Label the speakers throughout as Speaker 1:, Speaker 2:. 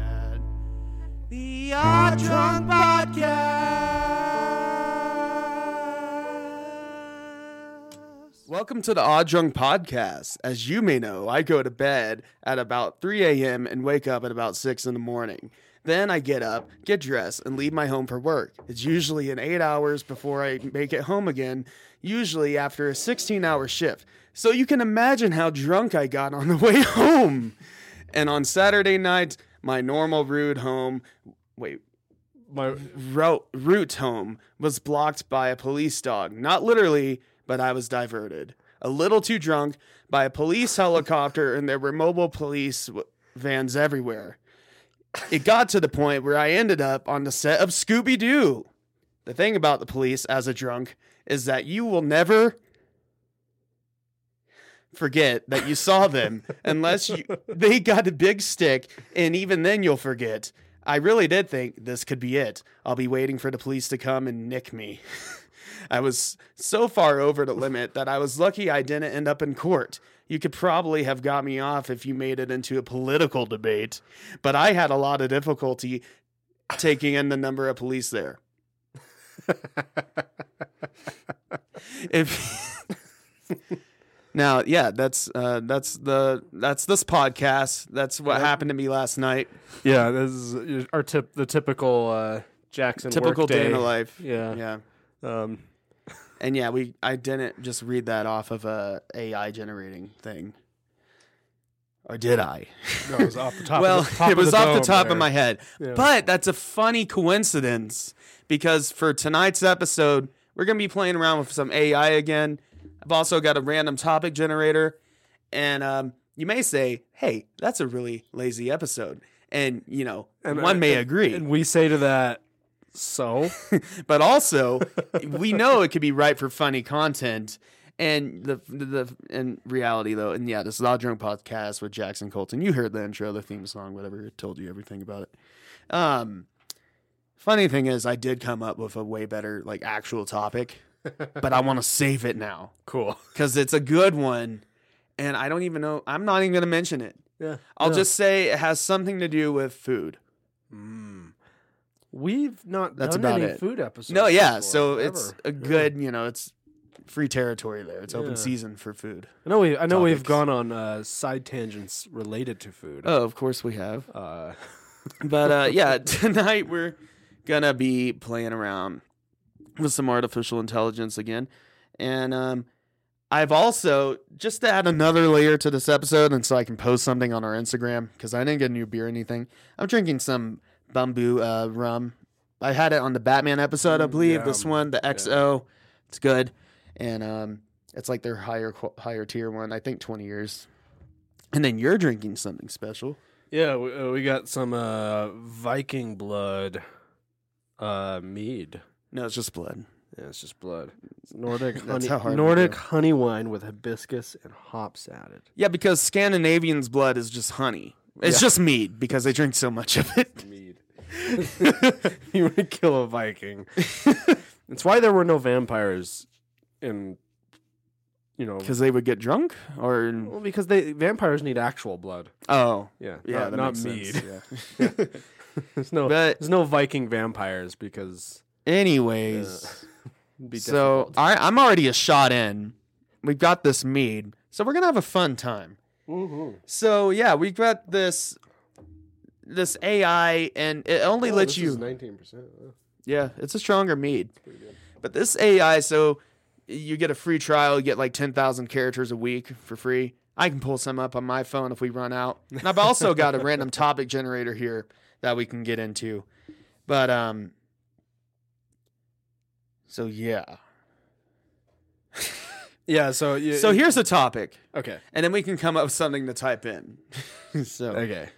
Speaker 1: at the Odd Drunk Podcast.
Speaker 2: Welcome to the Odd Drunk Podcast. As you may know, I go to bed at about 3 a.m. and wake up at about 6 in the morning. Then I get up, get dressed, and leave my home for work. It's usually in eight hours before I make it home again, usually after a 16 hour shift. So you can imagine how drunk I got on the way home. And on Saturday nights, my normal route home, wait,
Speaker 3: my
Speaker 2: ro- route home was blocked by a police dog. Not literally, but I was diverted. A little too drunk by a police helicopter, and there were mobile police w- vans everywhere. It got to the point where I ended up on the set of Scooby Doo. The thing about the police as a drunk is that you will never forget that you saw them unless you, they got a big stick, and even then you'll forget. I really did think this could be it. I'll be waiting for the police to come and nick me. I was so far over the limit that I was lucky I didn't end up in court. You could probably have got me off if you made it into a political debate, but I had a lot of difficulty taking in the number of police there. if now, yeah, that's uh, that's the that's this podcast. That's what happened to me last night.
Speaker 3: yeah this is uh, our tip the typical uh jackson
Speaker 2: Typical
Speaker 3: work
Speaker 2: day in the life.
Speaker 3: yeah,
Speaker 2: Yeah.
Speaker 3: um
Speaker 2: And yeah, we I didn't just read that off of a AI generating thing. Or did I?
Speaker 3: no, it was off the top
Speaker 2: well,
Speaker 3: of the, top
Speaker 2: it was
Speaker 3: of the
Speaker 2: off the
Speaker 3: dome
Speaker 2: top
Speaker 3: there.
Speaker 2: of my head.
Speaker 3: Yeah.
Speaker 2: But that's a funny coincidence because for tonight's episode, we're going to be playing around with some AI again. I've also got a random topic generator. And um, you may say, hey, that's a really lazy episode. And, you know,
Speaker 3: And,
Speaker 2: one
Speaker 3: uh,
Speaker 2: may
Speaker 3: and-
Speaker 2: agree.
Speaker 3: and we say to that so
Speaker 2: but also we know it could be right for funny content and the the, the in reality though and yeah this is the Odd drunk podcast with jackson colton you heard the intro the theme song whatever it told you everything about it um funny thing is i did come up with a way better like actual topic but i want to save it now
Speaker 3: cool
Speaker 2: because it's a good one and i don't even know i'm not even going to mention it
Speaker 3: yeah
Speaker 2: i'll
Speaker 3: No.
Speaker 2: just say it has something to do with food
Speaker 3: we've not
Speaker 2: That's
Speaker 3: done
Speaker 2: about
Speaker 3: any
Speaker 2: it.
Speaker 3: food episodes
Speaker 2: No, yeah.
Speaker 3: before,
Speaker 2: so it's
Speaker 3: ever.
Speaker 2: a good, you know, it's free territory there. It's open
Speaker 3: Yeah.
Speaker 2: season for food.
Speaker 3: i know we i know we've
Speaker 2: topics.
Speaker 3: gone on uh side tangents related to food
Speaker 2: Oh, of course we have.
Speaker 3: uh
Speaker 2: But uh, yeah, tonight we're gonna be playing around with some artificial intelligence again, and um, I've also just to add another layer to this episode, and so I can post something on our Instagram because I didn't get a new beer or anything. I'm drinking some bamboo uh, rum. I had it on the Batman episode, I
Speaker 3: Mm,
Speaker 2: believe.
Speaker 3: yeah.
Speaker 2: This one, the XO, it's good, and um, it's like their higher qu- higher tier one. I think 20 years. And then you're drinking something special.
Speaker 3: yeah we, uh, we got some uh viking blood uh mead
Speaker 2: No, it's just blood.
Speaker 3: Yeah, it's just blood. It's Nordic
Speaker 2: That's
Speaker 3: honey,
Speaker 2: how hard we
Speaker 3: Nordic
Speaker 2: do.
Speaker 3: honey wine with hibiscus and hops added.
Speaker 2: Yeah, because Scandinavians' blood is just honey. It's
Speaker 3: Yeah.
Speaker 2: just mead because they drink so much of it.
Speaker 3: Mead. you want to kill a Viking? it's why there were no vampires in, you know,
Speaker 2: Because they would get drunk, or
Speaker 3: well, because they vampires need actual blood.
Speaker 2: oh,
Speaker 3: Yeah,
Speaker 2: yeah,
Speaker 3: not,
Speaker 2: that
Speaker 3: not
Speaker 2: makes
Speaker 3: mead.
Speaker 2: sense, yeah.
Speaker 3: there's no,
Speaker 2: But-
Speaker 3: there's no Viking vampires because
Speaker 2: Anyways,
Speaker 3: it'd be
Speaker 2: so I, I'm already a shot in. We've got this mead, so we're gonna have a fun time.
Speaker 3: difficult.
Speaker 2: So yeah, we've got this this AI, and it
Speaker 3: Oh,
Speaker 2: only lets you.
Speaker 3: nineteen percent. Oh,
Speaker 2: Yeah, it's a stronger mead. But this AI, so you get a free trial, you get like 10,000 characters a week for free. I can pull some up on my phone if we run out. And I've also got a random topic generator here that we can get into. But, um, so yeah.
Speaker 3: Yeah. So you,
Speaker 2: So here's the topic,
Speaker 3: Okay.
Speaker 2: and then we can come up with something to type in. so
Speaker 3: Okay.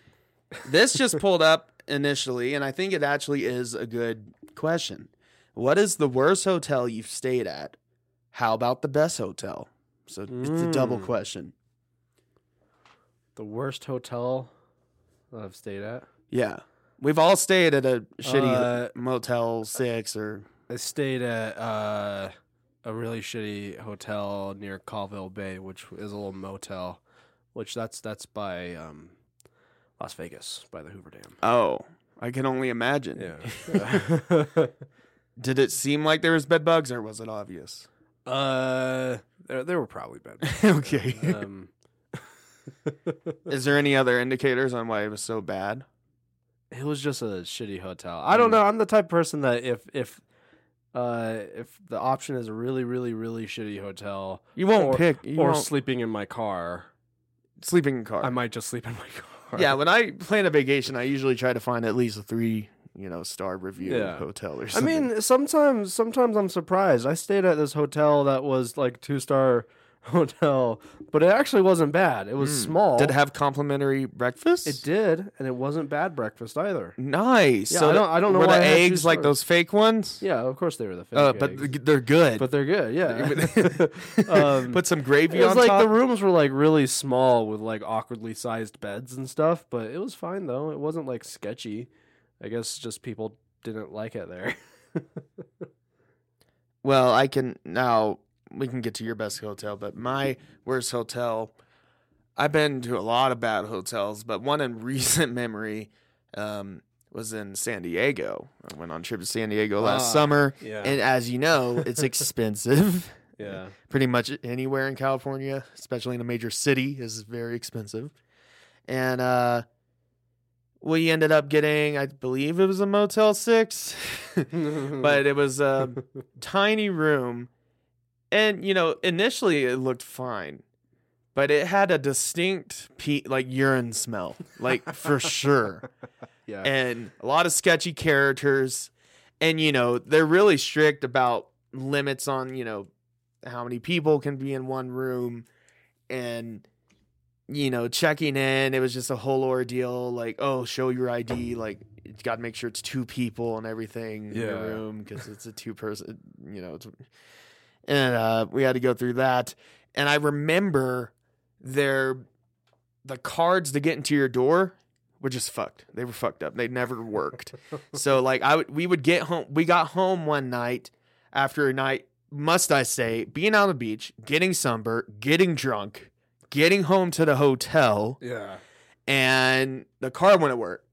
Speaker 2: Oh. this just pulled up initially, and I think it actually is a good Question What is the worst hotel you've stayed at? How about the best hotel? So it's a double
Speaker 3: Mm.
Speaker 2: question.
Speaker 3: The worst hotel I've stayed at.
Speaker 2: Yeah. We've all stayed at a shitty
Speaker 3: Uh,
Speaker 2: Motel 6 or.
Speaker 3: I stayed at uh, a really shitty hotel near Colville Bay, which is a little motel, which that's that's by um, Las Vegas, by the Hoover Dam.
Speaker 2: Oh, I can only imagine.
Speaker 3: Yeah.
Speaker 2: Did it seem like there was bed bugs or was it obvious?
Speaker 3: uh, there, there were probably bed. bugs.
Speaker 2: okay.
Speaker 3: Um,
Speaker 2: Is there any other indicators on why it was so bad?
Speaker 3: it was just a shitty hotel. I
Speaker 2: Mm.
Speaker 3: don't know. I'm the type of person that if if uh, if the option is a really really really shitty hotel
Speaker 2: You won't
Speaker 3: Or-
Speaker 2: pick. You
Speaker 3: or
Speaker 2: won't-
Speaker 3: sleeping in my car,
Speaker 2: sleeping in car.
Speaker 3: I might just sleep in my car.
Speaker 2: Yeah, when I plan a vacation, I usually try to find at least a three, you know, star review
Speaker 3: Yeah.
Speaker 2: hotel or
Speaker 3: I
Speaker 2: something.
Speaker 3: mean, sometimes sometimes I'm surprised. I stayed at this hotel that was like two star hotel, but it actually wasn't bad. It was small.
Speaker 2: Mm. did it have complimentary breakfast?
Speaker 3: It did, and it wasn't bad breakfast either.
Speaker 2: Nice.
Speaker 3: Yeah,
Speaker 2: so
Speaker 3: I don't- I don't know
Speaker 2: were
Speaker 3: why
Speaker 2: the
Speaker 3: I had two
Speaker 2: eggs like
Speaker 3: stars.
Speaker 2: those fake ones?
Speaker 3: Yeah, of course they were the fake
Speaker 2: uh, but
Speaker 3: eggs.
Speaker 2: th- they're good.
Speaker 3: but they're good. Yeah. um,
Speaker 2: Put some gravy
Speaker 3: it was
Speaker 2: on
Speaker 3: like
Speaker 2: top.
Speaker 3: the rooms were like really small with like awkwardly sized beds and stuff, but it was fine though. It wasn't like sketchy. I guess just people didn't like it there.
Speaker 2: Well, I can now we can get to your best hotel, but my worst hotel. I've been to a lot of bad hotels, but one in recent memory um, was in San Diego. I went on a trip to San Diego last
Speaker 3: Ah,
Speaker 2: summer,
Speaker 3: yeah.
Speaker 2: and as you know, it's expensive.
Speaker 3: yeah.
Speaker 2: Pretty much anywhere in California, especially in a major city, is very expensive. And uh, we ended up getting, I believe it was a Motel Six. but it was a tiny room and you know initially it looked fine but it had a distinct pe- like urine smell like for sure
Speaker 3: yeah.
Speaker 2: and a lot of sketchy characters and you know they're really strict about limits on you know how many people can be in one room and you know checking in it was just a whole ordeal like oh show your id like you got to make sure it's two people and everything in
Speaker 3: Yeah.
Speaker 2: the room because it's a two person you know it's and uh we had to go through that and i remember their the cards to get into your door were just fucked. They were fucked up. They never worked. so like I would, we would get home. We got home one night after a night, must I say, being on the beach, getting sunburned, getting drunk, getting home to the hotel,
Speaker 3: yeah.
Speaker 2: and the car wouldn't work.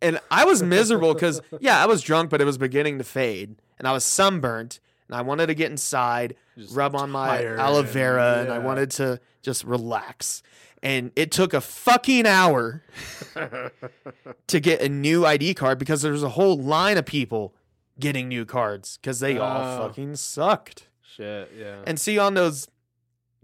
Speaker 2: And I was miserable because yeah, I was drunk, but it was beginning to fade, and I was sunburnt, and I wanted to get inside
Speaker 3: Just
Speaker 2: rub on my
Speaker 3: tired
Speaker 2: aloe vera and I
Speaker 3: yeah.
Speaker 2: wanted to just relax. And it took a fucking hour to get a new ID card because there was a whole line of people getting new cards because they all
Speaker 3: Oh.
Speaker 2: fucking sucked.
Speaker 3: Shit, yeah.
Speaker 2: And see on those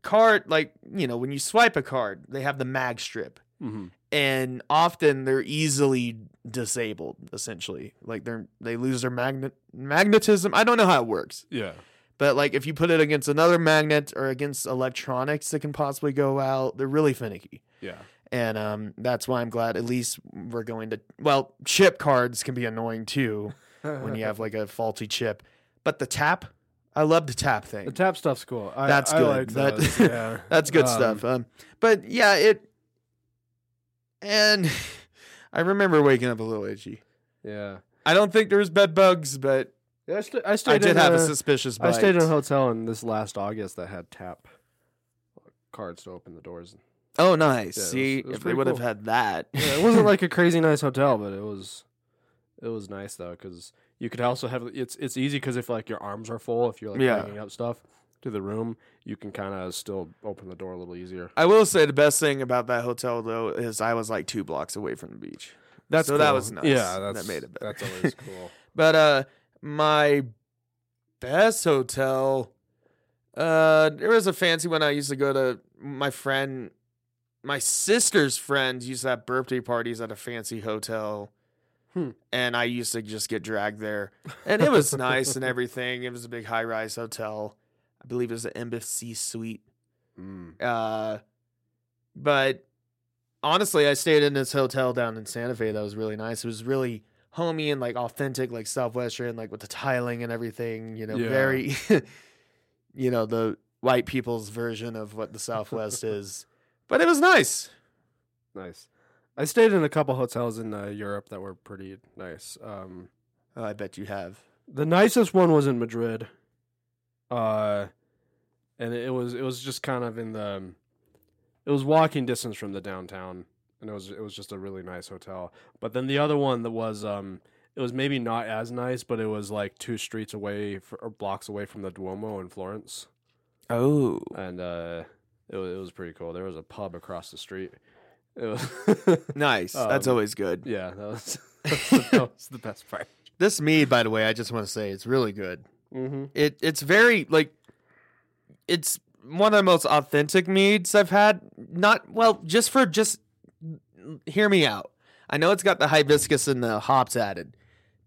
Speaker 2: card, like, you know, when you swipe a card, they have the mag strip.
Speaker 3: Mm-hmm.
Speaker 2: And often they're easily disabled, essentially. Like they're they lose their magnet magnetism. I don't know how it works.
Speaker 3: Yeah.
Speaker 2: But like if you put it against another magnet or against electronics that can possibly go out, they're really finicky.
Speaker 3: Yeah.
Speaker 2: And um, that's why I'm glad at least we're going to. Well, chip cards can be annoying too when you have like a faulty chip. But the tap, I love the tap thing.
Speaker 3: The tap stuff's cool. I,
Speaker 2: That's
Speaker 3: I
Speaker 2: good.
Speaker 3: like
Speaker 2: That-
Speaker 3: those, yeah.
Speaker 2: that's good
Speaker 3: Um,
Speaker 2: stuff. Um, but yeah, it. And I remember waking up a little itchy.
Speaker 3: Yeah.
Speaker 2: I don't think there was bed bugs, but
Speaker 3: Yeah, I, st- I stayed
Speaker 2: I did
Speaker 3: in
Speaker 2: have
Speaker 3: a,
Speaker 2: a suspicious bite.
Speaker 3: I stayed in a hotel in this last August that had tap cards to open the doors.
Speaker 2: Oh, nice.
Speaker 3: Yeah, it was-
Speaker 2: See,
Speaker 3: it was
Speaker 2: if they
Speaker 3: pretty
Speaker 2: would have
Speaker 3: cool.
Speaker 2: had that,
Speaker 3: Yeah, it wasn't like a crazy nice hotel, but it was it was nice though because you could also have it's it's easy because if like your arms are full, if you're like
Speaker 2: Yeah.
Speaker 3: packing up stuff to the room, you can kind of still open the door a little easier.
Speaker 2: I will say the best thing about that hotel though is I was like two blocks away from the beach.
Speaker 3: That's
Speaker 2: So that
Speaker 3: cool.
Speaker 2: was nice.
Speaker 3: Yeah,
Speaker 2: That
Speaker 3: that's,
Speaker 2: made it better.
Speaker 3: That's always cool.
Speaker 2: But uh my best hotel uh there was a fancy one I used to go to my friend my sister's friends used to have birthday parties at a fancy hotel.
Speaker 3: Hmm.
Speaker 2: And I used to just get dragged there. And it was nice and everything. It was a big high rise hotel. I believe it was an embassy suite.
Speaker 3: Mm.
Speaker 2: Uh, but honestly, I stayed in this hotel down in Santa Fe that was really nice. It was really homey and like authentic, like Southwestern, like with the tiling and everything. You know,
Speaker 3: Yeah.
Speaker 2: very, you know, the white people's version of what the Southwest is. But it was nice.
Speaker 3: Nice. I stayed in a couple hotels in uh, Europe that were pretty nice. Um,
Speaker 2: Oh, I bet you have.
Speaker 3: the nicest one was in Madrid, uh, and it was it was just kind of in the, um, it was walking distance from the downtown, and it was it was just a really nice hotel. But then the other one that was um, it was maybe not as nice, but it was like two streets away fr or blocks away from the Duomo in Florence,
Speaker 2: Oh,
Speaker 3: and uh, it was it was pretty cool. There was a pub across the street. It was
Speaker 2: nice. That's
Speaker 3: Um,
Speaker 2: always good.
Speaker 3: yeah, that was, that's the, that was the best part.
Speaker 2: This mead, by the way, I just want to say it's really good.
Speaker 3: Mm-hmm.
Speaker 2: It it's very like it's one of the most authentic meads I've had. Not well, just for just hear me out. I know it's got the hibiscus and the hops added,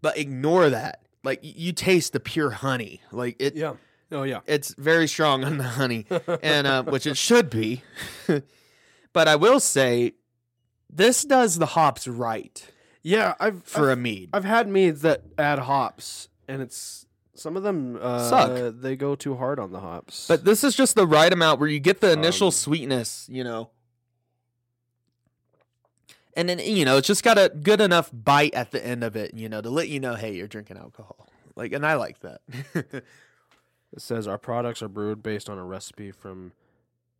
Speaker 2: but ignore that. Like y- you taste the pure honey. Like it
Speaker 3: Yeah. Oh yeah.
Speaker 2: it's very strong on the honey, and uh, which it should be. but I will say, this does the hops right
Speaker 3: Yeah, I've
Speaker 2: for
Speaker 3: I've,
Speaker 2: a mead.
Speaker 3: I've had meads that add hops, and it's some of them uh,
Speaker 2: Suck.
Speaker 3: They go too hard on the hops.
Speaker 2: But this is just the right amount where you get the initial
Speaker 3: Um,
Speaker 2: sweetness, you know. And then, you know, it's just got a good enough bite at the end of it, you know, to let you know, hey, you're drinking alcohol. Like, and I like that.
Speaker 3: it says our products are brewed based on a recipe from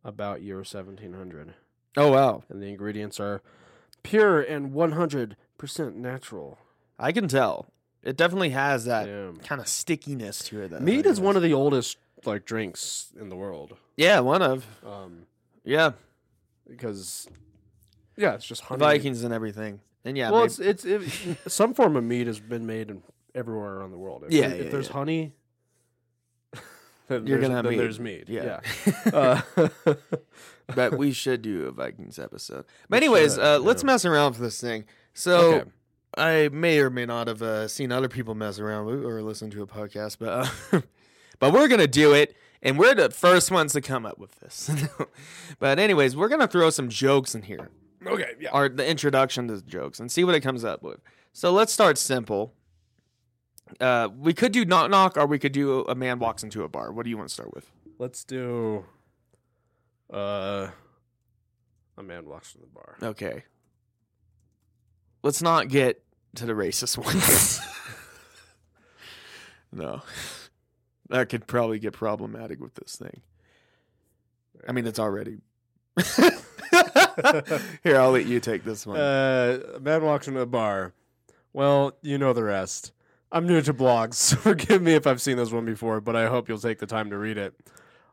Speaker 3: about year 1700,
Speaker 2: oh, wow.
Speaker 3: and the ingredients are pure and 100 percent natural.
Speaker 2: I can tell. It definitely has that
Speaker 3: Yeah.
Speaker 2: kind of stickiness to it. Though,
Speaker 3: Mead is one of the oldest like drinks in the world.
Speaker 2: Yeah, one of.
Speaker 3: Um,
Speaker 2: Yeah.
Speaker 3: because yeah, it's just honey.
Speaker 2: Vikings and everything. And yeah,
Speaker 3: well,
Speaker 2: maybe-
Speaker 3: it's it's it, some form of meat has been made in, everywhere around the world. If,
Speaker 2: Yeah,
Speaker 3: if
Speaker 2: yeah,
Speaker 3: there's
Speaker 2: yeah.
Speaker 3: honey, then
Speaker 2: You're
Speaker 3: there's-
Speaker 2: gonna have
Speaker 3: then
Speaker 2: mead.
Speaker 3: There's meat.
Speaker 2: Yeah.
Speaker 3: Yeah. Uh,
Speaker 2: but we should do a Vikings episode. But anyways,
Speaker 3: should,
Speaker 2: uh, let's
Speaker 3: yeah.
Speaker 2: mess around with this thing. So
Speaker 3: okay.
Speaker 2: I may or may not have uh, seen other people mess around with or listen to a podcast, but uh, but we're gonna do it, and we're the first ones to come up with this. but anyways, we're gonna throw some jokes in here,
Speaker 3: Okay. Yeah.
Speaker 2: or the introduction to the jokes, and see what it comes up with. So let's start simple. Uh, we could do knock knock, or we could do a man walks into a bar. What do you want to start with?
Speaker 3: Let's do. Uh, a man walks to the bar.
Speaker 2: Okay. Let's not get to the racist ones. no. That could probably get problematic with this thing. I mean, it's already. Here, I'll let you take this one.
Speaker 3: Uh, a man walks into a bar. Well, you know the rest. I'm new to blogs, so forgive me if I've seen this one before, but I hope you'll take the time to read it.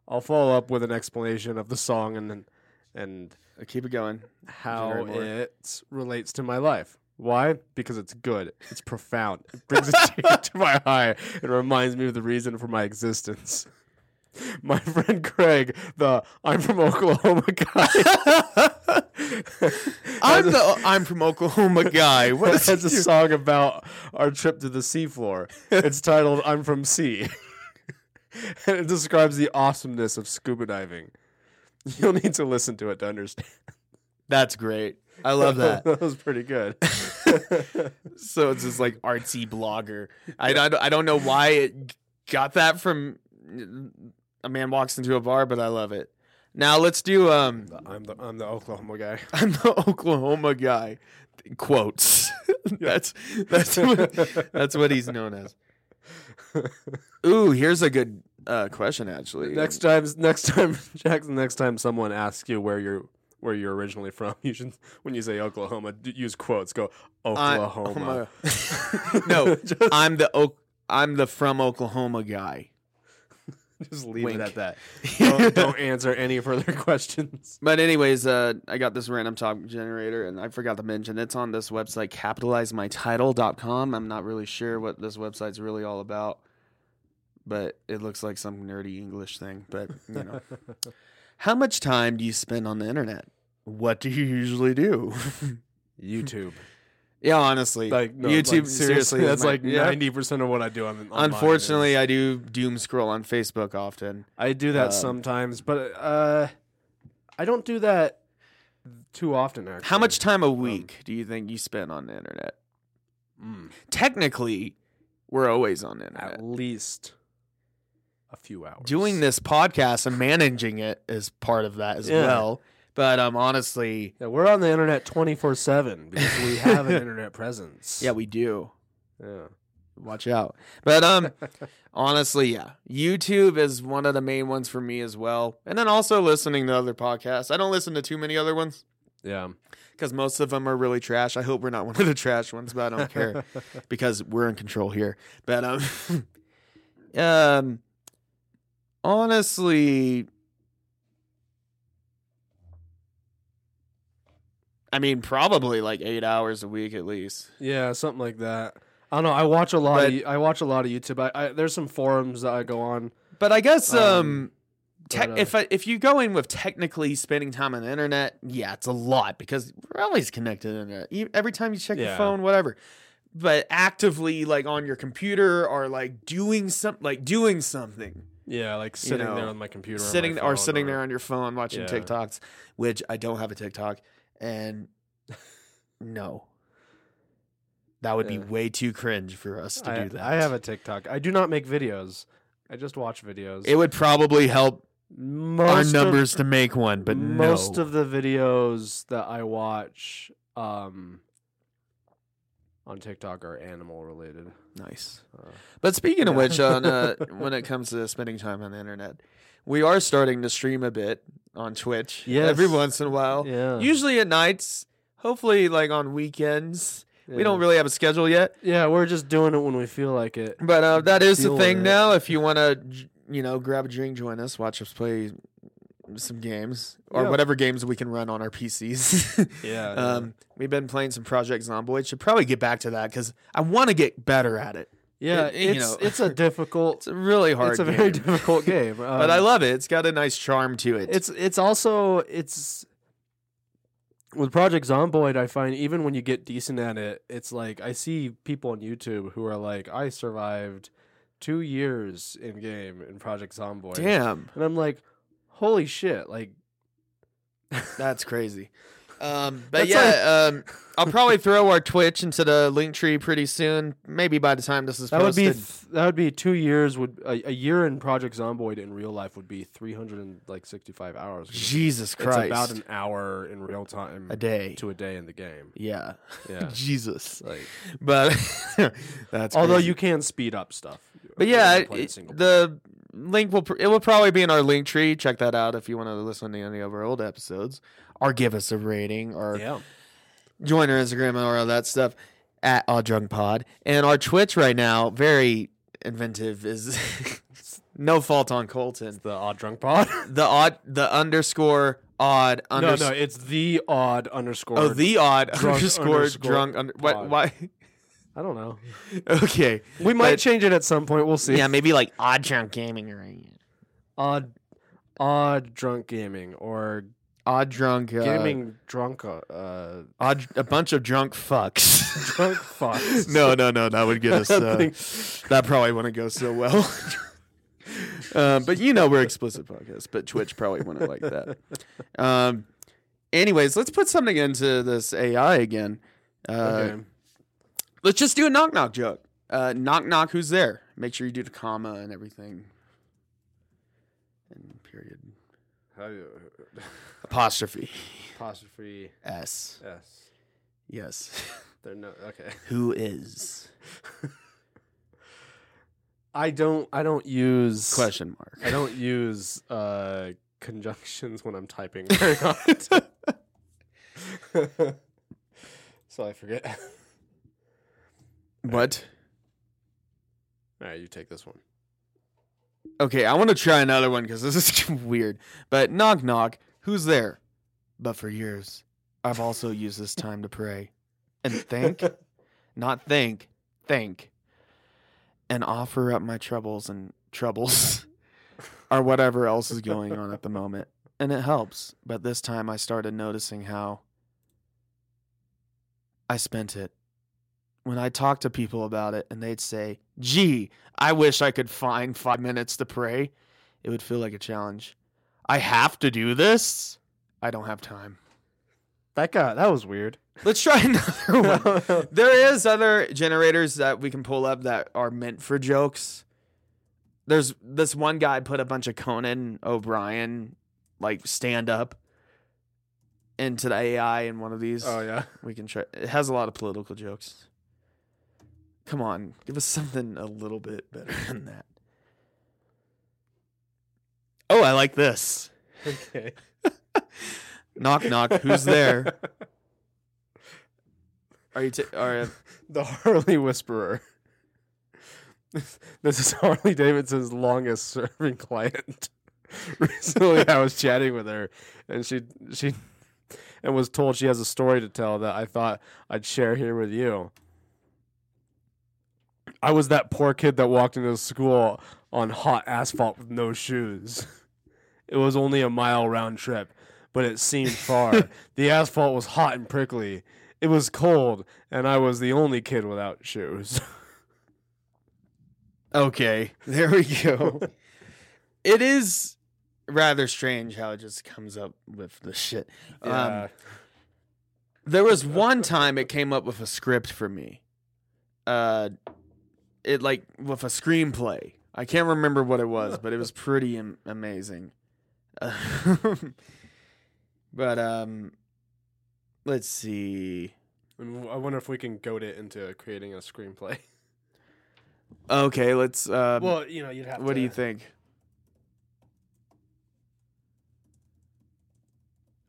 Speaker 3: I'll follow up with an explanation of the song and and
Speaker 2: Uh, Keep it going.
Speaker 3: how
Speaker 2: Generate more.
Speaker 3: it relates to my life. Why? Because it's good. It's profound. It brings a tear to my eye and reminds me of the reason for my existence. My friend Craig, the I'm from Oklahoma guy.
Speaker 2: I'm the I'm from Oklahoma guy. What is
Speaker 3: has a song about our trip to the seafloor. It's titled "I'm from Sea," and it describes the awesomeness of scuba diving. You'll need to listen to it to understand.
Speaker 2: That's great. I love that.
Speaker 3: that was pretty good.
Speaker 2: so it's this like artsy blogger. I, I, I don't know why it got that from a man walks into a bar, but I love it. Now let's do um
Speaker 3: I'm the I'm the Oklahoma guy.
Speaker 2: I'm the Oklahoma guy quotes. that's that's what, that's what he's known as. Ooh, here's a good uh, question actually.
Speaker 3: Next time, next time, Jackson. Next time someone asks you where you're where you're originally from, you should when you say Oklahoma, d- use quotes. Go
Speaker 2: I-
Speaker 3: Oklahoma.
Speaker 2: Oklahoma. no, I'm the Oak. I'm the from Oklahoma guy.
Speaker 3: Just leave
Speaker 2: Wink.
Speaker 3: it at that. Don't, don't answer any further questions.
Speaker 2: But anyways, uh, I got this random topic generator, and I forgot to mention it's on this website, capitalizemytitle.com. I'm not really sure what this website's really all about, but it looks like some nerdy English thing. But you know, how much time do you spend on the internet? What do you usually do?
Speaker 3: YouTube,
Speaker 2: yeah, honestly,
Speaker 3: like no,
Speaker 2: YouTube.
Speaker 3: like,
Speaker 2: seriously, is
Speaker 3: that's
Speaker 2: my-
Speaker 3: like
Speaker 2: yeah.
Speaker 3: ninety percent of what I do on. online is-
Speaker 2: Unfortunately, I do doom scroll on Facebook often.
Speaker 3: I do that
Speaker 2: um,
Speaker 3: sometimes, but uh, I don't do that too often. Actually,
Speaker 2: How much time a week do you think you spend on the internet?
Speaker 3: Mm,
Speaker 2: Technically, we're always on the internet.
Speaker 3: at least a few hours.
Speaker 2: Doing this podcast and managing it is part of that as
Speaker 3: Yeah.
Speaker 2: well. But um, honestly,
Speaker 3: Yeah, we're on the internet 24 7 because we have an internet presence.
Speaker 2: yeah, we do.
Speaker 3: Yeah.
Speaker 2: Watch out. But um, honestly, yeah, YouTube is one of the main ones for me as well. And then also listening to other podcasts. I don't listen to too many other ones
Speaker 3: Yeah.
Speaker 2: because most of them are really trash. I hope we're not one of the trash ones, but I don't care. because we're in control here. But um, um, honestly, I mean, probably like eight hours a week at least.
Speaker 3: Yeah, something like that. I don't know. I watch a lot.
Speaker 2: But-
Speaker 3: of, I watch a lot of YouTube. I, I there's some forums that I go on.
Speaker 2: But I guess um,
Speaker 3: Um,
Speaker 2: tech
Speaker 3: but, uh,
Speaker 2: if I, if you go in with technically spending time on the internet, yeah, it's a lot because we're always connected to the internet. E- Every time you check your
Speaker 3: Yeah.
Speaker 2: phone, whatever. But actively, like on your computer, or like doing some, like doing something.
Speaker 3: Yeah, like sitting
Speaker 2: know,
Speaker 3: there on my computer,
Speaker 2: sitting
Speaker 3: or, my
Speaker 2: or
Speaker 3: phone
Speaker 2: sitting there on your phone watching
Speaker 3: Yeah.
Speaker 2: TikToks, which I don't have a TikTok, and no, that would be
Speaker 3: Yeah.
Speaker 2: way too cringe for us to
Speaker 3: I,
Speaker 2: do that.
Speaker 3: I have a TikTok. I do not make videos. I just watch videos.
Speaker 2: It would probably help
Speaker 3: most of-
Speaker 2: our numbers to make one, but
Speaker 3: most
Speaker 2: no.
Speaker 3: of the videos that I watch um, on TikTok are animal related.
Speaker 2: nice.
Speaker 3: Uh,
Speaker 2: But speaking of
Speaker 3: Yeah.
Speaker 2: which, on uh, when it comes to spending time on the internet, we are starting to stream a bit on Twitch every
Speaker 3: Yes.
Speaker 2: once in a while.
Speaker 3: yeah,
Speaker 2: Usually at nights, hopefully like on weekends. We
Speaker 3: yeah.
Speaker 2: don't really have a schedule yet.
Speaker 3: Yeah, we're just doing it when we feel like it.
Speaker 2: But uh, that is the
Speaker 3: Deal
Speaker 2: thing
Speaker 3: with it.
Speaker 2: now. If you want to, you know, grab a drink, join us, watch us play some games or
Speaker 3: Yeah.
Speaker 2: whatever games we can run on our PCs.
Speaker 3: Yeah.
Speaker 2: um, we've been playing some Project Zomboid. Should probably get back to that because I want to get better at it.
Speaker 3: yeah,
Speaker 2: it- you
Speaker 3: it's
Speaker 2: know.
Speaker 3: it's a difficult.
Speaker 2: It's a really hard.
Speaker 3: it's a very
Speaker 2: game,
Speaker 3: difficult game.
Speaker 2: but I
Speaker 3: um,
Speaker 2: love it. It's got a nice charm to it.
Speaker 3: it's it's also it's with Project Zomboid. I find even when you get decent at it, it's like I see people on YouTube who are like, I survived two years in game in Project Zomboid.
Speaker 2: damn.
Speaker 3: and I'm like, holy shit! Like,
Speaker 2: That's crazy. Um, but
Speaker 3: That's
Speaker 2: yeah, um, I'll probably throw our Twitch into the link tree pretty soon. Maybe by the time this is
Speaker 3: that would be
Speaker 2: posted.
Speaker 3: th- that would be two years would a, a year in Project Zomboid in real life would be three hundred and like sixty five hours. 'cause it's-
Speaker 2: Jesus Christ!
Speaker 3: It's about an hour in real time
Speaker 2: a day.
Speaker 3: to a day in the game.
Speaker 2: Yeah.
Speaker 3: Yeah.
Speaker 2: Jesus.
Speaker 3: Like,
Speaker 2: But that's
Speaker 3: although
Speaker 2: crazy.
Speaker 3: you can speed up stuff.
Speaker 2: But
Speaker 3: when
Speaker 2: yeah,
Speaker 3: you play
Speaker 2: it-
Speaker 3: single
Speaker 2: the link will pr- it will probably be in our link tree. Check that out if you want to listen to any of our old episodes or give us a rating or
Speaker 3: Yeah.
Speaker 2: join our Instagram and all that stuff at Odd Drunk Pod. And our Twitch right now, very inventive is no fault on Colton.
Speaker 3: The odd drunk pod.
Speaker 2: The odd the underscore odd
Speaker 3: no,
Speaker 2: underscore
Speaker 3: no, it's the odd underscore.
Speaker 2: Oh, the odd
Speaker 3: Drunk
Speaker 2: underscore,
Speaker 3: underscore
Speaker 2: drunk under. Why?
Speaker 3: pod.
Speaker 2: why?
Speaker 3: I don't know.
Speaker 2: Okay.
Speaker 3: We might
Speaker 2: But-
Speaker 3: change it at some point. We'll see.
Speaker 2: Yeah, maybe like Odd Drunk Gaming or
Speaker 3: Odd, odd drunk gaming or
Speaker 2: Odd Drunk uh,
Speaker 3: gaming drunk. Uh,
Speaker 2: Odd, a bunch of drunk fucks.
Speaker 3: drunk fox.
Speaker 2: no, no, no, that would get us.
Speaker 3: That
Speaker 2: Uh,
Speaker 3: thing-
Speaker 2: that probably wouldn't go so well. um, but you know we're explicit podcast, but Twitch probably wouldn't like that. Um, anyways, let's put something into this AI again. Uh,
Speaker 3: Okay.
Speaker 2: Let's just do a knock knock joke. Uh, knock knock, who's there? Make sure you do the comma and everything. And period.
Speaker 3: How you-
Speaker 2: uh, Apostrophe.
Speaker 3: Apostrophe
Speaker 2: S.
Speaker 3: S.
Speaker 2: Yes.
Speaker 3: They're no okay.
Speaker 2: Who is?
Speaker 3: I don't. I don't use
Speaker 2: Question mark.
Speaker 3: I don't use uh, conjunctions when I'm typing very often. so I forget.
Speaker 2: What?
Speaker 3: All right, you take this one.
Speaker 2: Okay, I want to try another one because this is weird. But knock knock, who's there? But for years, I've also used this time to pray and think, not think, think, and offer up my troubles and troubles or whatever else is going on at the moment. And it helps. But this time I started noticing how I spent it. When I talked to people about it and they'd say, gee, I wish I could find five minutes to pray, it would feel like a challenge. I have to do this. I don't have time.
Speaker 3: That guy, that was weird.
Speaker 1: Let's try another one. there is other generators that we can pull up that are meant for jokes. There's this one guy put a bunch of Conan O'Brien like stand up into the AI in one of these.
Speaker 3: Oh, yeah.
Speaker 1: We can try. It has a lot of political jokes. Come on, give us something a little bit better than that.
Speaker 2: Oh, I like this.
Speaker 3: Okay.
Speaker 1: Knock knock. Who's there? Are you? T- are
Speaker 3: the Harley Whisperer. This is Harley Davidson's longest serving client. Recently, I was chatting with her, and she she and was told she has a story to tell that I thought I'd share here with you. I was that poor kid that walked into school on hot asphalt with no shoes. It was only a mile round trip, but it seemed far. the asphalt was hot and prickly. It was cold, and I was the only kid without shoes.
Speaker 2: Okay, there we go. it is rather strange how it just comes up with the shit. Um, there was one time it came up with a script for me. Uh, it like with a screenplay. I can't remember what it was, but it was pretty am- amazing. Um, but um, let's see.
Speaker 3: Um, I wonder if we can goad it into creating a screenplay.
Speaker 1: okay, let's. Uh,
Speaker 3: Well, you know, you'd have.
Speaker 1: what do you think?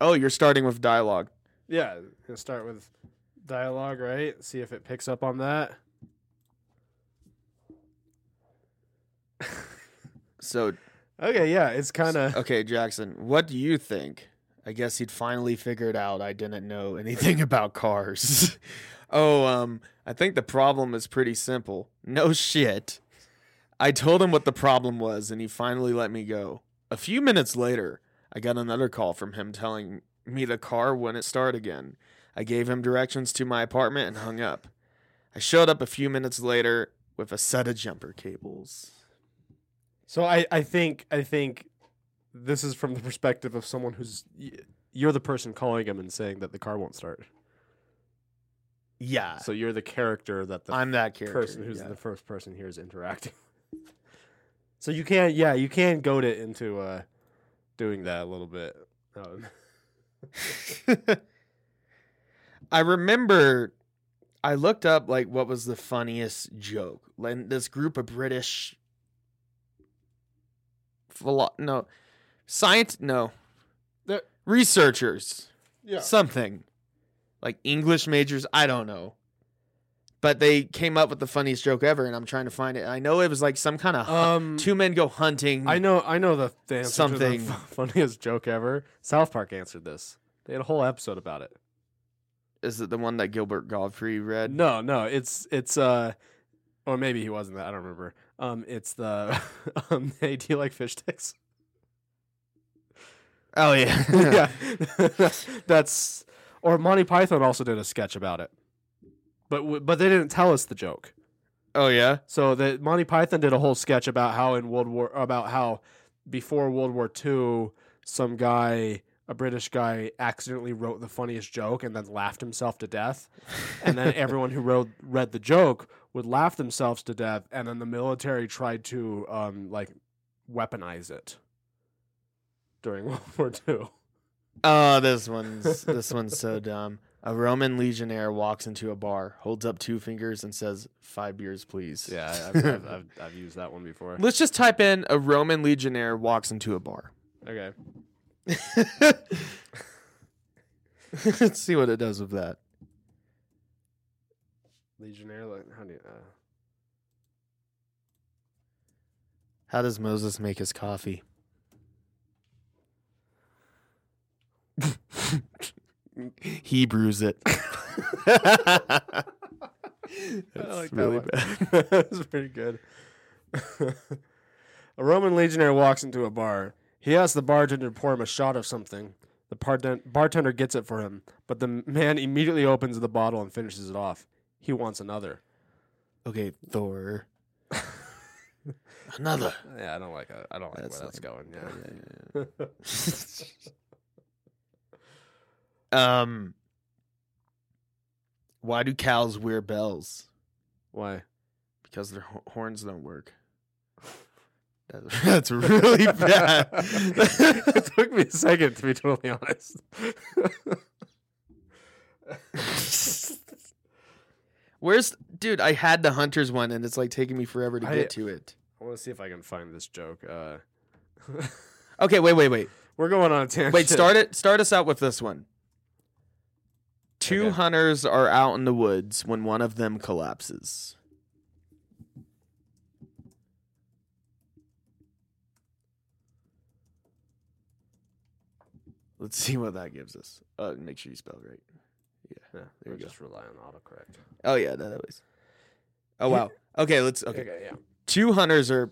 Speaker 1: Oh, you're starting with dialogue.
Speaker 3: Yeah, gonna start with dialogue, right? See if it picks up on that.
Speaker 2: So
Speaker 3: Okay, yeah, it's kind
Speaker 1: uh,
Speaker 3: of.
Speaker 2: Okay, Jackson, what do you think? I guess he'd finally figured out I didn't know anything about cars. oh, um, I think the problem is pretty simple. No shit. I told him what the problem was, and he finally let me go. A few minutes later, I got another call from him telling me the car wouldn't start again. I gave him directions to my apartment and hung up. I showed up a few minutes later with a set of jumper cables.
Speaker 3: So I, I think, I think, this is from the perspective of someone who's y- you're the person calling him and saying that the car won't start.
Speaker 2: Yeah,
Speaker 1: Uh,
Speaker 3: So you're the character that the
Speaker 2: I'm that character.
Speaker 3: person who's
Speaker 2: yeah.
Speaker 3: the first person here is interacting. so you can, yeah, you can goad it into uh, doing that a little bit. Um,
Speaker 2: I remember I looked up like what was the funniest joke. And this group of British philo- no science no
Speaker 3: They're-
Speaker 2: researchers
Speaker 3: yeah.
Speaker 2: something like English majors I don't know. But they came up with the funniest joke ever, and I'm trying to find it. I know it was like some kind of
Speaker 3: Um,
Speaker 2: two men go hunting.
Speaker 3: I know, I know the, the answer
Speaker 2: Something.
Speaker 3: To the fu- funniest joke ever. South Park answered this. They had a whole episode about it.
Speaker 2: Is it the one that Gilbert Godfrey read?
Speaker 3: No, no, it's it's uh, or maybe he wasn't that. I don't remember. Um, it's the um, hey, do you like fish sticks?
Speaker 2: Oh yeah,
Speaker 3: yeah, that's, that's or Monty Python also did a sketch about it, but w- but they didn't tell us the joke.
Speaker 2: Oh yeah.
Speaker 3: So the Monty Python did a whole sketch about how in World War about how before World War II, some guy, a British guy, accidentally wrote the funniest joke and then laughed himself to death. And then everyone who wrote read the joke would laugh themselves to death, and then the military tried to um, like weaponize it during World War II.
Speaker 2: Oh, this one's this one's so dumb. A Roman legionnaire walks into a bar, holds up two fingers, and says, five beers, please."
Speaker 3: I've, I've, I've, I've used that one before.
Speaker 2: Let's just type in a Roman legionnaire walks into a bar.
Speaker 3: Okay.
Speaker 2: Let's see what it does with that.
Speaker 3: Legionnaire, like, how do you? Uh...
Speaker 2: How does Moses make his coffee? he brews it. That's
Speaker 3: uh, like that
Speaker 2: really
Speaker 3: one.
Speaker 2: bad.
Speaker 3: That's pretty good. a Roman legionnaire walks into a bar. He asks the bartender to pour him a shot of something. The barten- bartender gets it for him, but the man immediately opens the bottle and finishes it off. He wants another.
Speaker 2: Okay, Thor. Another.
Speaker 3: Yeah, I don't like I don't like
Speaker 2: That's
Speaker 3: where that's going. Yeah.
Speaker 2: Um, why do cows wear bells?
Speaker 3: Why?
Speaker 2: Because their ho- horns don't work. That's, that's really bad.
Speaker 3: it took me a second to be totally honest.
Speaker 2: Where's dude? I had the hunters one, and it's like taking me forever to
Speaker 3: I-
Speaker 2: get to it.
Speaker 3: I want to see if I can find this joke. Uh,
Speaker 2: Okay, wait, wait, wait,
Speaker 3: we're going on a tangent.
Speaker 2: wait. Start it. Start us out with this one. Two
Speaker 3: Okay.
Speaker 2: hunters are out in the woods when one of them collapses. Let's see what that gives us. Uh, make sure you spell it right.
Speaker 3: Yeah,
Speaker 2: there
Speaker 3: there
Speaker 2: we go.
Speaker 3: Just rely on autocorrect.
Speaker 2: Oh yeah, that always. Oh wow. Okay, let's. Okay,
Speaker 3: okay yeah.
Speaker 2: two hunters are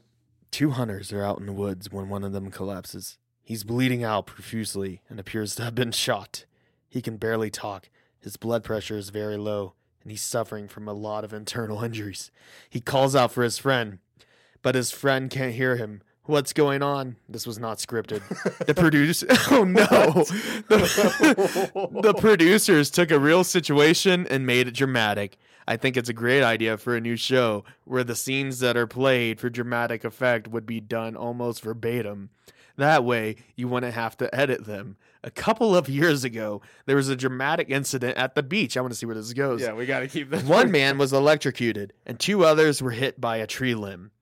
Speaker 2: two hunters are out in the woods when one of them collapses. He's bleeding out profusely and appears to have been shot. He can barely talk. His blood pressure is very low, and he's suffering from a lot of internal injuries. He calls out for his friend, but his friend can't hear him. What's going on? This was not scripted. The producer. Oh no! The, the producers took a real situation and made it dramatic. I think it's a great idea for a new show where the scenes that are played for dramatic effect would be done almost verbatim. That way, you wouldn't have to edit them. A couple of years ago, there was a dramatic incident at the beach. I want to see where this goes.
Speaker 3: Yeah, we got to keep that.
Speaker 2: One man was electrocuted, and two others were hit by a tree limb.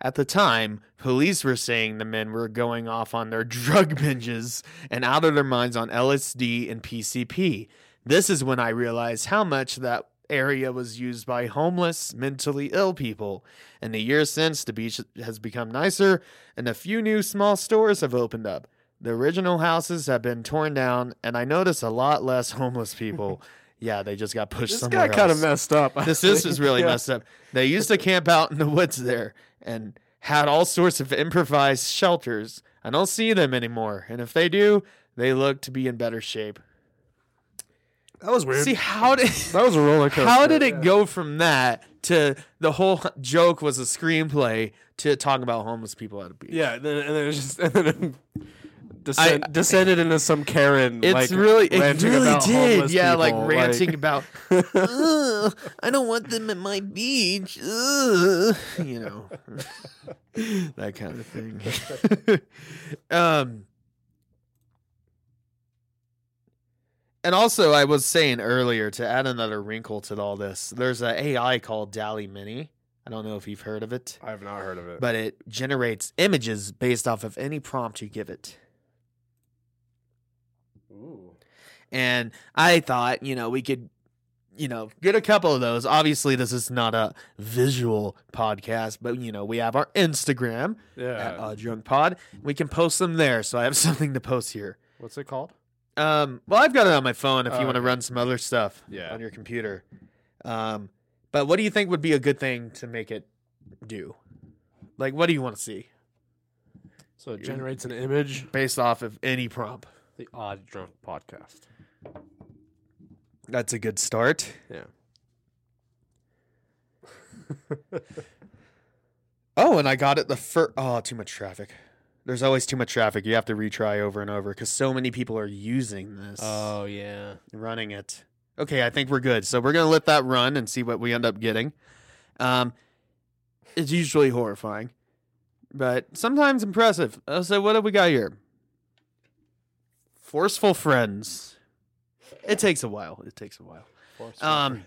Speaker 2: At the time, police were saying the men were going off on their drug binges and out of their minds on LSD and PCP. This is when I realized how much that area was used by homeless, mentally ill people. In the years since, the beach has become nicer, and a few new small stores have opened up. The original houses have been torn down, and I notice a lot less homeless people. yeah, they just got pushed
Speaker 3: This
Speaker 2: somewhere
Speaker 3: got kind of
Speaker 2: else
Speaker 3: messed up.
Speaker 2: this
Speaker 3: actually.
Speaker 2: this is really
Speaker 3: Yeah.
Speaker 2: messed up. They used to camp out in the woods there and had all sorts of improvised shelters. I don't see them anymore, and if they do, they look to be in better shape.
Speaker 3: That was weird.
Speaker 2: See how did
Speaker 3: that was a roller coaster.
Speaker 2: how did it go from that to the whole h- joke was a screenplay to talking about homeless people at a beach?
Speaker 3: Yeah, and then, and then it was just and then it descend, descended into some Karen.
Speaker 2: It's
Speaker 3: like,
Speaker 2: really, it
Speaker 3: ranting
Speaker 2: really
Speaker 3: about
Speaker 2: did.
Speaker 3: homeless
Speaker 2: Yeah,
Speaker 3: people,
Speaker 2: like ranting about, "Ugh, I don't want them at my beach. Ugh," you know, that kind of thing. um, and also, I was saying earlier to add another wrinkle to all this, there's a AI called DALI Mini. I don't know if you've heard of it,
Speaker 3: I have not heard of it.
Speaker 2: but it generates images based off of any prompt you give it.
Speaker 3: Ooh.
Speaker 2: and I thought, you know, we could, you know, get a couple of those. Obviously, this is not a visual podcast, but you know, we have our Instagram
Speaker 3: yeah.
Speaker 2: at uh, Drunk Pod. We can post them there, so I have something to post here.
Speaker 3: What's it called?
Speaker 2: Um, well, I've got it on my phone. If you
Speaker 3: Oh,
Speaker 2: want to
Speaker 3: okay.
Speaker 2: run some other stuff
Speaker 3: Yeah.
Speaker 2: on your computer, um, but what do you think would be a good thing to make it do? Like, what do you want to see
Speaker 3: So it generates an image.
Speaker 2: based off of any prompt?
Speaker 3: The Odd Drunk Podcast.
Speaker 2: That's a good start.
Speaker 3: Yeah.
Speaker 2: Oh, and I got it the first. Oh, too much traffic. There's always too much traffic. You have to retry over and over because so many people are using this,
Speaker 3: Oh. yeah.
Speaker 2: running it. Okay, I think we're good. So we're gonna let that run and see what we end up getting. Um, it's usually horrifying, but sometimes impressive. Uh, so what have we got here? Forceful friends. It takes a while. It takes a while. Um,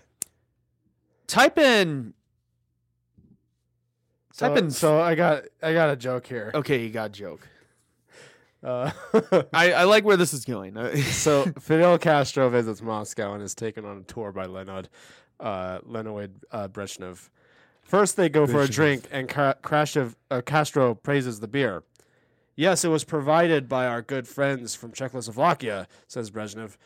Speaker 2: type in.
Speaker 3: so,
Speaker 2: type in.
Speaker 3: so I got I got a joke here.
Speaker 2: okay, you got a joke. Oh.
Speaker 3: Uh,
Speaker 2: I, I like where this is going.
Speaker 3: so Fidel Castro visits Moscow and is taken on a tour by Leonid uh, Leonid uh, Brezhnev. First, they go for a drink, and Ca- Crashev, uh, Castro praises the beer. Yes, it was provided by our good friends from Czechoslovakia, says Brezhnev.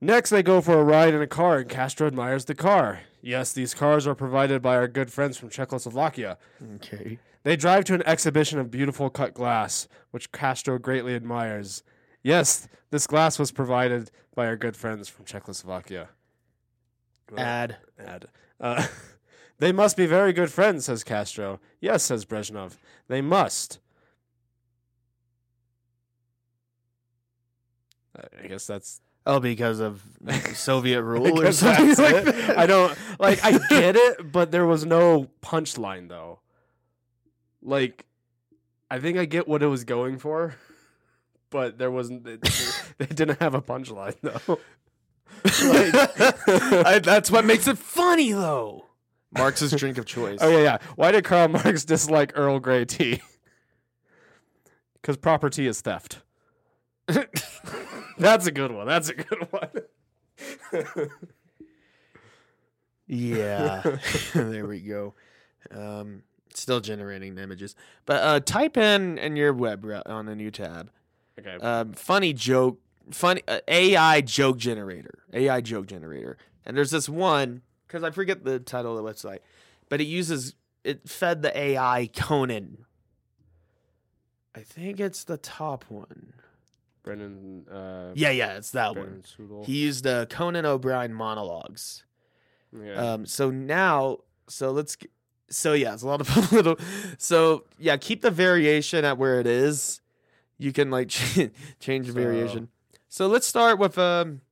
Speaker 3: Next, they go for a ride in a car, and Castro admires the car. Yes, these cars are provided by our good friends from Czechoslovakia.
Speaker 2: okay.
Speaker 3: They drive to an exhibition of beautiful cut glass, which Castro greatly admires. Yes, this glass was provided by our good friends from Czechoslovakia.
Speaker 2: Add.
Speaker 3: Ad. Uh, they must be very good friends, says Castro. Yes, says Brezhnev. They must. I- I guess that's
Speaker 2: Oh, because of Soviet rule or
Speaker 3: Because
Speaker 2: something
Speaker 3: that's
Speaker 2: like
Speaker 3: it.
Speaker 2: that.
Speaker 3: I don't like. I get it, but there was no punchline though. Like, I think I get what it was going for, but there wasn't. It, they didn't have a punchline though. Like-
Speaker 2: I- that's what makes it funny, though.
Speaker 1: Marx's drink of choice.
Speaker 3: Oh yeah, yeah. Why did Karl Marx dislike Earl Grey tea? Because proper tea is theft. That's a good one. That's a good one.
Speaker 2: Yeah, there we go. Um, still generating the images, but uh, type in in your web browser on a new tab.
Speaker 3: Okay.
Speaker 2: Um, funny joke, funny uh, AI joke generator, AI joke generator, and there's this one because I forget the title of the website, but it uses it fed the AI Conan. I think it's the top one.
Speaker 3: Brendan. Uh,
Speaker 2: Yeah, yeah, it's that
Speaker 3: Brendan
Speaker 2: one.
Speaker 3: Sudol.
Speaker 2: He used uh, Conan O'Brien monologues.
Speaker 3: yeah.
Speaker 2: Um, so now, so let's, g- so yeah, it's a lot of little, so yeah, keep the variation at where it is. You can like ch- change the variation. So let's start with, um,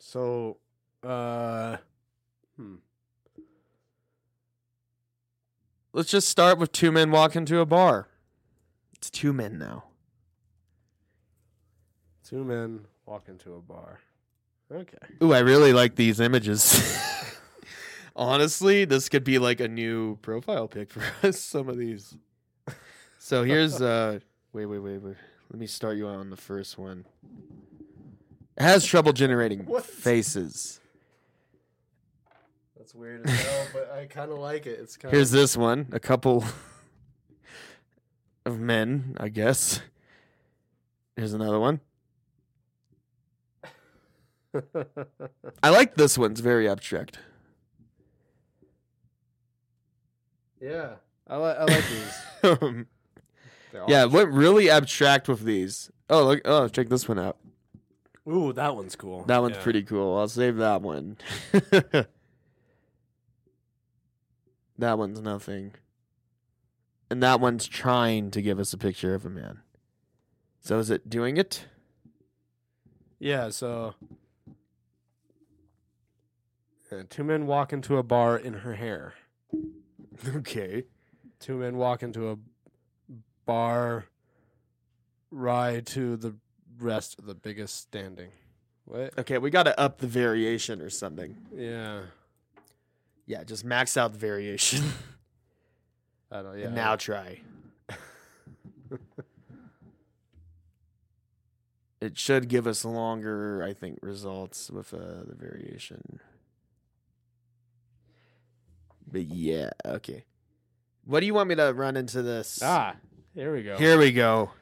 Speaker 3: so, uh, hmm.
Speaker 2: let's just start with two men walking to a bar. It's two men now.
Speaker 3: two men walk into a bar. Okay.
Speaker 2: Ooh, I really like these images. Honestly, this could be like a new profile pic for us, some of these. So here's uh wait, wait, wait, wait. Let me start you on the first one. It has trouble generating
Speaker 3: What?
Speaker 2: faces.
Speaker 3: That's weird as hell, but I kind of like it. It's kind
Speaker 2: Here's this one. A couple of men, I guess. Here's another one. I like this one. It's very abstract.
Speaker 3: yeah. I, li- I like these. They're
Speaker 2: Um, yeah, it went really abstract with these. Oh, look. Oh, check this one out.
Speaker 3: all- Ooh, that one's cool.
Speaker 2: That one's
Speaker 3: Yeah.
Speaker 2: pretty cool. I'll save that one. that one's nothing. And that one's trying to give us a picture of a man. So is it doing it?
Speaker 3: Yeah, so Uh, two men walk into a bar in her hair.
Speaker 2: Okay.
Speaker 3: Two men walk into a bar ride to the rest of the biggest standing. What?
Speaker 2: Okay, we got to up the variation or something.
Speaker 3: Yeah.
Speaker 2: Yeah, just max out the variation.
Speaker 3: I don't yeah.
Speaker 2: And now try. it should give us longer, I think, results with uh, the variation. But yeah, okay. What do you want me to run into this?
Speaker 3: Ah, here we go.
Speaker 2: Here we go.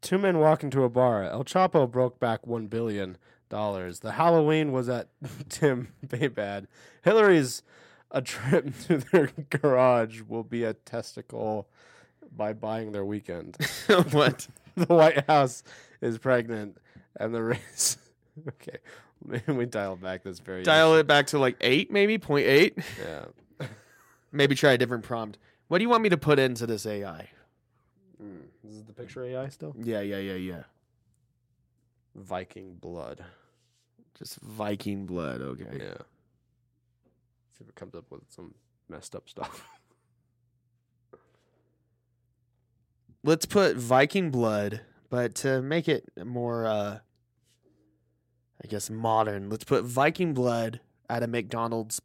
Speaker 3: Two men walk into a bar. El Chapo broke back one billion dollars. The Halloween was at Tim Baybad. Hillary's a trip to their garage will be a testicle by buying their weekend.
Speaker 2: what?
Speaker 3: the White House is pregnant, and the race. okay, maybe we dial back this very
Speaker 2: Dial it back to like eight, maybe point eight.
Speaker 3: Yeah.
Speaker 2: Maybe try a different prompt. What do you want me to put into this AI?
Speaker 3: Mm. This is the picture AI still.
Speaker 2: Yeah, yeah, yeah, yeah.
Speaker 3: Viking blood.
Speaker 2: Just Viking blood. Okay.
Speaker 3: Yeah. See if it comes up with some messed up stuff.
Speaker 2: let's put Viking blood, but to make it more, uh, I guess, modern, let's put Viking blood at a McDonald's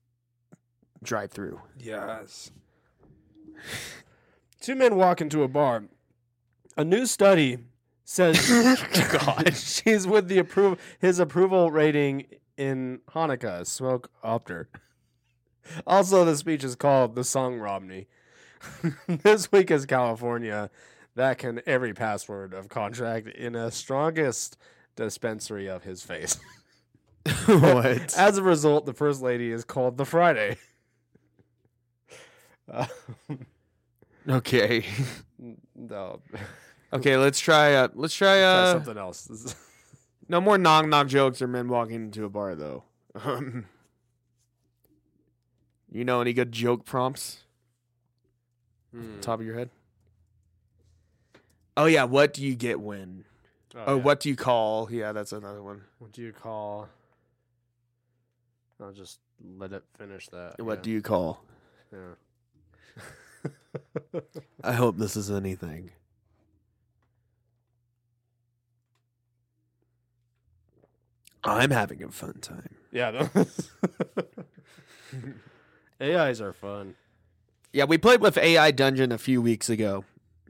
Speaker 2: drive-through.
Speaker 3: Yes. Two men walk into a bar. A new study says she's with the approve his approval rating in Hanukkah, smoke opter. Also, the speech is called the song Romney. this week is California. That can every password of contract in a strongest dispensary of his face.
Speaker 2: what?
Speaker 3: As a result, the first lady is called the Friday. Uh,
Speaker 2: Okay.
Speaker 3: no,
Speaker 2: Okay. Let's try. Uh, let's try.
Speaker 3: try
Speaker 2: Uh,
Speaker 3: something else. This is-
Speaker 2: no more knock knock jokes or men walking into a bar though. Um, you know any good joke prompts?
Speaker 3: Hmm.
Speaker 2: Top of your head. Oh yeah. What do you get when? Oh, what do you call? Yeah, that's another one.
Speaker 3: What do you call? I'll just let it finish that.
Speaker 2: What do you call?
Speaker 3: you?
Speaker 1: I hope this is anything. I'm having a fun time.
Speaker 3: Yeah. yeah AIs are fun.
Speaker 2: Yeah, we played with AI Dungeon a few weeks ago.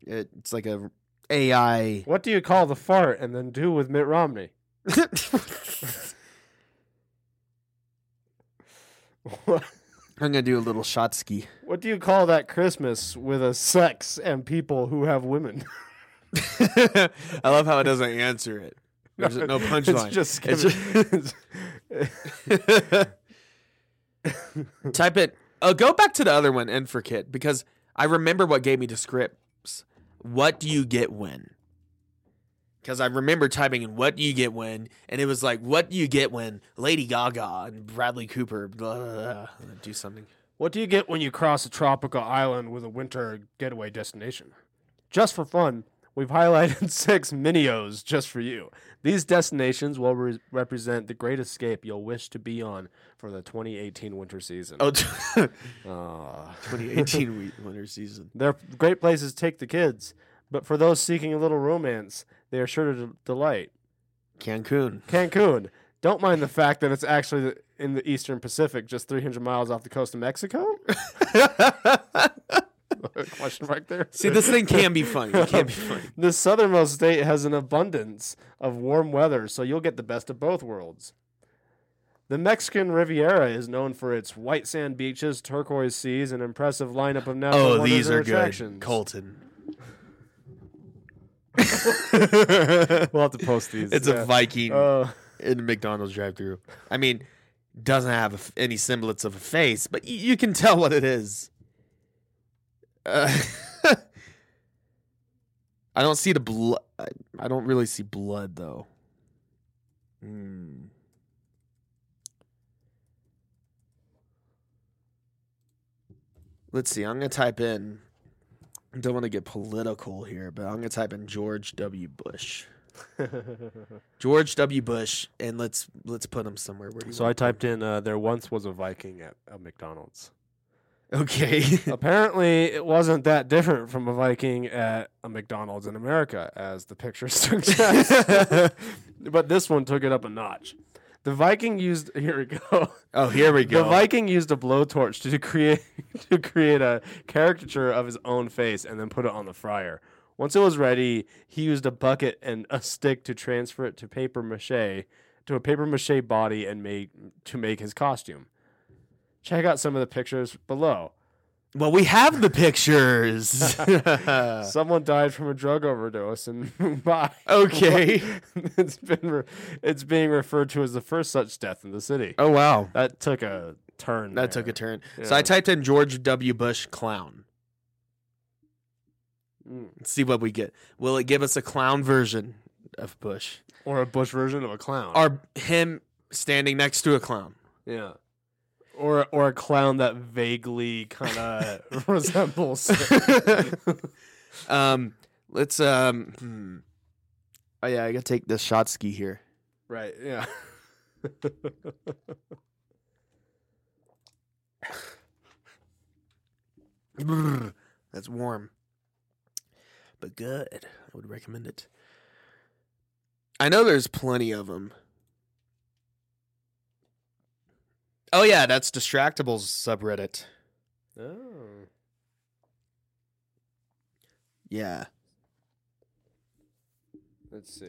Speaker 2: It, it's like a AI.
Speaker 3: What do you call the fart and then do with Mitt Romney? What,
Speaker 2: I'm gonna do a little shot ski.
Speaker 3: what do you call that Christmas with a sex and people who have women?
Speaker 2: I love how it doesn't answer it. There's no punchline.
Speaker 3: It's just,
Speaker 2: It's Type it. Uh, go back to the other one, end for kit, because I remember what gave me the scripts. What do you get when? Because I remember typing in "What do you get when," and it was like, "What do you get when Lady Gaga and Bradley Cooper blah, blah, blah, blah, do something?"
Speaker 3: What do you get when you cross a tropical island with a winter getaway destination? Just for fun, we've highlighted six minios just for you. These destinations will re- represent the great escape you'll wish to be on for the 2018 winter season.
Speaker 2: Oh,
Speaker 3: Aw.
Speaker 2: 2018 wheat winter season.
Speaker 3: They're great places to take the kids, but for those seeking a little romance, they are sure to d- delight.
Speaker 2: Cancun.
Speaker 3: Cancun. Don't mind the fact that it's actually in the eastern Pacific, just 300 miles off the coast of Mexico? Question mark there.
Speaker 2: See, this thing can be funny. It can be funny.
Speaker 3: The southernmost state has an abundance of warm weather, so you'll get the best of both worlds. The Mexican Riviera is known for its white sand beaches, turquoise seas, and impressive lineup of natural
Speaker 2: Oh,
Speaker 3: wonders
Speaker 2: these
Speaker 3: and
Speaker 2: are good.
Speaker 3: attractions.
Speaker 2: Colton.
Speaker 3: We'll have to post these.
Speaker 2: It's a
Speaker 3: yeah.
Speaker 2: Viking
Speaker 3: Uh,
Speaker 2: in a McDonald's drive-through. I mean, doesn't have a f any semblance of a face, but y- you can tell what it is. Uh, I don't see the blood. I, I don't really see blood though. Hmm. Let's see. I'm gonna type in. I don't want to get political here, but I'm gonna type in George W. Bush.
Speaker 3: Oh.
Speaker 2: George W. Bush, and let's let's put him somewhere where he.
Speaker 3: so I typed in uh, there once was a Viking at a McDonald's.
Speaker 2: okay,
Speaker 3: Apparently, it wasn't that different from a Viking at a McDonald's in America, as the picture suggests. but this one took it up a notch. The Viking used here we go.
Speaker 2: oh here we
Speaker 3: The
Speaker 2: go.
Speaker 3: Viking used a blowtorch to create to create a caricature of his own face and then put it on the fryer. Once it was ready, he used a bucket and a stick to transfer it to paper mache to a paper mache body and make to make his costume. Check out some of the pictures below.
Speaker 2: well, we have the pictures.
Speaker 3: Someone died from a drug overdose in Mumbai.
Speaker 2: okay.
Speaker 3: it's been re- it's being referred to as the first such death in the city.
Speaker 2: Oh wow,
Speaker 3: That took a turn.
Speaker 2: that
Speaker 3: there.
Speaker 2: took a turn. So I
Speaker 3: Yeah.
Speaker 2: typed in George W. Bush clown.
Speaker 3: Mm.
Speaker 2: Let's see what we get. Will it give us a clown version of Bush
Speaker 3: or a Bush version of a clown.
Speaker 2: or him standing next to a clown?
Speaker 3: Yeah. Or or a clown that vaguely kind of resembles.
Speaker 2: um, let's um. hmm. Oh yeah, I gotta take the shot ski here.
Speaker 3: right. Yeah.
Speaker 2: Brr, that's warm, but good. I would recommend it. I know there's plenty of them. Oh yeah, that's Distractables subreddit.
Speaker 3: oh.
Speaker 2: Yeah,
Speaker 3: Let's see.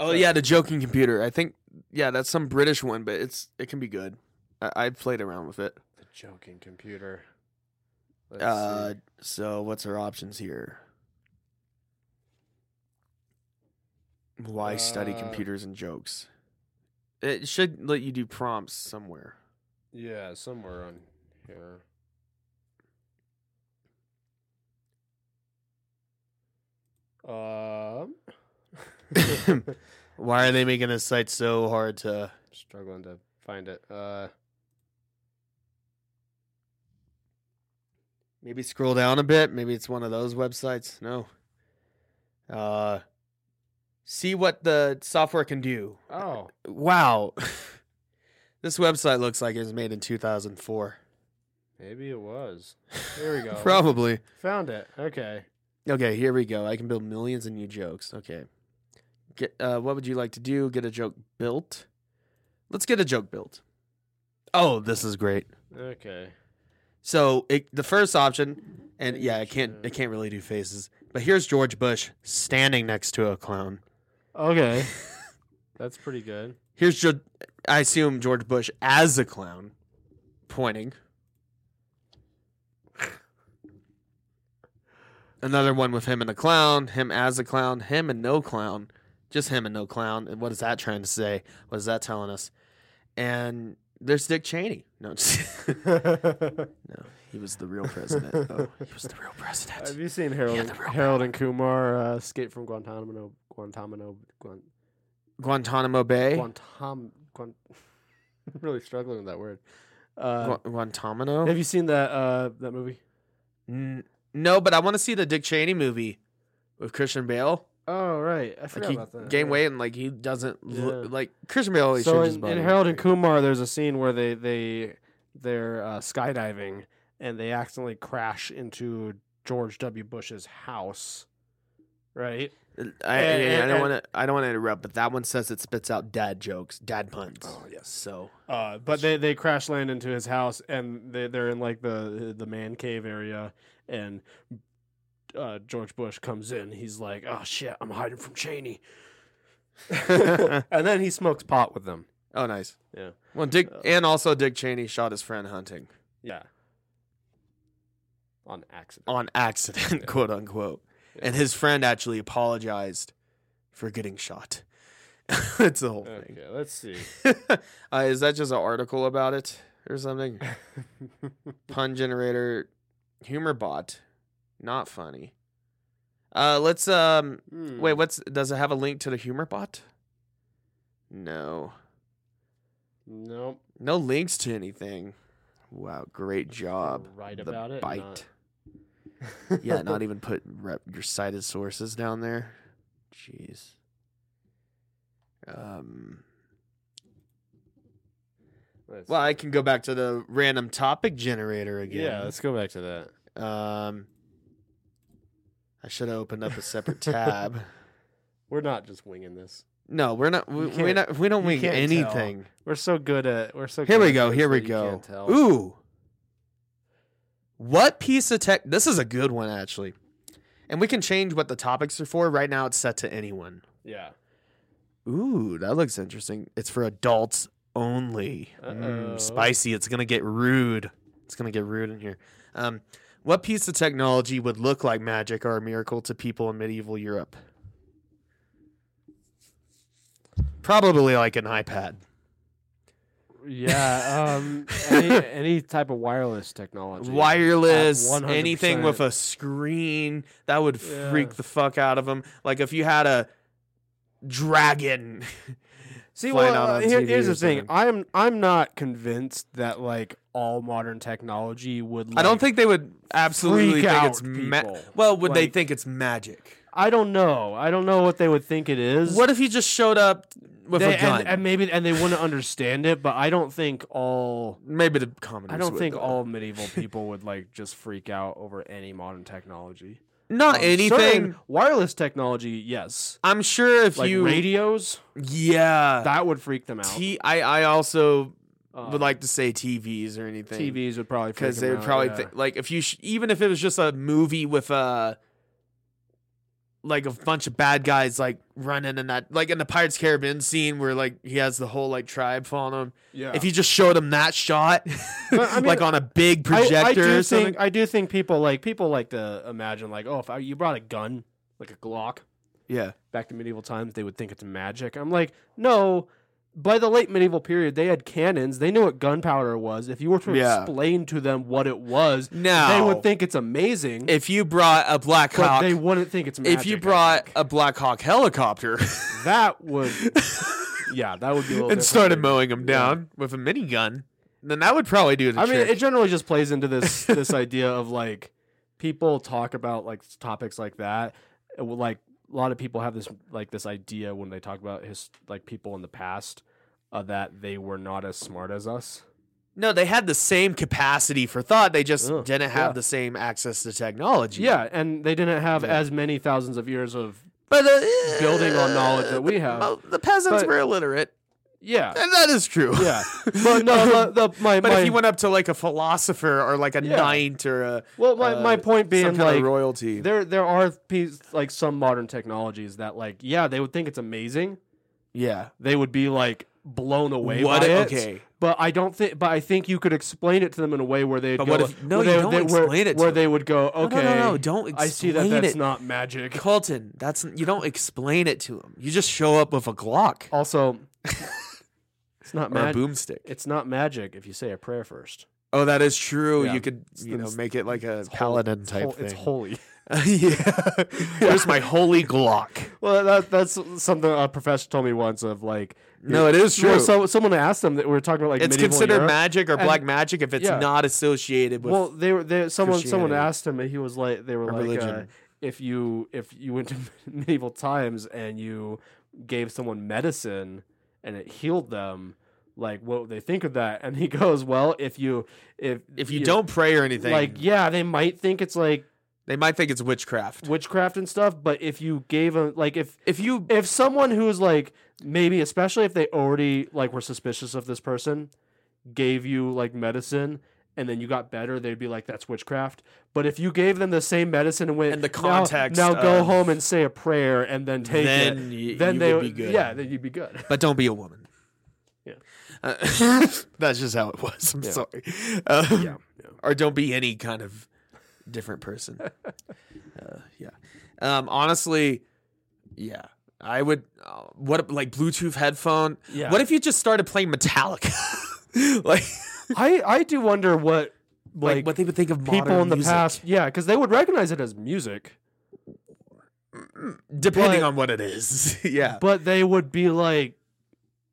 Speaker 2: Oh
Speaker 3: Right.
Speaker 2: yeah, the joking computer. I think yeah, that's some British one, but it's it can be good. I, I played around with it.
Speaker 3: The joking computer. Let's
Speaker 2: Uh, so what's our options here? Why study
Speaker 3: Uh,
Speaker 2: computers and jokes? It should let you do prompts somewhere.
Speaker 3: see. Yeah, somewhere on here. Um,
Speaker 2: Why are they making this site so hard to?
Speaker 3: struggling to find it. Uh,
Speaker 2: Maybe scroll down a bit. Maybe it's one of those websites. No. Uh, see what the software can do.
Speaker 3: Oh,
Speaker 2: Wow. this website looks like it was made in 2004.
Speaker 3: maybe it was. Here we go.
Speaker 2: Probably.
Speaker 3: Found it. Okay.
Speaker 2: Okay, here we go. I can build millions of new jokes. Okay. Get uh what would you like to do? Get a joke built? Let's get a joke built. Oh, this is great.
Speaker 3: Okay.
Speaker 2: So, it, the first option and yeah, I can't I can't really do faces. But here's George Bush standing next to a clown.
Speaker 3: Okay. That's pretty good.
Speaker 2: Here's jo- I assume George Bush as a clown pointing. Another one with him and a clown, him as a clown, him and no clown, just him and no clown. And what is that trying to say? What is that telling us? And there's Dick Cheney. No, just-
Speaker 3: Have
Speaker 2: no, he was the real president. Oh, he was the real president.
Speaker 3: you seen Harold,
Speaker 2: Yeah, the real
Speaker 3: Harold and Kumar uh, escape from Guantanamo? Guantanamo? Guan,
Speaker 2: Guantanamo Bay,
Speaker 3: Guantanamo? Guan, I'm really struggling with that word. Uh,
Speaker 2: Gu- Guantanamo.
Speaker 3: Have you seen that uh, that movie?
Speaker 2: N- no, but I want to see the Dick Cheney movie with Christian Bale.
Speaker 3: Oh right, I
Speaker 2: Like
Speaker 3: forgot
Speaker 2: he
Speaker 3: about that.
Speaker 2: gained
Speaker 3: yeah.
Speaker 2: weight and like he doesn't look
Speaker 3: Yeah.
Speaker 2: like Christian Bale. always
Speaker 3: So
Speaker 2: changes
Speaker 3: in,
Speaker 2: body
Speaker 3: in Harold and Kumar, there's a scene where they they they're uh, skydiving and they accidentally crash into George W. Bush's house, right?
Speaker 2: Uh, I,
Speaker 3: and-
Speaker 2: yeah, I don't
Speaker 3: and-
Speaker 2: want to. I don't want to interrupt, but that one says it spits out dad jokes, dad puns.
Speaker 3: Oh, yes.
Speaker 2: So
Speaker 3: Uh, but they, they crash land into his house and they they're in like the the man cave area and uh, George Bush comes in. He's like, "Oh shit, I'm hiding from Cheney," and then he smokes pot with them.
Speaker 2: oh, nice.
Speaker 3: Yeah.
Speaker 2: Well, Dick
Speaker 3: Uh,
Speaker 2: and also Dick Cheney shot his friend hunting
Speaker 3: Yeah, on accident.
Speaker 2: on accident,
Speaker 3: Yeah.
Speaker 2: quote unquote,
Speaker 3: Yeah.
Speaker 2: and his friend actually apologized for getting shot. it's the whole
Speaker 3: Okay, let's see.
Speaker 2: thing. uh, is that just an article about it or something? pun generator humor bot not funny uh let's um
Speaker 3: Hmm.
Speaker 2: wait what's does it have a link to the humor bot no
Speaker 3: Nope.
Speaker 2: no links to anything wow great job
Speaker 3: right about it,
Speaker 2: bite
Speaker 3: not-
Speaker 2: yeah not e- even put rep- your cited sources down there jeez um
Speaker 3: Let's-
Speaker 2: well i can go back to the random topic generator again
Speaker 3: yeah, let's go back to that.
Speaker 2: Um, I should have opened up a separate tab.
Speaker 3: We're not just winging this.
Speaker 2: No, we're not. We,
Speaker 3: You
Speaker 2: we're
Speaker 3: can't-
Speaker 2: not. We don't
Speaker 3: you
Speaker 2: wing
Speaker 3: can't
Speaker 2: anything.
Speaker 3: We're so good at we're so.
Speaker 2: Here
Speaker 3: good
Speaker 2: we
Speaker 3: at
Speaker 2: go.
Speaker 3: this
Speaker 2: Here we
Speaker 3: that you
Speaker 2: go.
Speaker 3: can't tell.
Speaker 2: Ooh, what piece of tech? This is a good one actually, and we can change what the topics are for. Right now, it's set to anyone.
Speaker 3: Yeah.
Speaker 2: Ooh, that looks interesting. It's for adults only.
Speaker 3: Uh-oh.
Speaker 2: Mm, spicy. It's gonna get rude. It's gonna get rude in here. Um, what piece of technology would look like magic or a miracle to people in medieval Europe? Probably like an iPad.
Speaker 3: Yeah. Um. any, any type of wireless technology.
Speaker 2: wireless,
Speaker 3: At 100%.
Speaker 2: anything with a screen that would freak
Speaker 3: Yeah.
Speaker 2: the fuck out of them. Like if you had a dragon.
Speaker 3: See,
Speaker 2: flying
Speaker 3: well, uh,
Speaker 2: out on
Speaker 3: here-
Speaker 2: TV
Speaker 3: here's
Speaker 2: or
Speaker 3: the thing.
Speaker 2: something.
Speaker 3: I'm I'm not convinced that like all modern technology would. Like,
Speaker 2: I don't think they would absolutely
Speaker 3: freak
Speaker 2: think
Speaker 3: out
Speaker 2: it's ma-
Speaker 3: people.
Speaker 2: well. Would they
Speaker 3: Like-
Speaker 2: think it's magic?
Speaker 3: I don't know. I don't know what they would think it is.
Speaker 2: What if he just showed up with
Speaker 3: they,
Speaker 2: a gun?
Speaker 3: And, and maybe and they wouldn't understand it, but I don't think all
Speaker 2: Maybe the comedy.
Speaker 3: I don't think all medieval people would like just freak out over any modern technology.
Speaker 2: not
Speaker 3: Um,
Speaker 2: Uh, anything.
Speaker 3: certain wireless technology, yes.
Speaker 2: I'm sure if
Speaker 3: Like
Speaker 2: you
Speaker 3: radios,
Speaker 2: yeah.
Speaker 3: that would freak them out.
Speaker 2: T- I I also
Speaker 3: Uh,
Speaker 2: would like to say TVs or anything.
Speaker 3: TVs would probably freak
Speaker 2: because they
Speaker 3: them
Speaker 2: would
Speaker 3: out,
Speaker 2: probably
Speaker 3: yeah.
Speaker 2: thi- like if you sh- even if it was just a movie with a like a bunch of bad guys like running in that like in the Pirates Caribbean scene where like he has the whole like tribe following him.
Speaker 3: yeah.
Speaker 2: If you just showed him that shot,
Speaker 3: I mean,
Speaker 2: like on a big projector
Speaker 3: I, I do
Speaker 2: or something,
Speaker 3: think I do think people like people like to imagine like oh if I, you brought a gun like a Glock
Speaker 2: yeah,
Speaker 3: back to medieval times they would think it's magic. I'm like, no. By the late medieval period, they had cannons. They knew what gunpowder was. If you were to
Speaker 2: Yeah.
Speaker 3: explain to them what it was, they
Speaker 2: Now-
Speaker 3: would think it's amazing,
Speaker 2: if you brought a Black
Speaker 3: but
Speaker 2: Hawk,
Speaker 3: they wouldn't think it's magic.
Speaker 2: if you
Speaker 3: I
Speaker 2: brought
Speaker 3: think.
Speaker 2: a Black Hawk helicopter
Speaker 3: that would, yeah, that would be a little
Speaker 2: and
Speaker 3: different.
Speaker 2: started mowing him down with a minigun, then that would probably do the
Speaker 3: I
Speaker 2: trick.
Speaker 3: mean, it generally just plays into this this idea of like people talk about like topics like that, uh, like a lot of people have this like this idea when they talk about his like people in the past uh, that they were not as smart as us.
Speaker 2: No, they had the same capacity for thought. They just
Speaker 3: Ugh,
Speaker 2: didn't have
Speaker 3: yeah.
Speaker 2: the same access to technology.
Speaker 3: Yeah, and they didn't have
Speaker 4: Yeah.
Speaker 3: as many thousands of years of
Speaker 2: but uh,
Speaker 3: building on knowledge that we
Speaker 2: the-
Speaker 3: have.
Speaker 2: mo- The peasants
Speaker 3: But-
Speaker 2: were illiterate,
Speaker 3: yeah,
Speaker 2: and that is true.
Speaker 3: yeah. But no, the, the, my
Speaker 2: But
Speaker 3: my
Speaker 2: if you went up to like a philosopher or like a
Speaker 3: Yeah.
Speaker 2: knight or a
Speaker 3: well, my, my
Speaker 4: uh,
Speaker 3: point
Speaker 4: some
Speaker 3: being
Speaker 4: kind
Speaker 3: like
Speaker 4: of royalty.
Speaker 3: there there are piece, like some modern technologies that like yeah they would think it's amazing
Speaker 2: yeah,
Speaker 3: they would be like blown away
Speaker 2: What
Speaker 3: by
Speaker 2: if-
Speaker 3: it.
Speaker 2: okay.
Speaker 3: But I don't think. But I think you could explain it to them in a way where they.
Speaker 2: But
Speaker 3: go,
Speaker 2: what if- no,
Speaker 3: where
Speaker 2: you
Speaker 3: they,
Speaker 2: don't
Speaker 3: they- where-
Speaker 2: explain it to
Speaker 3: Where
Speaker 2: them.
Speaker 3: they would go, okay,
Speaker 2: no, no, don't
Speaker 3: I see that
Speaker 2: explain
Speaker 3: that's
Speaker 2: it."
Speaker 3: not magic.
Speaker 2: Colton, that's you don't explain it to him. You just show up with a Glock
Speaker 3: Also, it's not
Speaker 2: or a
Speaker 3: magic.
Speaker 2: boomstick.
Speaker 3: It's not magic if you say a prayer first.
Speaker 2: Oh, that is true.
Speaker 3: Yeah.
Speaker 2: You could, you know,
Speaker 3: it's-
Speaker 2: make it like a
Speaker 3: It's holy-
Speaker 2: paladin
Speaker 3: it's
Speaker 2: type
Speaker 3: hol-
Speaker 2: thing.
Speaker 3: It's holy.
Speaker 2: yeah. Here's my holy Glock.
Speaker 3: Well, that, that's something a professor told me once. Of like,
Speaker 2: No, it is
Speaker 3: Well,
Speaker 2: true.
Speaker 3: so someone asked them that we were talking about like
Speaker 2: it's
Speaker 3: medieval
Speaker 2: considered
Speaker 3: Europe.
Speaker 2: magic or
Speaker 3: and-
Speaker 2: black magic if it's
Speaker 3: yeah.
Speaker 2: not associated with.
Speaker 3: well they were they, someone someone
Speaker 2: Christianity
Speaker 3: asked him and he was like they were
Speaker 2: or
Speaker 3: like uh,
Speaker 2: religion.
Speaker 3: if you if you went to medieval times and you gave someone medicine and it healed them like what would they think of that and he goes well if you if
Speaker 2: if you don't pray or anything,
Speaker 3: like yeah they might think it's like
Speaker 2: they might think it's witchcraft.
Speaker 3: witchcraft and stuff but if you gave them like if
Speaker 2: If you
Speaker 3: if someone who's like maybe especially if they already like were suspicious of this person gave you like medicine and then you got better they'd be like that's witchcraft but if you gave them the same medicine and went
Speaker 2: And the
Speaker 3: "Now-
Speaker 2: context
Speaker 3: now, go
Speaker 2: of-
Speaker 3: home and say a prayer and then take
Speaker 2: Then y-
Speaker 3: it then
Speaker 2: you
Speaker 3: they
Speaker 2: would be good.
Speaker 3: yeah then you'd be good
Speaker 2: but don't be a woman.
Speaker 3: Yeah.
Speaker 2: Uh, that's just how it was. I'm
Speaker 3: Yeah.
Speaker 2: sorry. Um,
Speaker 3: yeah, yeah.
Speaker 2: Or don't be any kind of different person. uh, yeah. Um, honestly, yeah. I would. Uh, what like Bluetooth headphone?
Speaker 3: Yeah.
Speaker 2: What if you just started playing Metallica? like,
Speaker 3: i i do wonder what
Speaker 2: like,
Speaker 3: like,
Speaker 2: what they would think of modern
Speaker 3: people in the
Speaker 2: music.
Speaker 3: past yeah because they would recognize it as music
Speaker 2: depending
Speaker 3: But-
Speaker 2: on what it is. yeah.
Speaker 3: but they would be like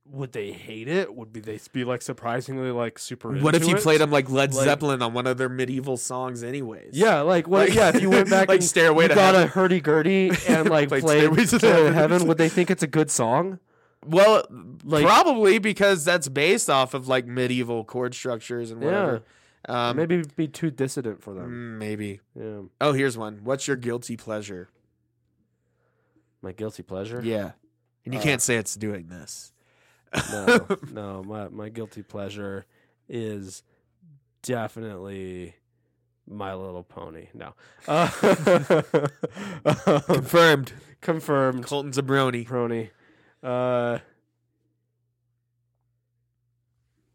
Speaker 3: would they hate it would be they be like surprisingly like super
Speaker 2: What if
Speaker 3: into
Speaker 2: you
Speaker 3: it?
Speaker 2: played them like Led
Speaker 3: Like-
Speaker 2: Zeppelin on one of their medieval songs, anyways?
Speaker 3: Yeah, like what?
Speaker 2: Like-
Speaker 3: yeah, if you went back
Speaker 2: like
Speaker 3: and
Speaker 2: Stairway
Speaker 3: you
Speaker 2: to
Speaker 3: got
Speaker 2: Heaven.
Speaker 3: a hurdy gurdy and like
Speaker 2: Played
Speaker 3: played
Speaker 2: Stairway
Speaker 3: Stairway
Speaker 2: to
Speaker 3: to,
Speaker 2: Heaven.
Speaker 3: heaven. would they think it's a good song?
Speaker 2: Well,
Speaker 3: Like-
Speaker 2: probably because that's based off of like medieval chord structures and whatever. Um,
Speaker 3: Maybe it'd be too dissonant for them.
Speaker 2: mm, maybe.
Speaker 3: Yeah,
Speaker 2: Oh, here's one. What's your guilty pleasure?
Speaker 3: my guilty pleasure.
Speaker 2: Yeah. And you
Speaker 3: Uh,
Speaker 2: can't say it's doing this.
Speaker 3: No, no, my my guilty pleasure is definitely My Little Pony. No, Um, uh,
Speaker 2: Confirmed.
Speaker 3: confirmed.
Speaker 2: Colton's a brony.
Speaker 3: Prony. Uh,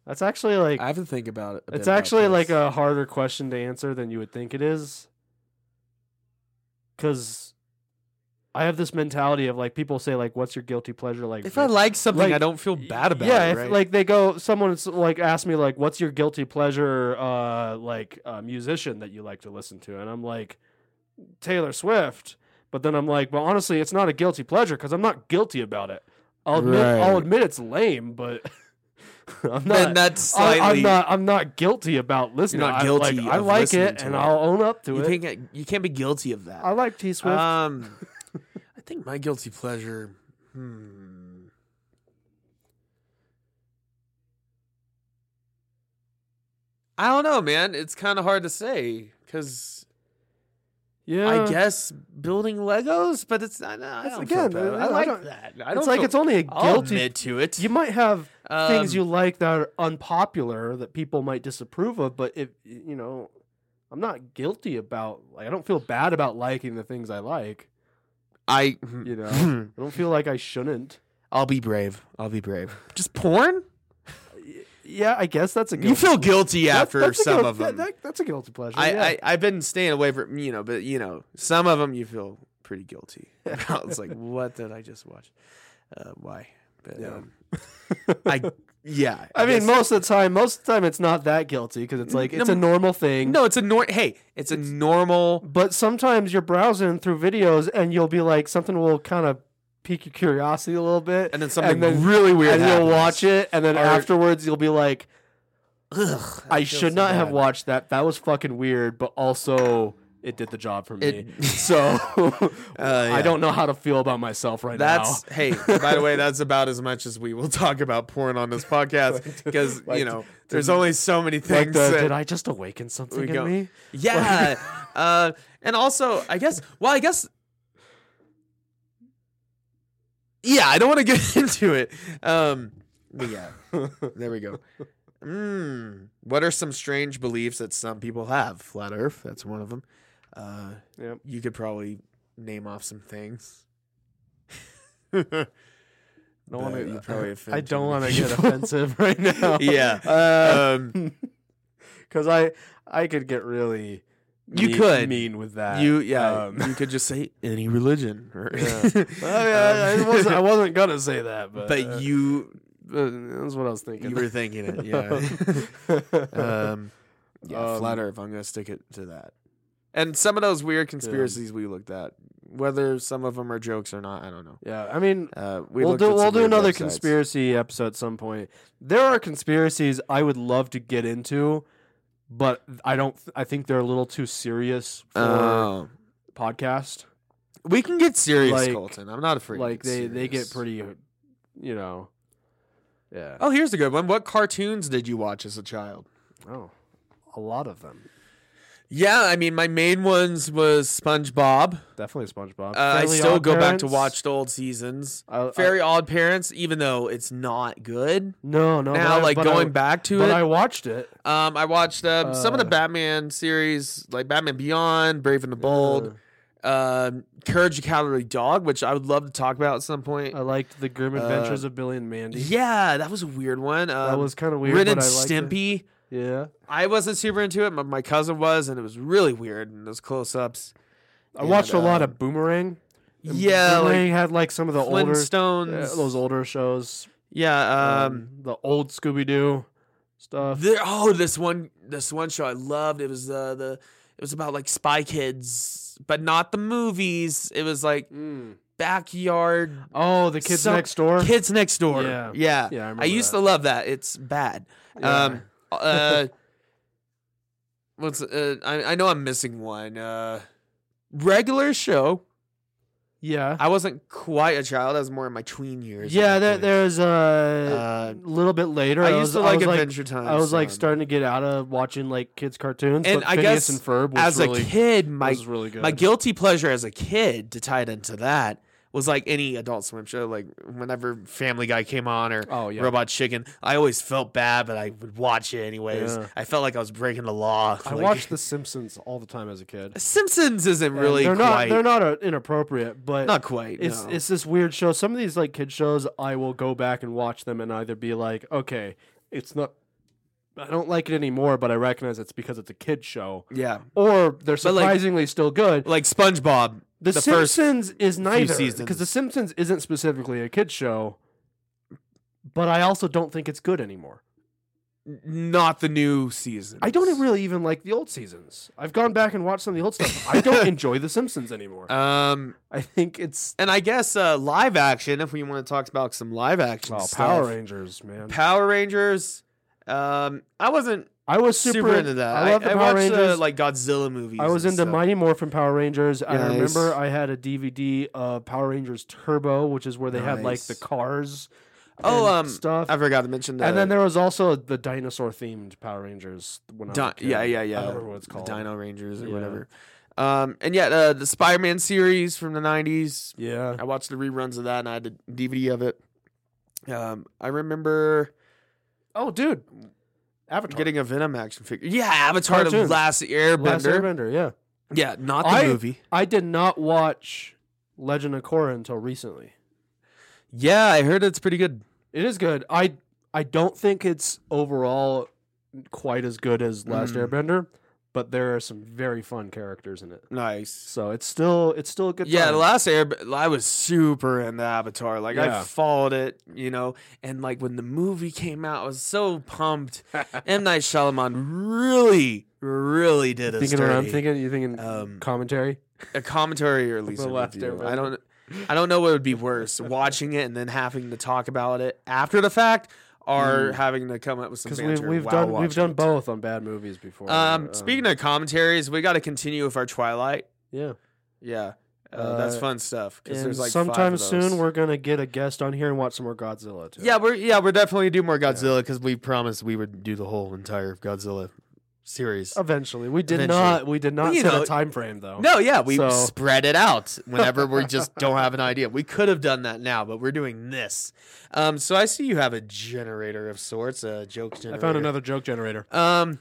Speaker 3: that's actually like
Speaker 2: I have to think about it. a bit
Speaker 3: It's
Speaker 2: about
Speaker 3: actually like
Speaker 2: this.
Speaker 3: a harder question to answer than you would think it is. Cuz I have this mentality of like people say like what's your guilty pleasure like
Speaker 2: If I like something,
Speaker 3: like-
Speaker 2: I don't feel bad about
Speaker 3: yeah,
Speaker 2: it.
Speaker 3: if
Speaker 2: right?
Speaker 3: like they go someone's like asked me like what's your guilty pleasure uh like uh, musician that you like to listen to and I'm like Taylor Swift but then I'm like well honestly it's not a guilty pleasure cuz I'm not guilty about it. I'll admit I'll
Speaker 2: Right.
Speaker 3: admit it's lame but I'm not
Speaker 2: then that's slightly.
Speaker 3: I, am not. I'm not guilty about listening.
Speaker 2: You're not
Speaker 3: I like-
Speaker 2: guilty
Speaker 3: I
Speaker 2: of
Speaker 3: like,
Speaker 2: listening
Speaker 3: it,
Speaker 2: to
Speaker 3: and
Speaker 2: it.
Speaker 3: I'll own up to
Speaker 2: you,
Speaker 3: it.
Speaker 2: think, you can't be guilty of that.
Speaker 3: I like T Swift.
Speaker 2: Um, I think my guilty pleasure. Hmm. I don't know, man. It's kind of hard to say because
Speaker 3: yeah,
Speaker 2: I guess building Legos, but it's not. I
Speaker 3: It's-
Speaker 2: don't
Speaker 3: again,
Speaker 2: feel bad.
Speaker 3: uh,
Speaker 2: I
Speaker 3: I
Speaker 2: like
Speaker 3: don't-
Speaker 2: that. I
Speaker 3: It's
Speaker 2: don't
Speaker 3: like
Speaker 2: feel-
Speaker 3: it's only a
Speaker 2: I'll
Speaker 3: guilty.
Speaker 2: admit to it.
Speaker 3: You might have things
Speaker 2: Um,
Speaker 3: you like that are unpopular that people might disapprove of, but if you know, I'm not guilty about. Like, I don't feel bad about liking the things I like.
Speaker 2: Um, I.
Speaker 3: You know, I don't feel like I shouldn't.
Speaker 2: I'll be brave. I'll be brave. Just porn.
Speaker 3: Yeah, I guess that's a. Guilty
Speaker 2: You feel guilty
Speaker 3: That-
Speaker 2: after
Speaker 3: that's a
Speaker 2: some
Speaker 3: guil-
Speaker 2: of them.
Speaker 3: that- that- that's a guilty pleasure.
Speaker 2: I,
Speaker 3: yeah.
Speaker 2: I I've been staying away from you know, but you know, some of them you feel pretty guilty. about. it's like, what did I just watch? Uh, why? But,
Speaker 3: Yeah.
Speaker 2: um, I yeah.
Speaker 3: I mean,
Speaker 2: guess-
Speaker 3: most of the time, most of the time, it's not that guilty because it's like it's a normal thing.
Speaker 2: no, it's a nor. Hey, it's a normal.
Speaker 3: but sometimes you're browsing through videos and you'll be like, something will kind of pique your curiosity a little bit,
Speaker 2: And then something really weird.
Speaker 3: and
Speaker 2: happens.
Speaker 3: you'll watch it, and then
Speaker 2: Or-
Speaker 3: afterwards you'll be like,
Speaker 2: Ugh,
Speaker 3: I
Speaker 2: feel
Speaker 3: should
Speaker 2: so
Speaker 3: not have
Speaker 2: bad.
Speaker 3: watched that. That was fucking weird, but also it did the job for me.
Speaker 5: It-
Speaker 3: so
Speaker 5: yeah.
Speaker 3: I don't know how to feel about myself right now.
Speaker 5: That's hey.
Speaker 2: By the way, that's about as much as we will talk about porn on this podcast because you
Speaker 3: Like,
Speaker 2: know there's only so many
Speaker 3: Like
Speaker 2: things.
Speaker 3: the,
Speaker 2: that
Speaker 3: did I just awaken something
Speaker 2: we
Speaker 3: in
Speaker 2: go-
Speaker 3: me?
Speaker 2: Yeah. uh, and also, I guess. Well, I guess. Yeah, I don't want to get into it. Um, but yeah, there we go. Mm, what are some strange beliefs that some people have? Flat Earth, that's one of them. Uh,
Speaker 3: Yep.
Speaker 2: You could probably name off some things.
Speaker 3: Don't
Speaker 2: But
Speaker 3: wanna-
Speaker 2: you probably offend
Speaker 3: I
Speaker 2: too
Speaker 3: don't
Speaker 2: many
Speaker 3: want to get
Speaker 2: people.
Speaker 3: offensive right now.
Speaker 2: yeah. um,
Speaker 3: because I I could get really
Speaker 2: You
Speaker 3: mean,
Speaker 2: could.
Speaker 3: mean with that.
Speaker 2: you yeah.
Speaker 3: Um,
Speaker 2: you could just say any religion. Or
Speaker 3: Yeah. I, I
Speaker 2: Um,
Speaker 3: wasn't, I wasn't gonna say that, but uh,
Speaker 2: but you
Speaker 3: but that's what I was thinking. Uh,
Speaker 2: You were thinking it, yeah. um, yeah,
Speaker 3: Um,
Speaker 2: flat Earth. I'm gonna stick it to that. And some of those weird conspiracies we looked at, whether some of them are jokes or not, I don't know.
Speaker 3: yeah, I mean,
Speaker 2: Uh, we
Speaker 3: we'll
Speaker 2: looked at
Speaker 3: do
Speaker 2: some
Speaker 3: we'll do
Speaker 2: weird
Speaker 3: another
Speaker 2: websites.
Speaker 3: conspiracy episode at some point. There are conspiracies I would love to get into, but I don't. I think they're a little too serious for
Speaker 2: Oh.
Speaker 3: podcast.
Speaker 2: we can get serious,
Speaker 3: Like-
Speaker 2: Colton. I'm not afraid. to
Speaker 3: Like
Speaker 2: get
Speaker 3: they they get
Speaker 2: serious.
Speaker 3: pretty, you know. Yeah.
Speaker 2: Oh, here's a good one. What cartoons did you watch as a child?
Speaker 3: Oh, a lot of them.
Speaker 2: Yeah, I mean, my main ones was SpongeBob.
Speaker 3: Definitely SpongeBob.
Speaker 2: Uh, I
Speaker 3: Fairly
Speaker 2: still
Speaker 3: Odd
Speaker 2: go back
Speaker 3: Parents.
Speaker 2: to watch the old seasons.
Speaker 3: I- I-
Speaker 2: Very Odd Parents, even though it's not good
Speaker 3: no, no.
Speaker 2: now.
Speaker 3: but I-
Speaker 2: like
Speaker 3: but
Speaker 2: going
Speaker 3: I,
Speaker 2: back to
Speaker 3: but
Speaker 2: it,
Speaker 3: I watched it.
Speaker 2: Um, I watched um, some of the
Speaker 3: Uh,
Speaker 2: Batman series, like Batman Beyond, Brave and the Bold, um, Courage the Cowardly Dog, which I would love to talk about at some point.
Speaker 3: I liked the Grim Adventures of Billy and Mandy.
Speaker 2: Uh, yeah, that was a weird one. Um,
Speaker 3: that was kind of weird.
Speaker 2: Ren
Speaker 3: but
Speaker 2: and
Speaker 3: I liked it.
Speaker 2: Stimpy.
Speaker 3: Yeah,
Speaker 2: I wasn't super into it, but my cousin was, and it was really weird. And those close-ups.
Speaker 3: I
Speaker 2: And,
Speaker 3: watched a lot
Speaker 2: um,
Speaker 3: of Boomerang. And
Speaker 2: Yeah,
Speaker 3: Boomerang
Speaker 2: like
Speaker 3: had like some of the older
Speaker 2: Flintstones.
Speaker 3: yeah, those older shows.
Speaker 2: yeah. Um,
Speaker 3: the old Scooby Doo stuff.
Speaker 2: there. Oh, this one. This one show I loved. It was uh, the. It was about like Spy Kids, but not the movies. It was like
Speaker 3: Mm.
Speaker 2: backyard
Speaker 3: Oh, the kids
Speaker 2: Some-
Speaker 3: next door.
Speaker 2: Kids Next Door.
Speaker 3: Yeah.
Speaker 2: yeah.
Speaker 3: Yeah, I remember
Speaker 2: used
Speaker 3: that.
Speaker 2: to love that. It's bad. Um, uh, what's uh, I, I know I'm missing one. Uh, regular show.
Speaker 3: yeah,
Speaker 2: I wasn't quite a child. I was more in my tween years. at
Speaker 3: yeah. There,
Speaker 2: that
Speaker 3: there's a
Speaker 2: point.
Speaker 3: little bit later.
Speaker 2: uh, Um, I used
Speaker 3: was-
Speaker 2: to like
Speaker 3: was,
Speaker 2: Adventure um, Time.
Speaker 3: I was like
Speaker 2: some.
Speaker 3: starting to get out of watching like kids cartoons,
Speaker 2: And
Speaker 3: but
Speaker 2: I
Speaker 3: Phineas
Speaker 2: guess
Speaker 3: and Ferb was
Speaker 2: as
Speaker 3: really,
Speaker 2: a kid. My
Speaker 3: was really good.
Speaker 2: my guilty pleasure as a kid to tie it into that was like any Adult Swim show. Like whenever Family Guy came on or
Speaker 3: oh yeah,
Speaker 2: Robot Chicken. I always felt bad, but I would watch it anyways.
Speaker 3: Yeah.
Speaker 2: I felt like I was breaking the law.
Speaker 3: I
Speaker 2: Like,
Speaker 3: watched The Simpsons all the time as a kid.
Speaker 2: Simpsons isn't
Speaker 3: And
Speaker 2: really
Speaker 3: they're not
Speaker 2: quite
Speaker 3: they're not uh, inappropriate, but
Speaker 2: not quite.
Speaker 3: it's
Speaker 2: no.
Speaker 3: it's this weird show. Some of these like kid shows, I will go back and watch them and either be like, okay, it's not. I don't like it anymore, but I recognize it's because it's a kid show,
Speaker 2: yeah,
Speaker 3: or they're
Speaker 2: like-
Speaker 3: surprisingly still good.
Speaker 2: like SpongeBob.
Speaker 3: The,
Speaker 2: the first
Speaker 3: Simpsons is neither because The
Speaker 2: seasons.
Speaker 3: Simpsons isn't specifically a kid show, but I also don't think it's good anymore.
Speaker 2: n- Not the new season.
Speaker 3: I don't really even like the old seasons. I've gone back and watched some of the old stuff. I don't enjoy The Simpsons anymore.
Speaker 2: Um,
Speaker 3: I think it's
Speaker 2: and I guess uh, live action. If we want to talk about some live action,
Speaker 3: oh,
Speaker 2: stuff.
Speaker 3: Power Rangers, man.
Speaker 2: Power Rangers. Um, I wasn't
Speaker 3: I was
Speaker 2: super,
Speaker 3: super,
Speaker 2: into that.
Speaker 3: I love the Power
Speaker 2: watched
Speaker 3: Rangers.
Speaker 2: the, like Godzilla movies.
Speaker 3: I was
Speaker 2: and
Speaker 3: into
Speaker 2: stuff.
Speaker 3: Mighty Morphin Power Rangers. I
Speaker 2: Nice.
Speaker 3: remember I had a DVD of Power Rangers Turbo, which is where they had like the
Speaker 2: Nice.
Speaker 3: cars.
Speaker 2: Oh,
Speaker 3: and
Speaker 2: um,
Speaker 3: stuff.
Speaker 2: I forgot to mention that.
Speaker 3: and then there was also the dinosaur themed Power Rangers. When I was
Speaker 2: Di-
Speaker 3: a kid.
Speaker 2: yeah, yeah, yeah.
Speaker 3: I don't remember what uh, it's
Speaker 2: The
Speaker 3: called.
Speaker 2: Dino Rangers or
Speaker 3: Yeah.
Speaker 2: whatever. Um, and yeah, uh, the Spider-Man series from the '90s.
Speaker 3: yeah,
Speaker 2: I watched the reruns of that, and I had a DVD of it. Um, I remember
Speaker 3: Oh, dude, Avatar.
Speaker 2: getting a Venom action figure. Yeah, Avatar: The
Speaker 3: Cartoon.
Speaker 2: Last Airbender.
Speaker 3: Last Airbender. Yeah,
Speaker 2: Yeah, not the
Speaker 3: I-
Speaker 2: movie.
Speaker 3: I did not watch Legend of Korra until recently.
Speaker 2: Yeah, I heard it's pretty good.
Speaker 3: It is good. I I don't think it's overall quite as good as Last
Speaker 2: Mm.
Speaker 3: Airbender, but there are some very fun characters in it.
Speaker 2: Nice.
Speaker 3: So it's still it's still a good.
Speaker 2: yeah,
Speaker 3: time.
Speaker 2: the last Airbender. I was super into Avatar. Like I
Speaker 3: Yeah.
Speaker 2: followed it, you know. And like when the movie came out, I was so pumped. M Night Shyamalan really, really did a
Speaker 3: thinking what I'm
Speaker 2: sturdy-
Speaker 3: thinking. You thinking
Speaker 2: Um,
Speaker 3: commentary?
Speaker 2: a commentary or at least a
Speaker 3: Last
Speaker 2: review.
Speaker 3: Airbender.
Speaker 2: I don't I don't know what would be worse, watching it and then having to talk about it after the fact are having to come up with some
Speaker 3: Because
Speaker 2: banter
Speaker 3: we've, Hmm. we've
Speaker 2: while
Speaker 3: done
Speaker 2: watching
Speaker 3: we've done
Speaker 2: it.
Speaker 3: both on bad movies before.
Speaker 2: Um, speaking of commentaries, we got to continue with our Twilight.
Speaker 3: yeah,
Speaker 2: Yeah, uh, that's
Speaker 3: Uh,
Speaker 2: fun stuff. Because
Speaker 3: and
Speaker 2: there's like five of
Speaker 3: sometime
Speaker 2: those.
Speaker 3: soon we're gonna get a guest on here and watch some more Godzilla. Too.
Speaker 2: Yeah, we're yeah we're definitely do more Godzilla because we promised we would do the whole entire Godzilla series.
Speaker 3: eventually we did
Speaker 2: Eventually.
Speaker 3: not we did not
Speaker 2: Well, you
Speaker 3: set
Speaker 2: know-
Speaker 3: a time frame though.
Speaker 2: No, yeah, we
Speaker 3: So-
Speaker 2: spread it out whenever we just don't have an idea. We could have done that now, but we're doing this. Um, so I see you have a generator of sorts, a joke generator.
Speaker 3: I found another joke generator.
Speaker 2: Um,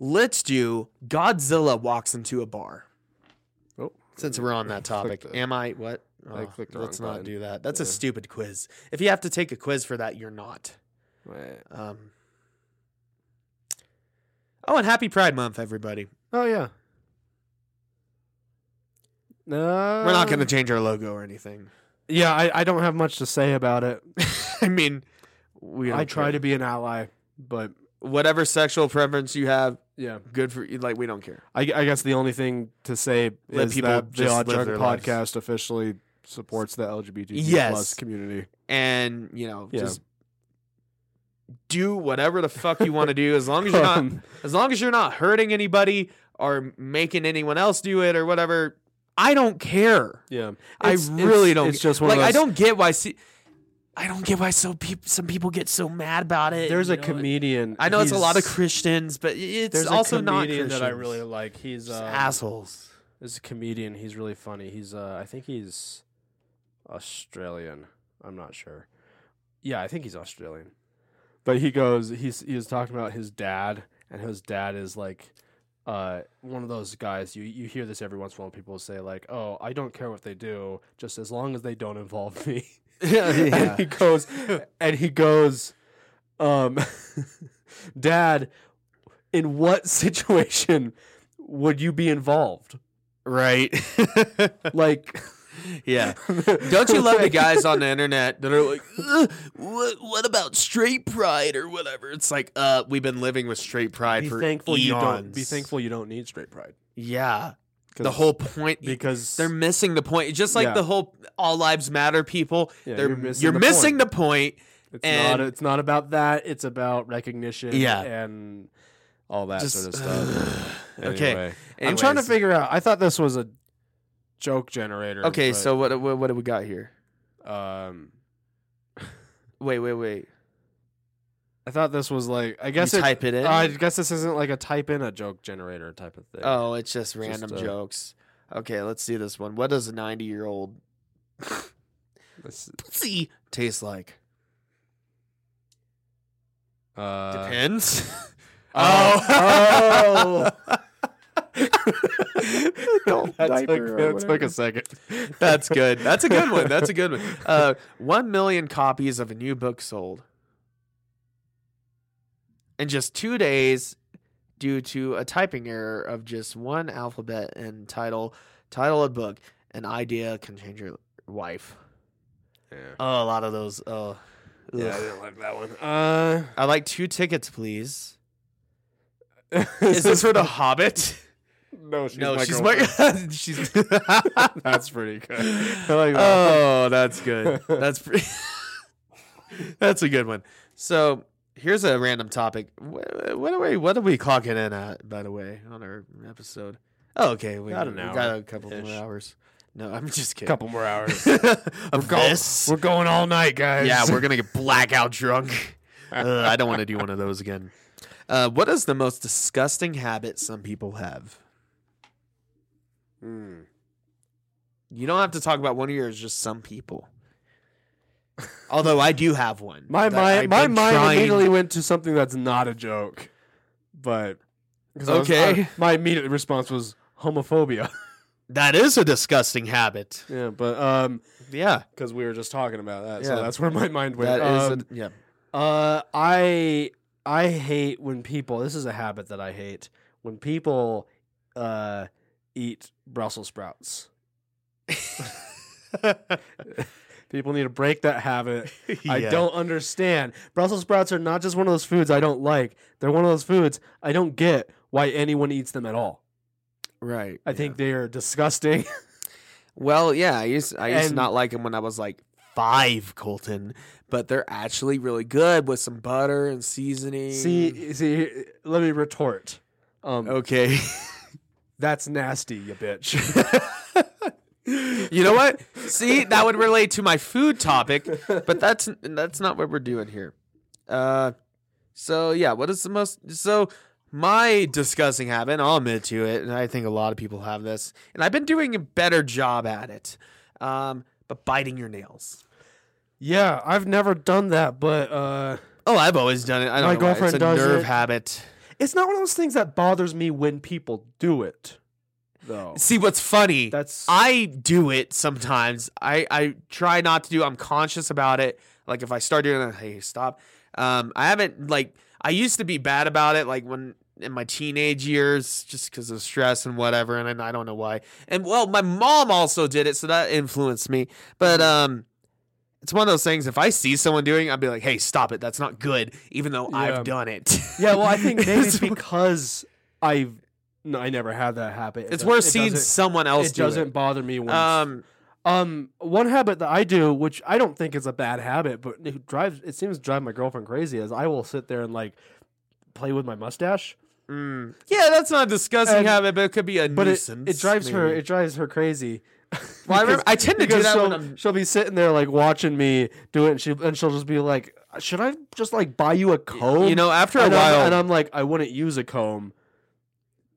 Speaker 2: let's do Godzilla walks into a bar.
Speaker 3: Oh.
Speaker 2: Since we're on that topic,
Speaker 3: Clicked it.
Speaker 2: am I what?
Speaker 3: I
Speaker 2: Oh,
Speaker 3: clicked the
Speaker 2: let's
Speaker 3: wrong
Speaker 2: not
Speaker 3: button.
Speaker 2: do that. That's a
Speaker 3: Yeah.
Speaker 2: stupid quiz. If you have to take a quiz for that, you're not.
Speaker 3: Wait.
Speaker 2: Um. Oh, and happy Pride Month, everybody.
Speaker 3: Oh yeah. No,
Speaker 2: We're not
Speaker 3: Um,
Speaker 2: going to change our logo or anything.
Speaker 3: Uh, Yeah, I, I don't have much to say about it.
Speaker 2: I mean, we.
Speaker 3: I try to be an ally, but
Speaker 2: whatever sexual preference you have,
Speaker 3: yeah,
Speaker 2: good for you. Like we don't care.
Speaker 3: I, I guess the only thing to say
Speaker 2: Let
Speaker 3: is
Speaker 2: people
Speaker 3: that the
Speaker 2: just
Speaker 3: Odd
Speaker 2: live
Speaker 3: Junk
Speaker 2: their
Speaker 3: podcast
Speaker 2: lives.
Speaker 3: officially supports the LGBT
Speaker 2: Yes.
Speaker 3: plus community.
Speaker 2: And you know,
Speaker 3: Yeah.
Speaker 2: just do whatever the fuck you want to do as long as you're not
Speaker 3: Um,
Speaker 2: as long as you're not hurting anybody or making anyone else do it or whatever. I don't care.
Speaker 3: yeah, It's-
Speaker 2: I
Speaker 3: it's-
Speaker 2: really don't.
Speaker 3: It's
Speaker 2: ca-
Speaker 3: just one
Speaker 2: like
Speaker 3: of
Speaker 2: I
Speaker 3: those-
Speaker 2: don't get why. See, I don't get why so peop- some people get so mad about it.
Speaker 3: There's
Speaker 2: you
Speaker 3: a
Speaker 2: know?
Speaker 3: comedian.
Speaker 2: I know it's a lot of
Speaker 3: he's-
Speaker 2: Christians, but it's
Speaker 3: There's
Speaker 2: also
Speaker 3: a
Speaker 2: not
Speaker 3: comedian
Speaker 2: Christians.
Speaker 3: that I really like. He's
Speaker 2: Just
Speaker 3: um,
Speaker 2: assholes.
Speaker 3: This is a comedian. He's really funny. He's uh, I think he's Australian. I'm not sure. Yeah, I think he's Australian. But he goes. He's he was talking about his dad, and his dad is like. Uh, one of those guys. You you hear this every once in a while. People say like, "Oh, I don't care what they do, just as long as they don't involve me." and he goes, and he goes, um, Dad, in what situation would you be involved?
Speaker 2: Right.
Speaker 3: Like,
Speaker 2: yeah. Don't you love the
Speaker 3: Like-
Speaker 2: guys on the internet that are like, "Ugh, what, what about straight pride or whatever? It's like, uh, we've been living with straight pride
Speaker 3: Be
Speaker 2: for
Speaker 3: thankful
Speaker 2: eons.
Speaker 3: you don't. Be thankful you don't need straight pride.
Speaker 2: Yeah,
Speaker 3: 'Cause-
Speaker 2: the whole point.
Speaker 3: because
Speaker 2: they're missing the point. Just like
Speaker 3: Yeah.
Speaker 2: the whole all lives matter people.
Speaker 3: Yeah,
Speaker 2: they're
Speaker 3: you're missing the point.
Speaker 2: the
Speaker 3: it's
Speaker 2: point.
Speaker 3: not
Speaker 2: and-
Speaker 3: it's not about that. It's about recognition.
Speaker 2: Yeah.
Speaker 3: and all that
Speaker 2: Just-
Speaker 3: sort of stuff.
Speaker 2: Okay.
Speaker 3: Anyway. I'm trying to
Speaker 2: Anyways.
Speaker 3: figure out. I thought this was a joke generator.
Speaker 2: Okay,
Speaker 3: but,
Speaker 2: so what, what what do we got here?
Speaker 3: um,
Speaker 2: Wait, wait, wait.
Speaker 3: I thought this was like I guess
Speaker 2: you
Speaker 3: it,
Speaker 2: type it in.
Speaker 3: I guess this isn't like a type in a joke generator type of thing.
Speaker 2: oh, it's just random
Speaker 3: uh,
Speaker 2: jokes. Okay, let's see this one. What does a ninety year old
Speaker 3: It's,
Speaker 2: pussy taste like?
Speaker 3: uh,
Speaker 2: Depends.
Speaker 3: Oh. that took,
Speaker 2: Adult diaper or
Speaker 3: that took
Speaker 2: whatever.
Speaker 3: a second.
Speaker 2: That's good. That's a good one. That's a good one. Uh, one million copies of a new book sold in just two days due to a typing error of just one alphabet and title. Title of book. An idea can change your life.
Speaker 3: Yeah.
Speaker 2: Oh, a lot of those. Oh,
Speaker 3: yeah, I
Speaker 2: Ugh.
Speaker 3: didn't like that one. Uh,
Speaker 2: I like two tickets, please. Is this for the Hobbit?
Speaker 3: No, she's
Speaker 2: no,
Speaker 3: my
Speaker 2: she's
Speaker 3: girlfriend.
Speaker 2: my. she's.
Speaker 3: That's pretty good. I like uh, that.
Speaker 2: Oh, that's good. That's pre- that's a good one. So here's a random topic. What, what are we what are we clocking in at? By the way, on our episode. Oh, okay, we
Speaker 3: Got an
Speaker 2: we
Speaker 3: hour
Speaker 2: got a couple
Speaker 3: ish.
Speaker 2: more hours. No, I'm just
Speaker 3: a
Speaker 2: kidding.
Speaker 3: couple more hours.
Speaker 2: of
Speaker 3: going-
Speaker 2: this.
Speaker 3: We're going all night, guys.
Speaker 2: yeah, we're gonna get blackout drunk. Ugh, Uh, I don't want to do one of those again. Uh, what is the most disgusting habit some people have?
Speaker 3: Hmm.
Speaker 2: You don't have to talk about one of yours, just some people. Although I do have one.
Speaker 3: My
Speaker 2: that
Speaker 3: my
Speaker 2: I've
Speaker 3: my
Speaker 2: been
Speaker 3: mind
Speaker 2: trying-
Speaker 3: immediately went to something that's not a joke, but 'cause I was-
Speaker 2: Okay.
Speaker 3: I- my immediate response was homophobia.
Speaker 2: That is a disgusting habit.
Speaker 3: yeah, but um,
Speaker 2: Yeah.
Speaker 3: because we were just talking about that, so
Speaker 2: Yeah.
Speaker 3: that's where my mind went.
Speaker 2: that is.
Speaker 3: Um,
Speaker 2: a, yeah.
Speaker 3: Uh, I I hate when people. This is a habit that I hate when people uh eat Brussels sprouts. people need to break that habit. I
Speaker 2: Yeah.
Speaker 3: don't understand. Brussels sprouts are not just one of those foods I don't like. They're one of those foods I don't get why anyone eats them at all.
Speaker 2: Right.
Speaker 3: I think they are disgusting.
Speaker 2: Well, yeah. I used I used to
Speaker 3: And-
Speaker 2: not like him when I was like
Speaker 1: five, Colton, but they're actually really good with some butter and seasoning.
Speaker 3: See, see, let me retort. Um,
Speaker 1: okay.
Speaker 3: That's nasty, you bitch.
Speaker 2: You know what? See, that would relate to my food topic, but that's that's not what we're doing here. Uh, so yeah, what is the most? So my disgusting habit, and I'll admit to it, and I think a lot of people have this, and I've been doing a better job at it. Um, but biting your nails.
Speaker 3: yeah, I've never done that, but uh,
Speaker 2: Oh, I've always done it. I don't
Speaker 3: My
Speaker 2: know why.
Speaker 3: girlfriend
Speaker 2: it's a
Speaker 3: does
Speaker 2: nerve
Speaker 3: it.
Speaker 2: habit.
Speaker 3: it's not one of those things that bothers me when people do it. Though
Speaker 2: See what's funny?
Speaker 3: that's
Speaker 2: I do it sometimes. I, I try not to do. I'm conscious about it. Like if I start doing that, hey, stop. Um, I haven't like I used to be bad about it. Like when in my teenage years, just because of stress and whatever, and, I don't know why. And well, my mom also did it, so that influenced me. But
Speaker 3: Mm-hmm.
Speaker 2: um, it's one of those things. If I see someone doing, it, I'd be like, hey, stop it. That's not good. Even though
Speaker 3: Yeah.
Speaker 2: I've done it.
Speaker 3: yeah. Well, I think maybe it's
Speaker 2: it's,
Speaker 3: because I've no, I never had that happen. It
Speaker 2: it's
Speaker 3: does-
Speaker 2: worth
Speaker 3: it
Speaker 2: seeing
Speaker 3: doesn't-
Speaker 2: someone else
Speaker 3: It
Speaker 2: do
Speaker 3: doesn't bother me
Speaker 2: it.
Speaker 3: when
Speaker 2: Um,
Speaker 3: Um, one habit that I do, which I don't think is a bad habit, but it drives it seems to drive my girlfriend crazy, is I will sit there and like play with my mustache,
Speaker 2: Mm. Yeah, that's not a disgusting
Speaker 3: And-
Speaker 2: habit, but it could be a
Speaker 3: but it,
Speaker 2: nuisance.
Speaker 3: it drives her
Speaker 2: maybe.
Speaker 3: it drives her crazy.
Speaker 2: Well, I,
Speaker 3: Because-
Speaker 2: remember, I tend to do
Speaker 3: because
Speaker 2: that when
Speaker 3: she'll-
Speaker 2: I'm.
Speaker 3: she'll be sitting there like watching me do it, and she and she'll just be like, "Should I just like buy you a comb?"
Speaker 2: You know, after a
Speaker 3: and
Speaker 2: while,
Speaker 3: I'm, and I'm like, I wouldn't use a comb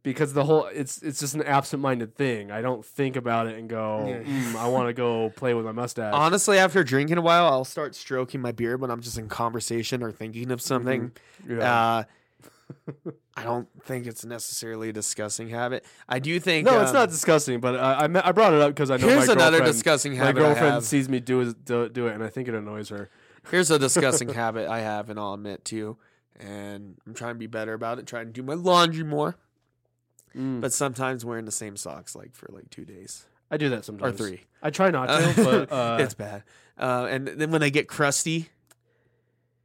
Speaker 3: because the whole it's it's just an absent-minded thing. I don't think about it and go,
Speaker 2: Yeah.
Speaker 3: "Mm, "I want to go play with my mustache."
Speaker 2: honestly, after drinking a while, I'll start stroking my beard when I'm just in conversation or thinking of something.
Speaker 3: Mm-hmm. Yeah.
Speaker 2: Uh, I don't think it's necessarily a disgusting habit. I do think
Speaker 3: No, it's
Speaker 2: um,
Speaker 3: not disgusting, but I I, me- I brought it up because I know
Speaker 2: Here's
Speaker 3: my
Speaker 2: another
Speaker 3: girlfriend-
Speaker 2: disgusting
Speaker 3: My
Speaker 2: habit. I
Speaker 3: girlfriend
Speaker 2: have.
Speaker 3: sees me do it, do, do it, and I think it annoys her.
Speaker 2: Here's a disgusting habit I have, and I'll admit to you. And I'm trying to be better about it. Trying to do my laundry more, but sometimes wearing the same socks like for like two days
Speaker 3: Hmm, I do that
Speaker 2: or
Speaker 3: sometimes.
Speaker 2: three.
Speaker 3: I try not
Speaker 2: Uh,
Speaker 3: to, but uh,
Speaker 2: it's bad. Uh, and then when they get crusty,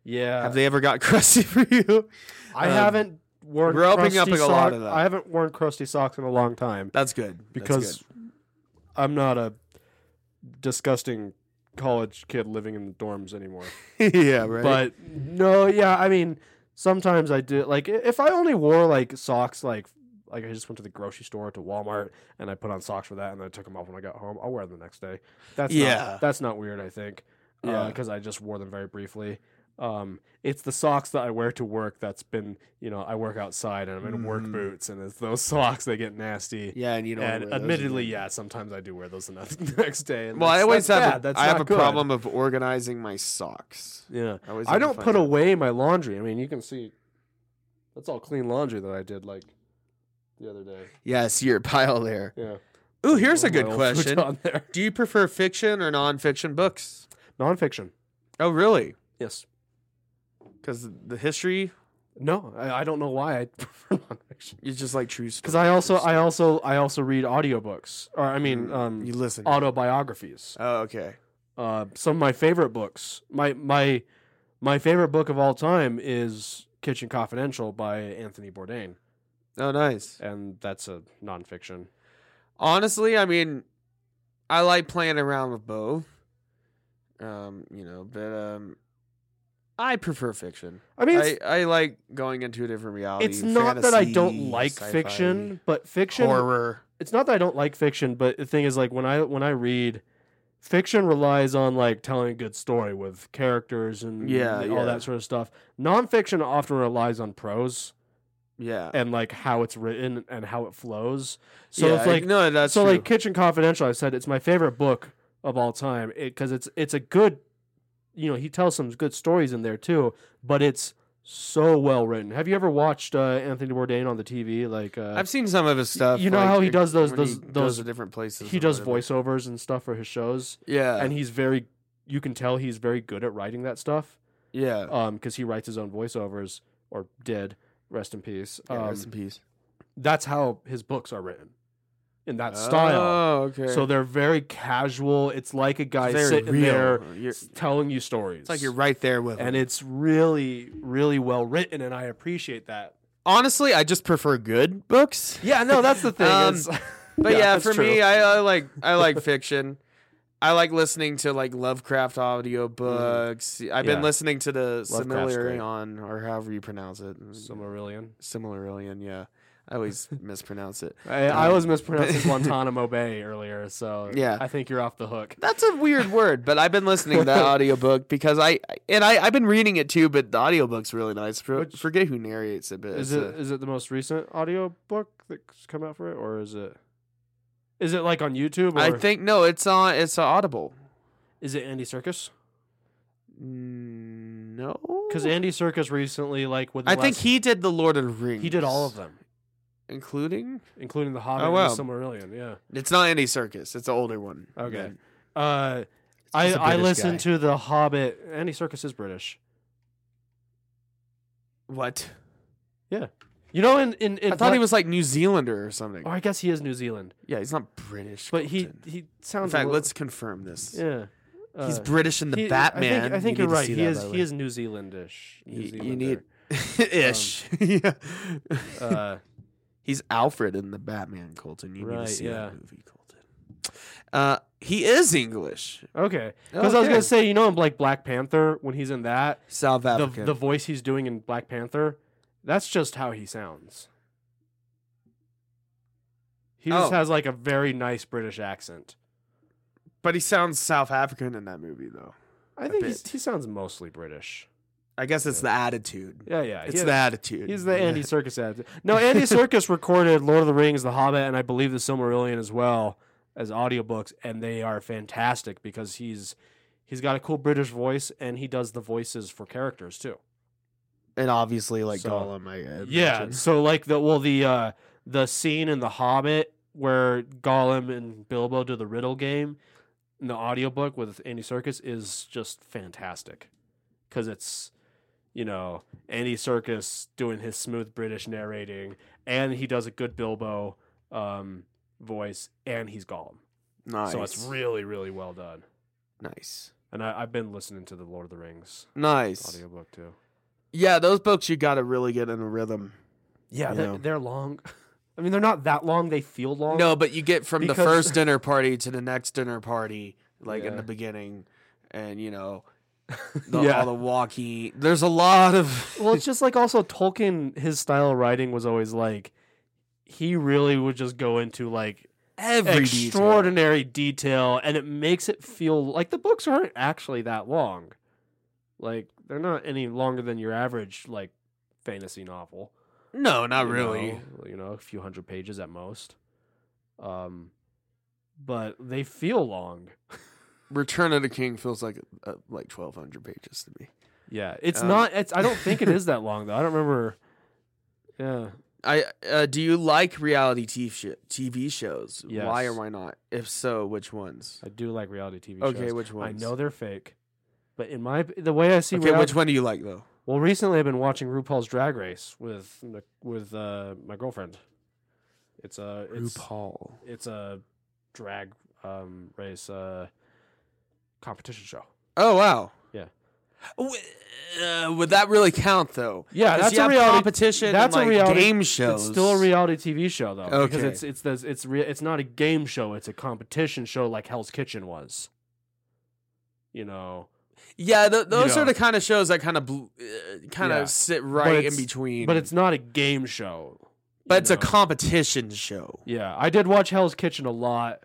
Speaker 3: yeah,
Speaker 2: have they ever got crusty for you?
Speaker 3: I
Speaker 2: um,
Speaker 3: haven't worn.
Speaker 2: we're opening
Speaker 3: crusty
Speaker 2: up a lot
Speaker 3: sock-
Speaker 2: of that.
Speaker 3: I haven't worn crusty socks in a long time
Speaker 2: That's good That's
Speaker 3: because
Speaker 2: good.
Speaker 3: I'm not a disgusting college kid living in the dorms anymore.
Speaker 2: yeah, right.
Speaker 3: But no, yeah, I mean, sometimes I do. Like, i- if I only wore like socks, like like I just went to the grocery store to Walmart and I put on socks for that, and then I took them off when I got home. I'll wear them the next day. That's
Speaker 2: Yeah.
Speaker 3: not, that's not weird. I think, yeah,
Speaker 2: Yeah.
Speaker 3: because I just wore them very briefly. Um, it's the socks that I wear to work that's been, you know, I work outside and I'm in work
Speaker 2: Mm.
Speaker 3: boots, and it's those socks that get nasty.
Speaker 2: yeah, and you know,
Speaker 3: and admittedly, yeah, sometimes I do wear those the next- next day. and
Speaker 2: Well, I
Speaker 3: that's-
Speaker 2: always
Speaker 3: that's
Speaker 2: have.
Speaker 3: bad.
Speaker 2: A,
Speaker 3: That's
Speaker 2: I have
Speaker 3: not
Speaker 2: a
Speaker 3: good.
Speaker 2: problem of organizing my socks.
Speaker 3: Yeah.
Speaker 2: I, always
Speaker 3: I
Speaker 2: have to
Speaker 3: don't
Speaker 2: find
Speaker 3: put
Speaker 2: out.
Speaker 3: away my laundry. I mean, you can see that's all clean laundry that I did like the other day.
Speaker 2: Yeah, I see your pile there.
Speaker 3: Yeah.
Speaker 2: Ooh, here's a
Speaker 3: Put my
Speaker 2: good
Speaker 3: old
Speaker 2: question.
Speaker 3: futon there.
Speaker 2: Do you prefer fiction or nonfiction books?
Speaker 3: Nonfiction.
Speaker 2: Oh, really?
Speaker 3: Yes.
Speaker 2: Because the history,
Speaker 3: No, I, I don't know why I prefer nonfiction.
Speaker 2: you just like true
Speaker 3: Because I also, I also, I also read audiobooks, or I mean, um,
Speaker 2: Mm, you listen.
Speaker 3: autobiographies.
Speaker 2: oh, okay.
Speaker 3: Uh, some of my favorite books. My my my favorite book of all time is Kitchen Confidential by Anthony Bourdain,
Speaker 2: Oh, nice.
Speaker 3: and that's a nonfiction.
Speaker 2: Honestly, I mean, I like playing around with both. Um, you know, but um, I prefer fiction.
Speaker 3: I mean, it's
Speaker 2: I, I like going into a different reality.
Speaker 3: it's not that I don't
Speaker 2: fantasy,
Speaker 3: like
Speaker 2: sci-fi,
Speaker 3: fiction, but fiction.
Speaker 2: horror.
Speaker 3: It's not that I don't like fiction, but the thing is, like when I when I read, fiction relies on like telling a good story with characters and
Speaker 2: Yeah,
Speaker 3: all
Speaker 2: yeah.
Speaker 3: that sort of stuff. Nonfiction often relies on prose
Speaker 2: Yeah.
Speaker 3: and like how it's written and how it flows. Eh, So
Speaker 2: Yeah,
Speaker 3: it's like
Speaker 2: no, that's
Speaker 3: so
Speaker 2: true.
Speaker 3: like Kitchen Confidential. I said it's my favorite book of all time because it's it's a good, you know, he tells some good stories in there too, but it's so well written. Have you ever watched uh, Anthony Bourdain on the TV? Like uh,
Speaker 2: I've seen some of his stuff.
Speaker 3: you know
Speaker 2: like,
Speaker 3: how he
Speaker 2: it-
Speaker 3: does those-
Speaker 2: when
Speaker 3: those-
Speaker 2: he goes
Speaker 3: those-
Speaker 2: to different places.
Speaker 3: he
Speaker 2: or
Speaker 3: does
Speaker 2: whatever.
Speaker 3: voiceovers and stuff for his shows,
Speaker 2: Yeah.
Speaker 3: and he's very. You can tell he's very good at writing that stuff
Speaker 2: yeah.
Speaker 3: um because he writes his own voiceovers or did rest in peace
Speaker 2: yeah.
Speaker 3: um,
Speaker 2: Rest in peace.
Speaker 3: that's how his books are written in that style
Speaker 2: Oh, okay.
Speaker 3: so they're very casual it's like a guy
Speaker 2: Very
Speaker 3: sitting
Speaker 2: real.
Speaker 3: there
Speaker 2: You're-
Speaker 3: s- telling you stories.
Speaker 2: it's like you're right there with him.
Speaker 3: and it's really, really well written, and I appreciate that.
Speaker 2: honestly, I just prefer good books.
Speaker 3: Yeah, no, that's the
Speaker 2: thing,
Speaker 3: thing.
Speaker 2: Um, But yeah,
Speaker 3: that's
Speaker 2: for
Speaker 3: true.
Speaker 2: me, I, I like I like fiction. I like listening to like Lovecraft audiobooks. I've been
Speaker 3: Mm. Yeah.
Speaker 2: listening to the
Speaker 3: Lovecraft's great.
Speaker 2: Silmarillion or however you pronounce it.
Speaker 3: Silmarillion.
Speaker 2: Silmarillion, yeah. I always mispronounce it.
Speaker 3: I, I was mispronouncing Guantanamo Bay earlier, so
Speaker 2: Yeah.
Speaker 3: I think you're off the hook.
Speaker 2: That's a weird word, but I've been listening to that audiobook because I and I, I've been reading it too, but the audiobook's really nice. For,
Speaker 3: Which-
Speaker 2: forget who narrates it, but
Speaker 3: Is
Speaker 2: it's
Speaker 3: it is it the most recent audio book that's come out for it, or is it is it like on YouTube?
Speaker 2: a-
Speaker 3: Or
Speaker 2: I think no, it's on it's on Audible.
Speaker 3: is it Andy Circus?
Speaker 2: Mm, No,
Speaker 3: Because Andy Circus recently, like with
Speaker 2: I think he did the Lord of the Rings.
Speaker 3: he did all of them,
Speaker 2: including.
Speaker 3: including the Hobbit
Speaker 2: wow.
Speaker 3: and the Silmarillion. Yeah.
Speaker 2: It's not Andy Circus. It's an older one.
Speaker 3: Okay.
Speaker 2: Yeah.
Speaker 3: Uh, I
Speaker 2: He's a
Speaker 3: I
Speaker 2: British
Speaker 3: listened
Speaker 2: guy.
Speaker 3: to the Hobbit. Andy Circus is British.
Speaker 2: What?
Speaker 3: You know, in in, in
Speaker 2: I thought he was like New Zealander or something.
Speaker 3: Oh, I guess he is New Zealand,
Speaker 2: Yeah, he's not British.
Speaker 3: but he
Speaker 2: Colton.
Speaker 3: he
Speaker 2: In
Speaker 3: sounds. a
Speaker 2: fact,
Speaker 3: little-
Speaker 2: let's confirm this.
Speaker 3: Yeah.
Speaker 2: he's
Speaker 3: Uh,
Speaker 2: British in the
Speaker 3: he- I
Speaker 2: Batman.
Speaker 3: think, I think
Speaker 2: you
Speaker 3: you're
Speaker 2: need to
Speaker 3: right.
Speaker 2: see
Speaker 3: He
Speaker 2: that,
Speaker 3: is
Speaker 2: by the
Speaker 3: he is New Zealandish. New
Speaker 2: Y- you
Speaker 3: Zealander. Um,
Speaker 2: need- way. ish. yeah.
Speaker 3: Uh,
Speaker 2: he's Alfred in the Batman. Colton, you need
Speaker 3: Right,
Speaker 2: to see
Speaker 3: yeah.
Speaker 2: that movie, Colton. Uh, he is English.
Speaker 3: okay, because I was
Speaker 2: Okay.
Speaker 3: gonna say, you know, in like Black Panther, when he's in that,
Speaker 2: South
Speaker 3: the,
Speaker 2: African.
Speaker 3: the voice he's doing in Black Panther, that's just how he sounds. He just
Speaker 2: Oh.
Speaker 3: has like a very nice British accent.
Speaker 2: but he sounds South African in that movie, though.
Speaker 3: I think he's,
Speaker 2: bit.
Speaker 3: he sounds mostly British.
Speaker 2: I guess it's the attitude.
Speaker 3: Yeah, yeah.
Speaker 2: It's
Speaker 3: he-
Speaker 2: the attitude.
Speaker 3: He's the Andy Circus ad. No, Andy Circus recorded Lord of the Rings, The Hobbit, and I believe The Silmarillion as well as audiobooks, and they are fantastic because he's he's got a cool British voice and he does the voices for characters too.
Speaker 2: and obviously like
Speaker 3: So-
Speaker 2: Gollum. I, I
Speaker 3: Yeah.
Speaker 2: imagine.
Speaker 3: So like the well the uh the scene in The Hobbit where Gollum and Bilbo do the riddle game in the audiobook with Andy Circus is just fantastic. Cuz it's you know, Andy Circus doing his smooth British narrating and he does a good Bilbo um voice and he's Gollum.
Speaker 2: nice.
Speaker 3: So it's really really well done.
Speaker 2: nice,
Speaker 3: And I, I've been listening to the Lord of the Rings
Speaker 2: nice.
Speaker 3: audiobook too.
Speaker 2: Yeah, those books you got to really get in a rhythm.
Speaker 3: Yeah,
Speaker 2: You
Speaker 3: they're,
Speaker 2: know.
Speaker 3: they're long. I mean, they're not that long. They feel long.
Speaker 2: No, but you get from the
Speaker 3: Because-
Speaker 2: first dinner party to the next dinner party, like in
Speaker 3: Yeah.
Speaker 2: the beginning, and you know, the,
Speaker 3: Yeah.
Speaker 2: all the walking. There's a lot of
Speaker 3: well, it's just like also Tolkien, his style of writing was always like he really would just go into like
Speaker 2: every detail.
Speaker 3: extraordinary detail. and it makes it feel like the books aren't actually that long. Like they're not any longer than your average like fantasy novel.
Speaker 2: No, not
Speaker 3: you
Speaker 2: really.
Speaker 3: know, you know, a few hundred pages at most. Um, but they feel long.
Speaker 2: Return of the King feels like uh, like 1,200 pages to me.
Speaker 3: Yeah, it's
Speaker 2: Um,
Speaker 3: not. It's. I don't think it is that long though. I don't remember. Yeah.
Speaker 2: I uh, do you like reality TV sh- TV shows? Why or
Speaker 3: Yes.
Speaker 2: why not? If so, which ones?
Speaker 3: I do like reality TV
Speaker 2: Okay,
Speaker 3: shows.
Speaker 2: which
Speaker 3: I
Speaker 2: ones?
Speaker 3: know they're fake, but in my the way I see
Speaker 2: okay,
Speaker 3: reality,
Speaker 2: which one do you like though?
Speaker 3: well, recently I've been watching RuPaul's Drag Race with Nic- with uh, my girlfriend. It's a it's
Speaker 2: RuPaul.
Speaker 3: it's a drag um, race uh, competition show.
Speaker 2: Oh wow.
Speaker 3: Yeah.
Speaker 2: W- uh, would that really count though?
Speaker 3: Yeah,
Speaker 2: 'Cause
Speaker 3: Uh, that's
Speaker 2: you
Speaker 3: a
Speaker 2: have
Speaker 3: reality.
Speaker 2: competition.
Speaker 3: that's a
Speaker 2: and, like,
Speaker 3: reality-
Speaker 2: game shows.
Speaker 3: It's still a reality TV show though,
Speaker 2: Okay.
Speaker 3: because it's it's the, it's re- it's not a game show. It's a competition show like Hell's Kitchen was. You know,
Speaker 2: Yeah, th- those
Speaker 3: know.
Speaker 2: are the kind of shows that kind of bl- uh, kind
Speaker 3: Yeah.
Speaker 2: of sit right in
Speaker 3: it's-
Speaker 2: between.
Speaker 3: but it's not a game show.
Speaker 2: Mm. but
Speaker 3: you
Speaker 2: it's a
Speaker 3: know?
Speaker 2: competition show.
Speaker 3: Yeah, I did watch Hell's Kitchen a lot.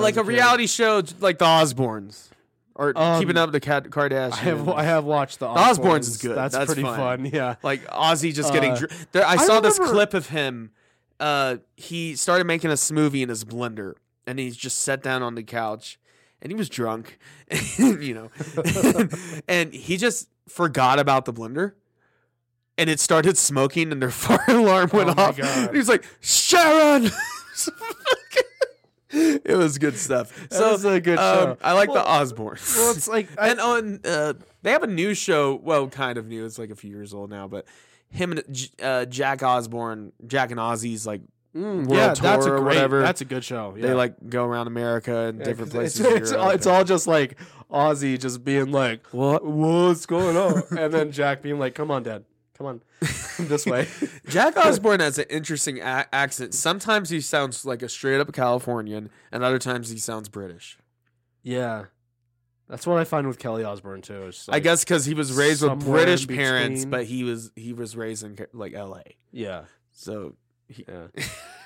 Speaker 3: when I
Speaker 2: like
Speaker 3: was
Speaker 2: a
Speaker 3: kid.
Speaker 2: reality show, j- like the Osbournes or
Speaker 3: Um,
Speaker 2: Keeping Up with the Kat- Kardashians.
Speaker 3: I have I have watched the
Speaker 2: Osbournes
Speaker 3: Osbournes.
Speaker 2: is good.
Speaker 3: That's,
Speaker 2: That's
Speaker 3: pretty
Speaker 2: fun.
Speaker 3: fun. Yeah.
Speaker 2: like Ozzy just getting.
Speaker 3: Uh,
Speaker 2: Dr- there, I,
Speaker 3: I
Speaker 2: saw this
Speaker 3: remember-
Speaker 2: clip of him. Uh, he started making a smoothie in his blender, and he just sat down on the couch, and he was drunk, you know, and he just forgot about the blender. And it started smoking, and their fire alarm went
Speaker 3: Oh my
Speaker 2: off.
Speaker 3: God.
Speaker 2: And he was like, "Sharon!" it was good stuff. so um,
Speaker 3: is a good show.
Speaker 2: I like
Speaker 3: Well-
Speaker 2: the Osbournes.
Speaker 3: Well, it's like I,
Speaker 2: And on uh, they have a new show. Well, kind of new. It's like a few years old now, but him and J- uh, Jack Osborne, Jack and Ozzy's like
Speaker 3: mm,
Speaker 2: World
Speaker 3: yeah, that's a
Speaker 2: Tour or
Speaker 3: great,
Speaker 2: whatever.
Speaker 3: That's a good show. Yeah.
Speaker 2: they like go around America and
Speaker 3: Yeah, 'cause
Speaker 2: different places.
Speaker 3: It's,
Speaker 2: in
Speaker 3: it's,
Speaker 2: Europe
Speaker 3: all, it's all just like Ozzy just being like,
Speaker 2: What?
Speaker 3: What's going on?" and then Jack being like, "Come on, Dad, come on, this way."
Speaker 2: and- Jack Osborne has an interesting a- accent. Sometimes he sounds like a straight up Californian, and other times he sounds British.
Speaker 3: Yeah, that's what I find with Kelly Osbourne too. Is
Speaker 2: I
Speaker 3: like-
Speaker 2: guess because he was raised with
Speaker 3: somewhere in
Speaker 2: British parents,
Speaker 3: between.
Speaker 2: but he was he was raised in like L.A.
Speaker 3: Yeah,
Speaker 2: So
Speaker 3: yeah.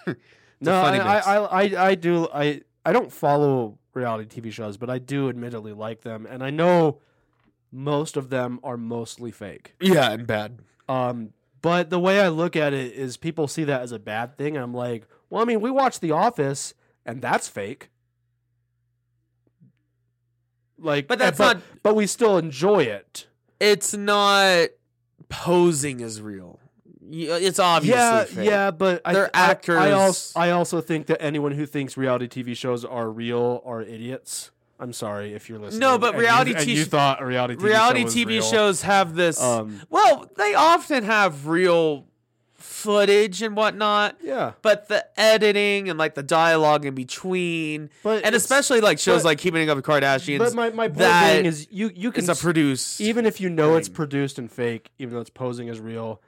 Speaker 2: a
Speaker 3: no, I,
Speaker 2: funny
Speaker 3: I,
Speaker 2: mix.
Speaker 3: I, I, I do. I, I don't follow reality TV shows, but I do admittedly like them, and I know most of them are mostly fake.
Speaker 2: yeah, and bad.
Speaker 3: Um, but the way I look at it is people see that as a bad thing. And I'm like, well, I mean, we watch The Office and that's fake. Like,
Speaker 2: But that's
Speaker 3: but,
Speaker 2: not-
Speaker 3: but we still enjoy it.
Speaker 2: It's not posing as real. Y- uh, It's obviously
Speaker 3: yeah,
Speaker 2: fake.
Speaker 3: yeah, but I,
Speaker 2: They're
Speaker 3: I,
Speaker 2: actors.
Speaker 3: I also, I also think that anyone who thinks reality TV shows are real are idiots. I'm sorry if you're listening.
Speaker 2: but
Speaker 3: and you-
Speaker 2: reality
Speaker 3: and
Speaker 2: TV
Speaker 3: you thought a reality TV show
Speaker 2: Reality
Speaker 3: was
Speaker 2: TV
Speaker 3: real.
Speaker 2: shows have this.
Speaker 3: Um,
Speaker 2: well, they often have real footage and whatnot,
Speaker 3: yeah,
Speaker 2: but the editing and like the dialogue in between,
Speaker 3: but
Speaker 2: and
Speaker 3: it's-
Speaker 2: especially like shows
Speaker 3: but-
Speaker 2: like Keeping Up with the Kardashians,
Speaker 3: But my my point
Speaker 2: that
Speaker 3: being is you you can
Speaker 2: it's a
Speaker 3: s-
Speaker 2: produced.
Speaker 3: even if you know it's
Speaker 2: thing.
Speaker 3: produced and fake, even though it's posing as real,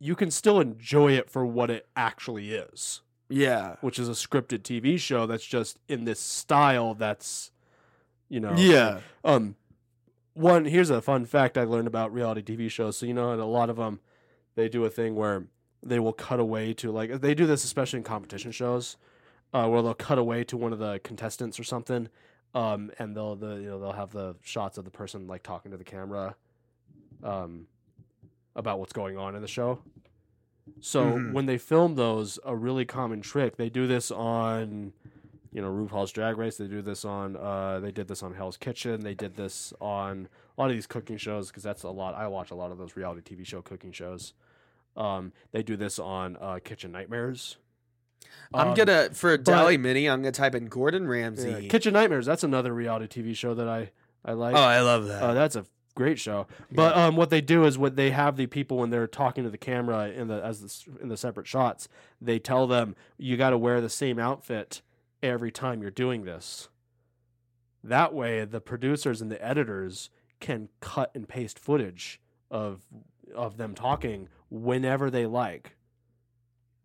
Speaker 3: you can still enjoy it for what it actually is,
Speaker 2: yeah,
Speaker 3: which is a scripted TV show that's just in this style that's you know
Speaker 2: yeah.
Speaker 3: um one here's a fun fact I learned about reality TV shows. So you know in a lot of um, them they do a thing where they will cut away to like they do this especially in competition shows uh, where they'll cut away to one of the contestants or something um and they'll the you know they'll have the shots of the person like talking to the camera um about what's going on in the show. So
Speaker 2: Mhm.
Speaker 3: when they film those a really common trick they do this on you know RuPaul's Drag Race. They do this on. Uh, they did this on Hell's Kitchen. They did this on a lot of these cooking shows because that's a lot. I watch a lot of those reality TV show cooking shows. Um, they do this on uh, Kitchen Nightmares.
Speaker 2: I'm
Speaker 3: Um,
Speaker 2: gonna for
Speaker 3: but-
Speaker 2: Dally Mini. I'm gonna type in Gordon
Speaker 3: yeah,
Speaker 2: Ramsay.
Speaker 3: Kitchen Nightmares. That's another reality TV show that I I like.
Speaker 2: oh, I love that.
Speaker 3: Uh, that's a great show. But um, what they do is what they have the people when they're talking to the camera in the as the, s- in the separate shots, they tell them you got to wear the same outfit every time you're doing this. That way, the producers and the editors can cut and paste footage of of them talking whenever they like.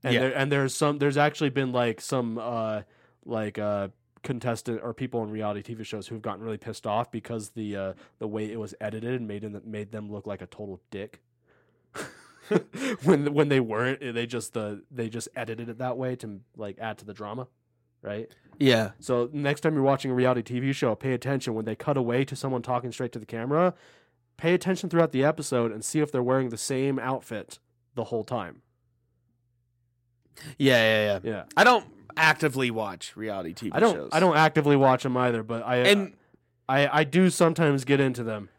Speaker 3: And
Speaker 2: Yeah.
Speaker 3: there and there's some there's actually been like some uh like uh contestant or people in reality TV shows who've gotten really pissed off because the uh the way it was edited made in made them look like a total dick. when when they weren't, they just the they just edited it that way to like add to the drama, right?
Speaker 2: yeah,
Speaker 3: So next time you're watching a reality TV show, pay attention when they cut away to someone talking straight to the camera. Pay attention throughout the episode and see if they're wearing the same outfit the whole time.
Speaker 2: yeah, yeah, yeah.
Speaker 3: Yeah,
Speaker 2: I don't actively watch reality TV
Speaker 3: I don't
Speaker 2: shows.
Speaker 3: I don't actively watch them either, but I
Speaker 2: and
Speaker 3: I I do sometimes get into them.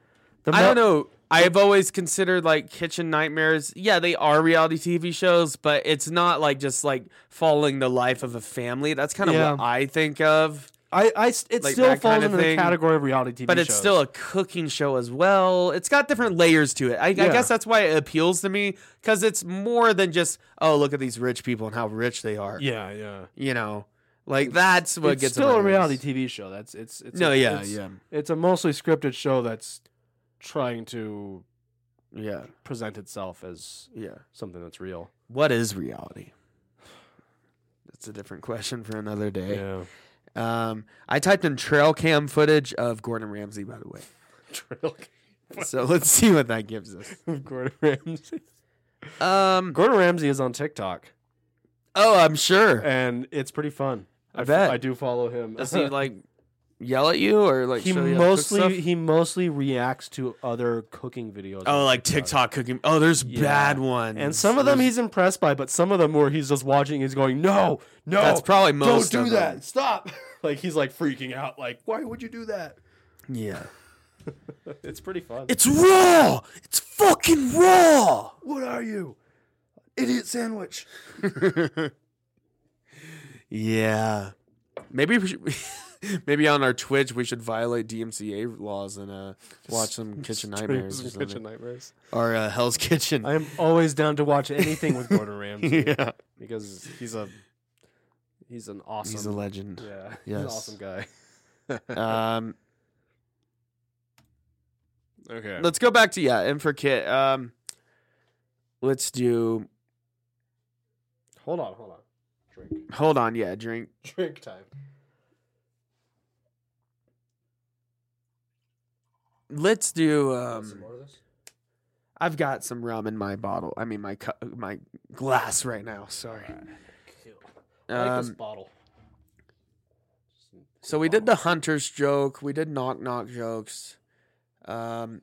Speaker 3: The
Speaker 2: I don't
Speaker 3: mo-
Speaker 2: know. I've always considered like kitchen nightmares. Yeah, they are reality TV shows, but it's not like just like following the life of a family. That's kind of
Speaker 3: Yeah.
Speaker 2: what I think of.
Speaker 3: I I s- it
Speaker 2: Like
Speaker 3: still
Speaker 2: that
Speaker 3: falls
Speaker 2: kinda
Speaker 3: into
Speaker 2: thing,
Speaker 3: the category of reality TV,
Speaker 2: But it's
Speaker 3: shows.
Speaker 2: still a cooking show as well. It's got different layers to it. I, I
Speaker 3: Yeah.
Speaker 2: guess that's why it appeals to me because it's more than just oh look at these rich people and how rich they are.
Speaker 3: yeah yeah.
Speaker 2: You know, like that's what
Speaker 3: it's
Speaker 2: gets
Speaker 3: still
Speaker 2: my
Speaker 3: a reality
Speaker 2: nerves.
Speaker 3: TV show. That's it's it's
Speaker 2: No,
Speaker 3: a,
Speaker 2: yeah,
Speaker 3: it's,
Speaker 2: yeah,
Speaker 3: It's a mostly scripted show that's trying to
Speaker 2: yeah,
Speaker 3: present itself as
Speaker 2: yeah.
Speaker 3: something that's real.
Speaker 2: What is reality? That's a different question for another day.
Speaker 3: Yeah.
Speaker 2: Um, I typed in trail cam footage of Gordon Ramsay, by the way.
Speaker 3: Trail
Speaker 2: So let's see what that gives us.
Speaker 3: of Gordon Ramsay.
Speaker 2: Um,
Speaker 3: Gordon Ramsay is on TikTok,
Speaker 2: oh, I'm sure.
Speaker 3: and it's pretty fun.
Speaker 2: I
Speaker 3: f-
Speaker 2: bet.
Speaker 3: I do follow him.
Speaker 2: Does he like yell at you or like
Speaker 3: he
Speaker 2: show you how to cook
Speaker 3: mostly
Speaker 2: stuff?
Speaker 3: he mostly reacts to other cooking videos.
Speaker 2: Oh,
Speaker 3: on
Speaker 2: like TikTok cooking. Oh, there's
Speaker 3: Yeah.
Speaker 2: bad ones,
Speaker 3: And some of them
Speaker 2: There's-
Speaker 3: he's impressed by, but some of them where he's just watching, he's going, "No, no,
Speaker 2: That's probably
Speaker 3: don't
Speaker 2: most.
Speaker 3: do
Speaker 2: of
Speaker 3: that,
Speaker 2: them.
Speaker 3: stop!" like he's like freaking out, like, "Why would you do that?"
Speaker 2: Yeah.
Speaker 3: It's pretty fun.
Speaker 2: It's raw. It's fucking raw.
Speaker 3: what are you, idiot sandwich?
Speaker 2: Yeah. Maybe we should, maybe on our Twitch we should violate DMCA laws and uh, watch some Kitchen Nightmares or something.
Speaker 3: Kitchen nightmares.
Speaker 2: or uh, Hell's Kitchen.
Speaker 3: I am always down to watch anything with Gordon Ramsay
Speaker 2: yeah,
Speaker 3: because he's a he's an awesome
Speaker 2: he's a legend.
Speaker 3: yeah he's
Speaker 2: Yes.
Speaker 3: an awesome guy.
Speaker 2: Um,
Speaker 3: Okay.
Speaker 2: let's go back to yeah, and for Kit. Um, let's do.
Speaker 3: Hold on, hold on. Drink.
Speaker 2: Hold on, yeah, drink.
Speaker 3: Drink time.
Speaker 2: Let's do.
Speaker 3: Some
Speaker 2: Um,
Speaker 3: more of this?
Speaker 2: I've got some rum in my bottle. I mean, my cu- my glass right now. Sorry. Um,
Speaker 3: bottle.
Speaker 2: so we did the hunter's joke. We did knock knock jokes. Um,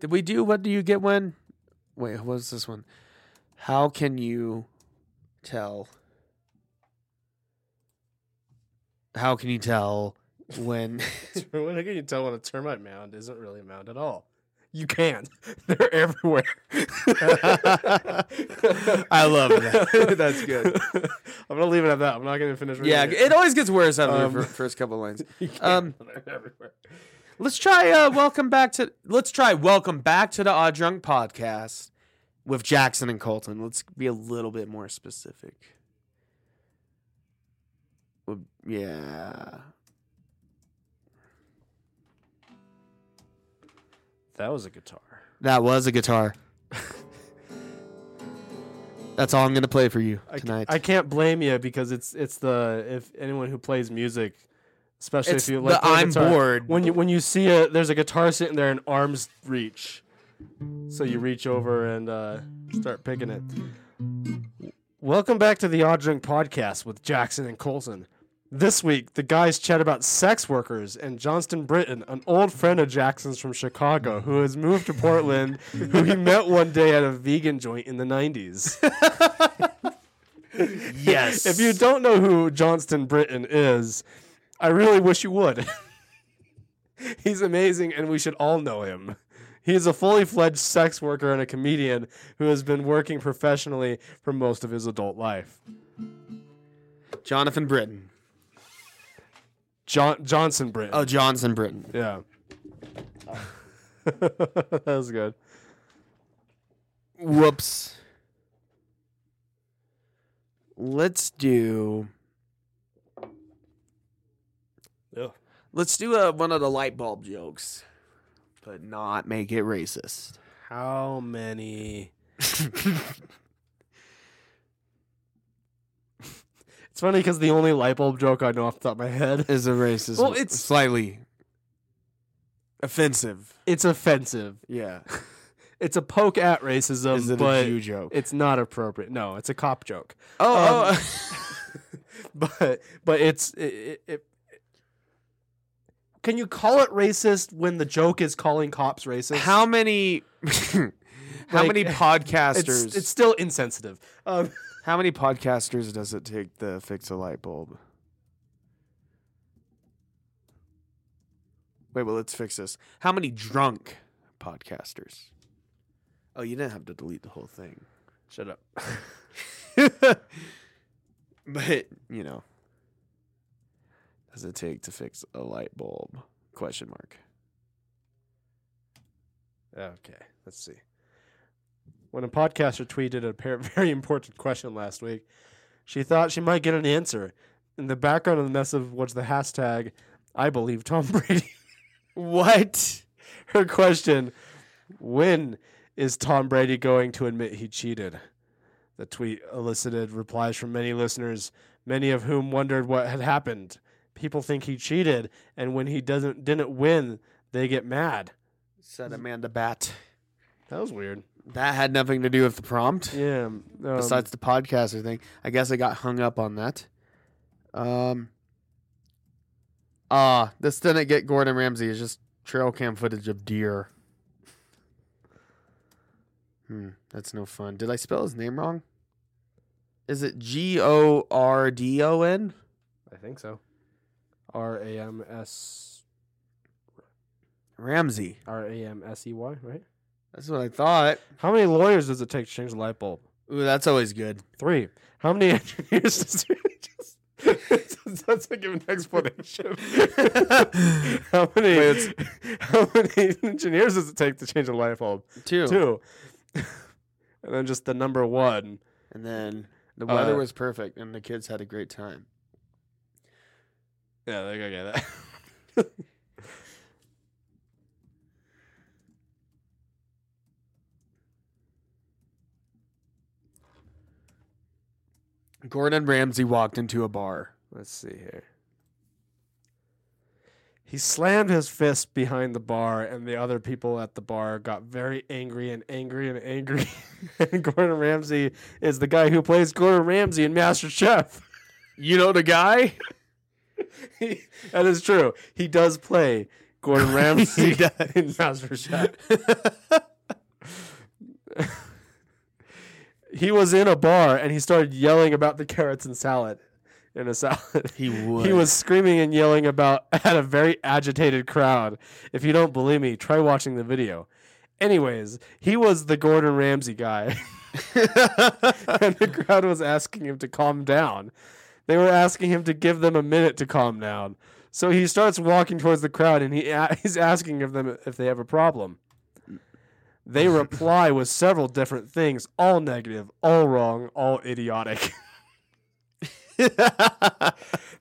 Speaker 2: did we do what do you get when? Wait, what's this one? How can you tell? How can you tell when?
Speaker 3: When can you tell when a termite mound isn't really a mound at all? You can't. They're everywhere.
Speaker 2: I love that. That's good.
Speaker 3: I'm gonna leave it at that. I'm not gonna finish. reading
Speaker 2: Yeah, it always gets worse out of the
Speaker 3: Um,
Speaker 2: fir- first couple lines.
Speaker 3: You can't.
Speaker 2: Um,
Speaker 3: They're everywhere.
Speaker 2: Let's try uh welcome back to let's try welcome back to the Odd Drunk podcast with Jackson and Colton. Let's be a little bit more specific. Well, Yeah.
Speaker 3: That was a guitar.
Speaker 2: That was a guitar. That's all I'm going to play for you
Speaker 3: I,
Speaker 2: tonight.
Speaker 3: I can't blame you because it's it's the if anyone who plays music, especially
Speaker 2: It's
Speaker 3: if you
Speaker 2: the
Speaker 3: like play
Speaker 2: I'm
Speaker 3: guitar,
Speaker 2: bored.
Speaker 3: When you when you see a there's a guitar sitting there in arm's reach, so you reach over and uh, start picking it. Welcome back to the Odd Drink Podcast with Jackson and Colson. This week, the guys chat about sex workers and Johnston Britton, an old friend of Jackson's from Chicago who has moved to Portland, who he met one day at a vegan joint in the 90s.
Speaker 2: yes.
Speaker 3: If you don't know who Johnston Britton is, I really wish you would. He's amazing, and we should all know him. He is a fully fledged sex worker and a comedian who has been working professionally for most of his adult life.
Speaker 2: Jonathan Britton.
Speaker 3: John Johnson Britton.
Speaker 2: Oh, Johnson Britton.
Speaker 3: yeah. that was good.
Speaker 2: Whoops. Let's do
Speaker 3: Yeah.
Speaker 2: Let's do uh one of the light bulb jokes, but not make it racist.
Speaker 3: How many? It's funny because the only light bulb joke I know off the top of my head
Speaker 2: Is a racist?
Speaker 3: Well, it's-
Speaker 2: slightly offensive.
Speaker 3: it's offensive.
Speaker 2: Yeah,
Speaker 3: It's a poke at racism,
Speaker 2: is it
Speaker 3: but
Speaker 2: a Jew joke?
Speaker 3: it's not appropriate. No, it's a cop joke.
Speaker 2: oh,
Speaker 3: um, but but it's it, it, it. Can you call it racist when the joke is calling cops racist?
Speaker 2: how many? how
Speaker 3: Like,
Speaker 2: many
Speaker 3: it's-
Speaker 2: podcasters?
Speaker 3: it's, it's still insensitive. Um,
Speaker 2: how many podcasters does it take to fix a light bulb? Wait, well, let's fix this. How many drunk podcasters? Oh, you didn't have to delete the whole thing.
Speaker 3: Shut up.
Speaker 2: but you know does it take to fix a light bulb question mark
Speaker 3: Okay, let's see. When a podcaster tweeted a par- very important question last week, she thought she might get an answer. In the background of the message was the hashtag, I believe Tom Brady.
Speaker 2: what
Speaker 3: Her question, when is Tom Brady going to admit he cheated? The tweet elicited replies from many listeners, many of whom wondered what had happened. People think he cheated, and when he doesn't didn't win, they get mad.
Speaker 2: said amanda bat
Speaker 3: That was weird.
Speaker 2: that had nothing to do with the prompt
Speaker 3: Yeah. um,
Speaker 2: besides the podcaster thing i guess i got hung up on that um ah this didn't get gordon ramsay it's just trail cam footage of deer hmm that's no fun did i spell his name wrong is it g-o-r-d-o-n
Speaker 3: I think so. R A M S
Speaker 2: ramsey
Speaker 3: R A M S E Y, right?
Speaker 2: That's what I thought.
Speaker 3: How many lawyers does it take to change the light bulb?
Speaker 2: Ooh, that's always good.
Speaker 3: Three. How many engineers does it just that's like an explanation. how many how many engineers does it take to change a light bulb?
Speaker 2: Two.
Speaker 3: Two. and then just the number one.
Speaker 2: And then the
Speaker 3: Uh,
Speaker 2: weather was perfect and the kids had a great time.
Speaker 3: Yeah, there you go get that.
Speaker 2: Gordon Ramsay walked into a bar.
Speaker 3: Let's see here. He slammed his fist behind the bar, and the other people at the bar got very angry and angry and angry. and Gordon Ramsay is the guy who plays Gordon Ramsay in Master Chef.
Speaker 2: You know the guy?
Speaker 3: He- that is true. He does play Gordon Ramsay
Speaker 2: does.
Speaker 3: in Master Chef. he was in a bar and he started yelling about the carrots and salad in a salad.
Speaker 2: He
Speaker 3: He was screaming and yelling about at a very agitated crowd. If you don't believe me, try watching the video. Anyways, he was the Gordon Ramsay guy, and the crowd was asking him to calm down. They were asking him to give them a minute to calm down. So he starts walking towards the crowd, and he a- he's asking of them if they have a problem. They reply with several different things, all negative, all wrong, all idiotic.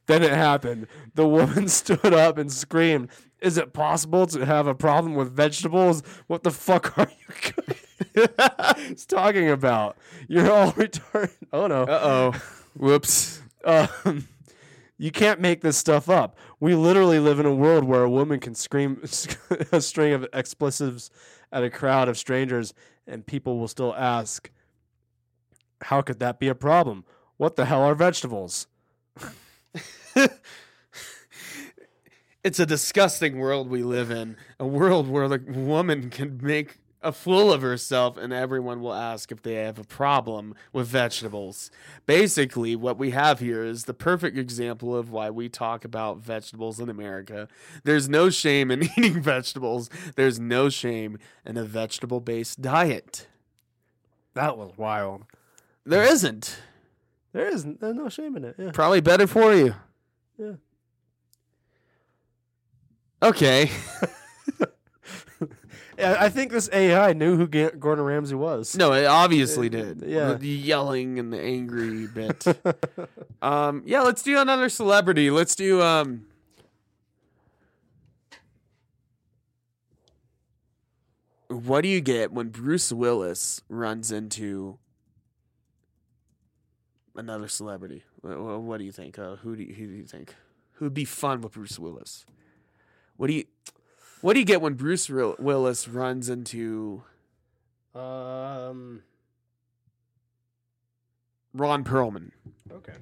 Speaker 3: Then it happened. The woman stood up and screamed, Is it possible to have a problem with vegetables? What the fuck are you guys talking about? You're all retarded. Oh no.
Speaker 2: Uh oh. Whoops.
Speaker 3: Um, you can't make this stuff up. We literally live in a world where a woman can scream a string of expletives at a crowd of strangers, and people will still ask, How could that be a problem? What the hell are vegetables?
Speaker 2: It's a disgusting world we live in. A world where the woman can make a fool of herself and everyone will ask if they have a problem with vegetables. Basically, what we have here is the perfect example of why we talk about vegetables in America. There's no shame in eating vegetables, there's no shame in a vegetable based diet.
Speaker 3: That was wild.
Speaker 2: There isn't.
Speaker 3: There is there's no shame in it. Yeah.
Speaker 2: Probably better for you.
Speaker 3: Yeah.
Speaker 2: Okay.
Speaker 3: I think this AI knew who Ga- Gordon Ramsay was.
Speaker 2: No, it obviously did.
Speaker 3: yeah.
Speaker 2: The yelling and the angry bit. um, yeah, let's do another celebrity. Let's do um What do you get when Bruce Willis runs into another celebrity? What, what do you think? Uh, who do you, who do you think? Who'd be fun with Bruce Willis? What do you What do you get when Bruce Will- Willis runs into
Speaker 3: Um.
Speaker 2: Ron Perlman?
Speaker 3: Okay.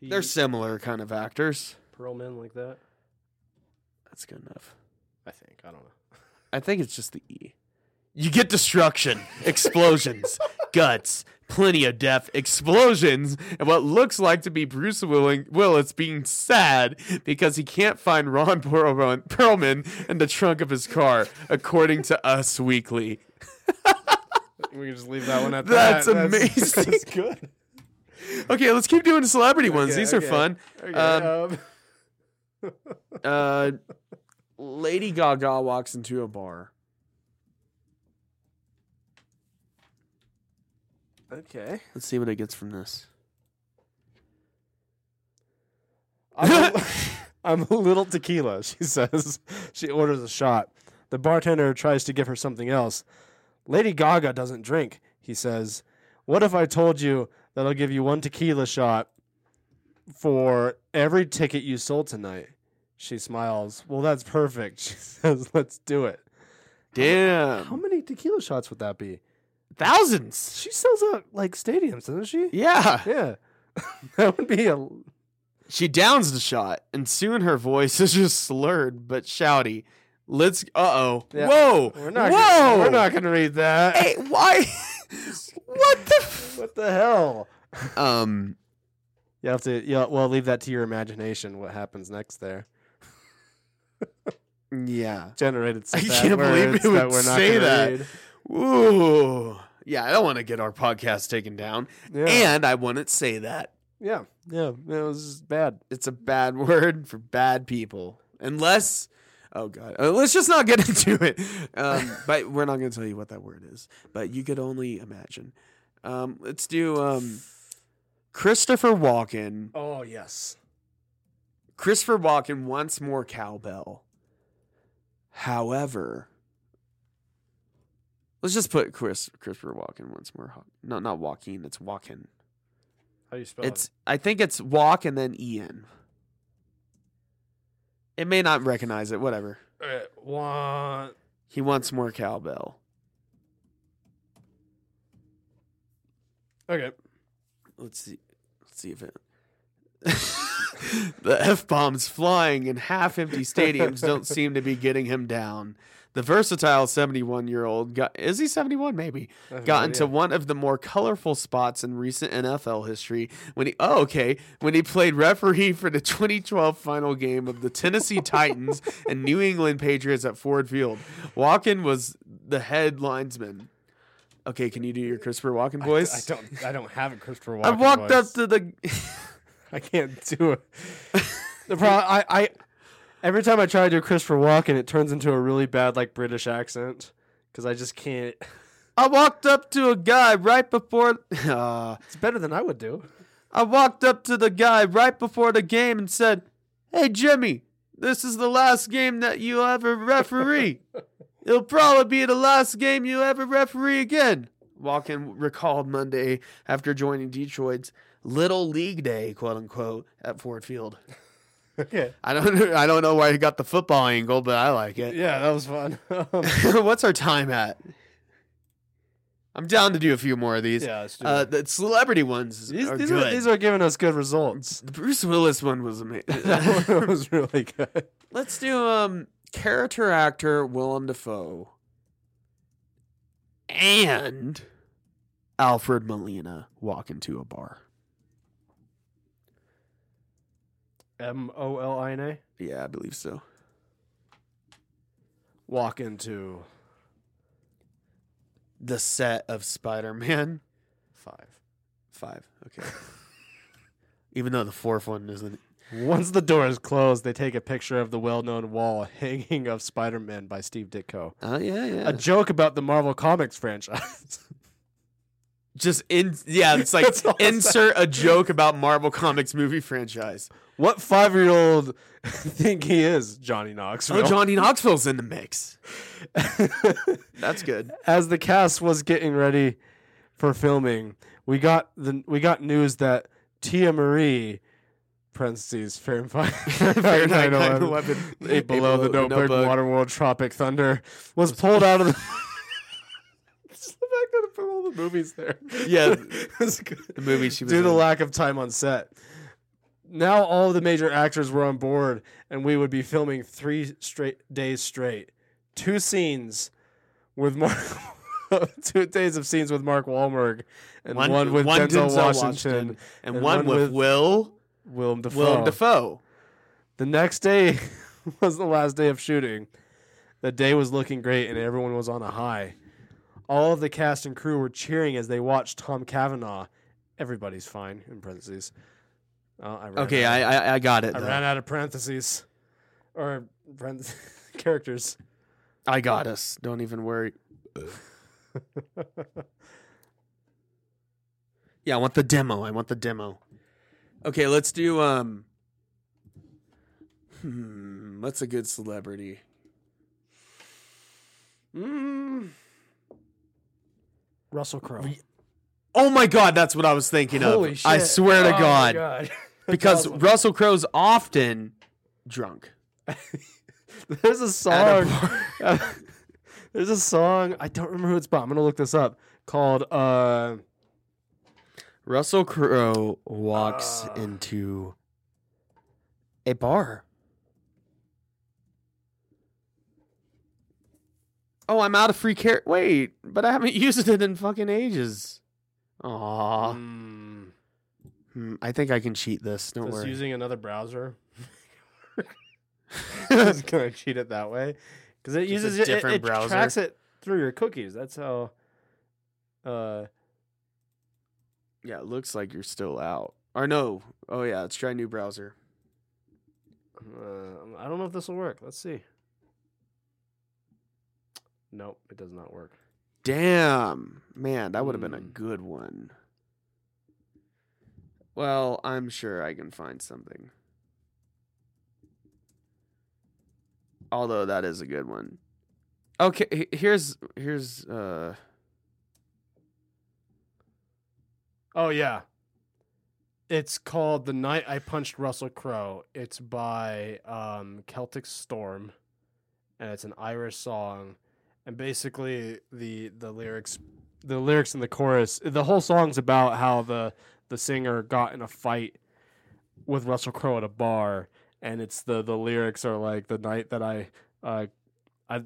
Speaker 3: P-
Speaker 2: They're similar kind of actors.
Speaker 3: Perlman like that.
Speaker 2: That's good enough.
Speaker 3: I think. I don't know.
Speaker 2: I think it's just the E. You get destruction, explosions, guts, plenty of death, explosions, and what looks like to be Bruce Willing- Willis being sad because he can't find Ron Perlman, Perlman in the trunk of his car, according to Us Weekly.
Speaker 3: We can just leave that one at
Speaker 2: That's
Speaker 3: that.
Speaker 2: amazing.
Speaker 3: That's good.
Speaker 2: Okay, let's keep doing celebrity ones.
Speaker 3: Okay,
Speaker 2: These
Speaker 3: okay.
Speaker 2: are fun.
Speaker 3: Okay,
Speaker 2: Um,
Speaker 3: um,
Speaker 2: Uh, Lady Gaga walks into a bar.
Speaker 3: okay.
Speaker 2: Let's see what it gets from this.
Speaker 3: I'm a, I'm a little tequila, she says. She orders a shot. The bartender tries to give her something else. Lady Gaga doesn't drink, he says. What if I told you that I'll give you one tequila shot for every ticket you sold tonight? She smiles. Well, that's perfect. She says, let's do it.
Speaker 2: Damn.
Speaker 3: How many tequila shots would that be?
Speaker 2: Thousands.
Speaker 3: She sells out like stadiums, doesn't she?
Speaker 2: Yeah.
Speaker 3: Yeah. that would be a.
Speaker 2: She downs the shot, and soon her voice is just slurred but shouty. Let's. Uh oh.
Speaker 3: Yeah.
Speaker 2: Whoa.
Speaker 3: We're not
Speaker 2: Whoa.
Speaker 3: Gonna, we're not going to read that.
Speaker 2: Hey, why? what the? F-
Speaker 3: What the hell?
Speaker 2: um.
Speaker 3: You have to, yeah, well, leave that to your imagination. What happens next there?
Speaker 2: Yeah.
Speaker 3: Generated. Some
Speaker 2: I
Speaker 3: bad
Speaker 2: can't believe
Speaker 3: words
Speaker 2: it would
Speaker 3: that we're not
Speaker 2: say
Speaker 3: gonna
Speaker 2: that.
Speaker 3: read.
Speaker 2: Ooh. Yeah, I don't want to get our podcast taken down,
Speaker 3: Yeah.
Speaker 2: and I wouldn't say that.
Speaker 3: yeah, yeah, it was bad.
Speaker 2: It's a bad word for bad people, unless. Oh God! Uh, let's just not get into it. Um, but we're not going to tell you what that word is. But you could only imagine. Um, let's do um, Christopher Walken.
Speaker 3: Oh yes.
Speaker 2: Christopher Walken wants more cowbell. However, let's just put Chris Christopher Walken once more. Ho- No, not Joaquin. It's Walken.
Speaker 3: How do you spell
Speaker 2: It's I think it's walk and then en. It may not recognize it. Whatever.
Speaker 3: All right, one.
Speaker 2: He wants more cowbell.
Speaker 3: Okay.
Speaker 2: Let's see. Let's see if it. the f bombs flying in half empty stadiums don't seem to be getting him down. The versatile 71 year old got is he 71 maybe
Speaker 3: I have no
Speaker 2: got into
Speaker 3: idea.
Speaker 2: one of the more colorful spots in recent NFL history when he oh okay when he played referee for the 2012 final game of the Tennessee Titans and New England Patriots at Ford Field. Walken was the head linesman. Okay, can you do your Christopher Walken voice?
Speaker 3: I don't. I don't have a Christopher Walken.
Speaker 2: I walked
Speaker 3: voice.
Speaker 2: up to the
Speaker 3: I can't do it. The problem, I, I, every time I try to do Christopher Walken, it turns into a really bad like British accent because I just can't.
Speaker 2: I walked up to a guy right before uh,
Speaker 3: It's better than I would do.
Speaker 2: I walked up to the guy right before the game and said, "Hey Jimmy, this is the last game that you ever referee. It'll probably be the last game you ever referee again." Walken recalled Monday after joining Detroit's Little League Day, quote unquote, at Ford Field.
Speaker 3: Okay.
Speaker 2: I don't know, I don't know why he got the football angle, but I like it.
Speaker 3: Yeah, that was fun. Um,
Speaker 2: What's our time at? I'm down to do a few more of these.
Speaker 3: yeah, let's do
Speaker 2: Uh,
Speaker 3: it.
Speaker 2: the celebrity ones
Speaker 3: These,
Speaker 2: are
Speaker 3: these,
Speaker 2: good.
Speaker 3: are, these are giving us good results.
Speaker 2: the Bruce Willis one was amazing.
Speaker 3: that one was really good.
Speaker 2: Let's do um character actor Willem Dafoe and Alfred Molina walk into a bar.
Speaker 3: M O L I N A.
Speaker 2: Yeah, I believe so.
Speaker 3: Walk into
Speaker 2: The set of Spider-Man
Speaker 3: five.
Speaker 2: Five. Okay. Even though the fourth one isn't.
Speaker 3: Once the door is closed, they take a picture of the well-known wall hanging of Spider-Man by Steve Ditko.
Speaker 2: Oh yeah, yeah.
Speaker 3: A joke about the Marvel Comics franchise.
Speaker 2: Just in. Yeah, it's like
Speaker 3: That's all it's-
Speaker 2: insert a joke about Marvel Comics movie franchise.
Speaker 3: What five year old think he is, Johnny Knoxville?
Speaker 2: Oh, Johnny Knoxville's in the mix. Oh, That's good.
Speaker 3: As the cast was getting ready for filming, we got the we got news that Tia Marie, parentheses Fahrenheit, Fahrenheit 9/11,
Speaker 2: 9/11,
Speaker 3: Eight below, the notebook, Waterworld, Tropic Thunder, was pulled out of the. Just the fact that I put all the movies there.
Speaker 2: Yeah,
Speaker 3: That's good.
Speaker 2: the movie she was
Speaker 3: due to
Speaker 2: in.
Speaker 3: lack of time on set. Now all of the major actors were on board, and we would be filming three straight days straight, two scenes with Mark, two days of scenes with Mark Wahlberg, and one, with Denzel, Washington,
Speaker 2: and, one, with, Will
Speaker 3: Willem Dafoe.
Speaker 2: Willem Dafoe.
Speaker 3: The next day was the last day of shooting. The day was looking great, and everyone was on a high. All of the cast and crew were cheering as they watched Tom Cavanaugh. Everybody's fine in parentheses. Uh, I ran
Speaker 2: Okay,
Speaker 3: out.
Speaker 2: I I, I got it.
Speaker 3: I
Speaker 2: though.
Speaker 3: ran out of parentheses or parenth- characters.
Speaker 2: I got us. Don't even worry. yeah, I want the demo. I want the demo. Okay, let's do um. Hmm, what's a good celebrity? Hmm.
Speaker 3: Mm. Russell Crowe.
Speaker 2: Oh my God, that's what I was thinking
Speaker 3: Holy
Speaker 2: of.
Speaker 3: shit!
Speaker 2: I swear to
Speaker 3: Oh my
Speaker 2: God,
Speaker 3: God.
Speaker 2: because
Speaker 3: awesome.
Speaker 2: Russell Crowe's often drunk.
Speaker 3: There's a song. There's a song. I don't remember who it's by. I'm gonna look this up. Called uh,
Speaker 2: Russell Crowe walks
Speaker 3: Ah.
Speaker 2: into a bar. Oh, I'm out of free care. Wait, but I haven't used it in fucking ages. Aw.
Speaker 3: mm,
Speaker 2: Hmm, I think I can cheat this. Don't
Speaker 3: just
Speaker 2: worry.
Speaker 3: using another browser. just gonna cheat it that way because it
Speaker 2: Just a
Speaker 3: uses it- it,
Speaker 2: different
Speaker 3: it
Speaker 2: browser.
Speaker 3: tracks it through your cookies. That's how. Uh,
Speaker 2: yeah, it looks like you're still out. Or no. Oh, yeah, let's try new browser.
Speaker 3: Uh, I don't know if this will work. Let's see. Nope, it does not work.
Speaker 2: Damn. Man, that would have been a
Speaker 3: Hmm.
Speaker 2: good one. Well, I'm sure I can find something. Although that is a good one. Okay, he- here's here's uh
Speaker 3: Oh yeah, It's called The Night I Punched Russell Crowe. It's by um, Celtic Storm, and it's an Irish song. And basically, the the lyrics, the lyrics in the chorus, the whole song's about how the the singer got in a fight with Russell Crowe at a bar, and it's the the lyrics are like the night that I, uh, I,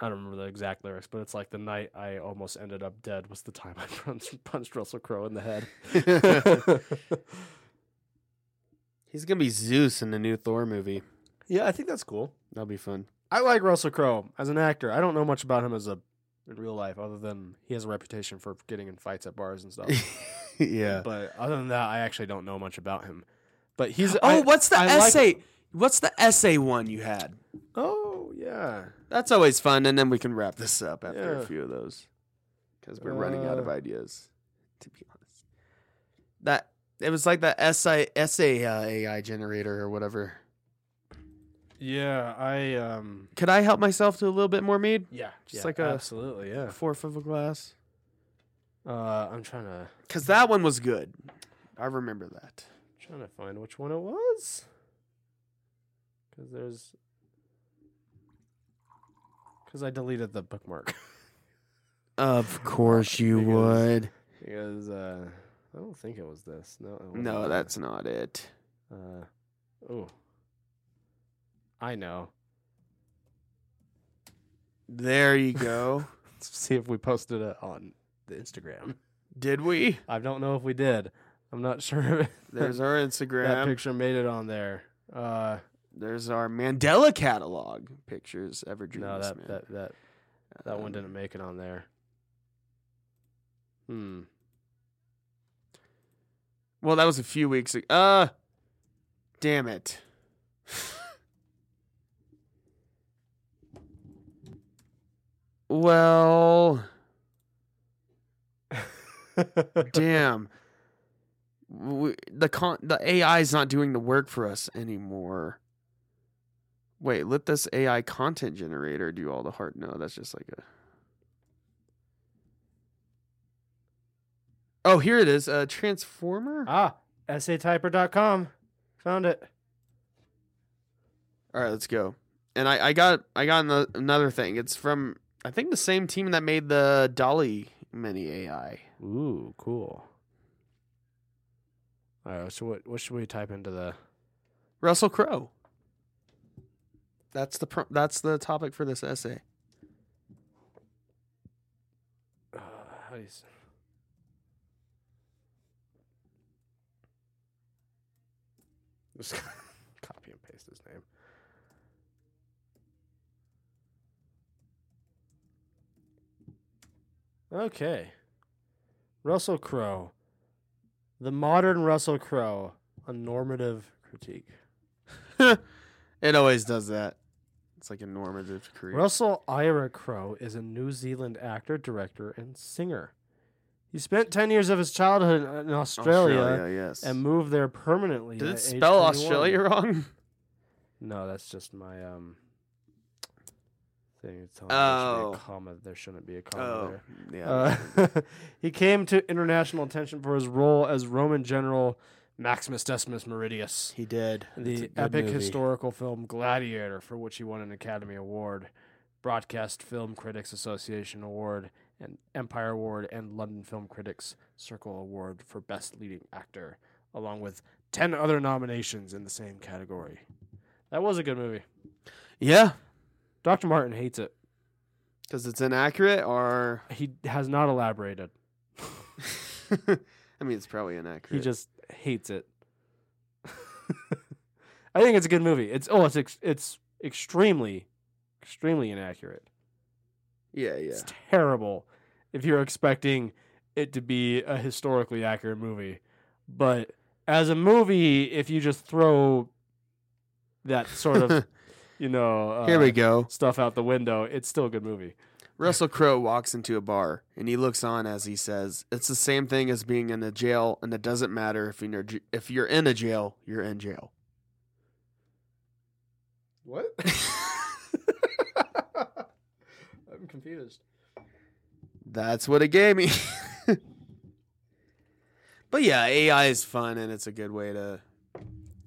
Speaker 3: I don't remember the exact lyrics, but it's like the night I almost ended up dead was the time I punched, punched Russell Crowe in the head.
Speaker 2: He's gonna be Zeus in the new Thor movie.
Speaker 3: yeah, I think that's cool.
Speaker 2: That'll be fun.
Speaker 3: I like Russell Crowe as an actor. I don't know much about him as a in real life, other than he has a reputation for getting in fights at bars and stuff.
Speaker 2: yeah.
Speaker 3: but other than that, I actually don't know much about him. But he's
Speaker 2: Oh,
Speaker 3: I-
Speaker 2: what's the
Speaker 3: I like-
Speaker 2: essay? what's the essay one you had?
Speaker 3: oh yeah,
Speaker 2: That's always fun, and then we can wrap this up after a
Speaker 3: Yeah.
Speaker 2: few of those because we're running out of
Speaker 3: Uh.
Speaker 2: ideas. To be honest, that it was like the essay essay uh, AI generator or whatever.
Speaker 3: yeah. I um
Speaker 2: Could I help myself to a little bit more mead?
Speaker 3: yeah,
Speaker 2: Just
Speaker 3: just
Speaker 2: like
Speaker 3: like
Speaker 2: a-
Speaker 3: absolutely yeah.
Speaker 2: Fourth of a glass.
Speaker 3: Uh, I'm trying to
Speaker 2: Cause that one was good. I remember that.
Speaker 3: trying to find which one it was because there's because I deleted the bookmark
Speaker 2: Of course you
Speaker 3: Because-
Speaker 2: would.
Speaker 3: because uh, I don't think it was this. No, it wasn't
Speaker 2: No,
Speaker 3: that.
Speaker 2: that's not it.
Speaker 3: Uh, oh, I know.
Speaker 2: There you go.
Speaker 3: Let's see if we posted it on the Instagram.
Speaker 2: Did we?
Speaker 3: I don't know if we did. I'm not sure if
Speaker 2: There's our
Speaker 3: that
Speaker 2: Instagram.
Speaker 3: picture made it on there. Uh,
Speaker 2: There's our Mandela catalog pictures. Ever dreams,
Speaker 3: no, that
Speaker 2: man.
Speaker 3: that that that
Speaker 2: Um,
Speaker 3: one didn't make it on there. Hmm.
Speaker 2: Well, that was a few weeks ago. Uh, damn it. well, damn. We, the con- the AI is not doing the work for us anymore. Wait, let this AI content generator do all the hard. No, that's just like a. Oh, here it is. Uh, Transformer.
Speaker 3: ah, essaytyper.com. Found it.
Speaker 2: All right, let's go. And I, I got I got ano- another thing. It's from I think the same team that made the Dolly Mini AI.
Speaker 3: Ooh, cool. All right. So what what should we type into the?
Speaker 2: Russell Crowe. That's the pro- that's the topic for this essay.
Speaker 3: Uh, how do you? s- Just copy and paste his name. Okay. Russell Crowe. The modern Russell Crowe, a normative critique.
Speaker 2: It always does that. It's like a normative creep.
Speaker 3: Russell Ira Crowe is a New Zealand actor, director, and singer. He spent 10 years of his childhood in Australia,
Speaker 2: yes.
Speaker 3: and moved there permanently.
Speaker 2: Did
Speaker 3: at
Speaker 2: it
Speaker 3: age
Speaker 2: spell
Speaker 3: 21.
Speaker 2: Australia wrong?
Speaker 3: No, that's just my um thing. It's telling me there should be
Speaker 2: Oh.
Speaker 3: a comma. There shouldn't be a comma there.
Speaker 2: yeah.
Speaker 3: Oh, Uh, he came to international attention for his role as Roman general Maximus Decimus Meridius
Speaker 2: he did. It's a
Speaker 3: the
Speaker 2: good
Speaker 3: epic
Speaker 2: movie.
Speaker 3: historical film Gladiator, for which he won an Academy Award, Broadcast Film Critics Association Award, and Empire Award, and London Film Critics Circle Award for Best Leading Actor, along with 10 other nominations in the same category. That was a good movie.
Speaker 2: Yeah,
Speaker 3: Dr. Martin hates it.
Speaker 2: because it's inaccurate, or
Speaker 3: He has not elaborated.
Speaker 2: I mean, it's probably inaccurate.
Speaker 3: He just hates it. I think it's a good movie. It's oh, it's ex- it's extremely, extremely inaccurate.
Speaker 2: yeah, yeah.
Speaker 3: It's terrible if you're expecting it to be a historically accurate movie. But as a movie, if you just throw that sort of, you know, uh,
Speaker 2: Here we go.
Speaker 3: stuff out the window, it's still a good movie.
Speaker 2: Russell Crowe walks into a bar and he looks on as he says, "It's the same thing as being in a jail, and it doesn't matter if you're if you're in a jail, you're in jail."
Speaker 3: What? I'm confused.
Speaker 2: That's what it gave me. But yeah, AI is fun and it's a good way to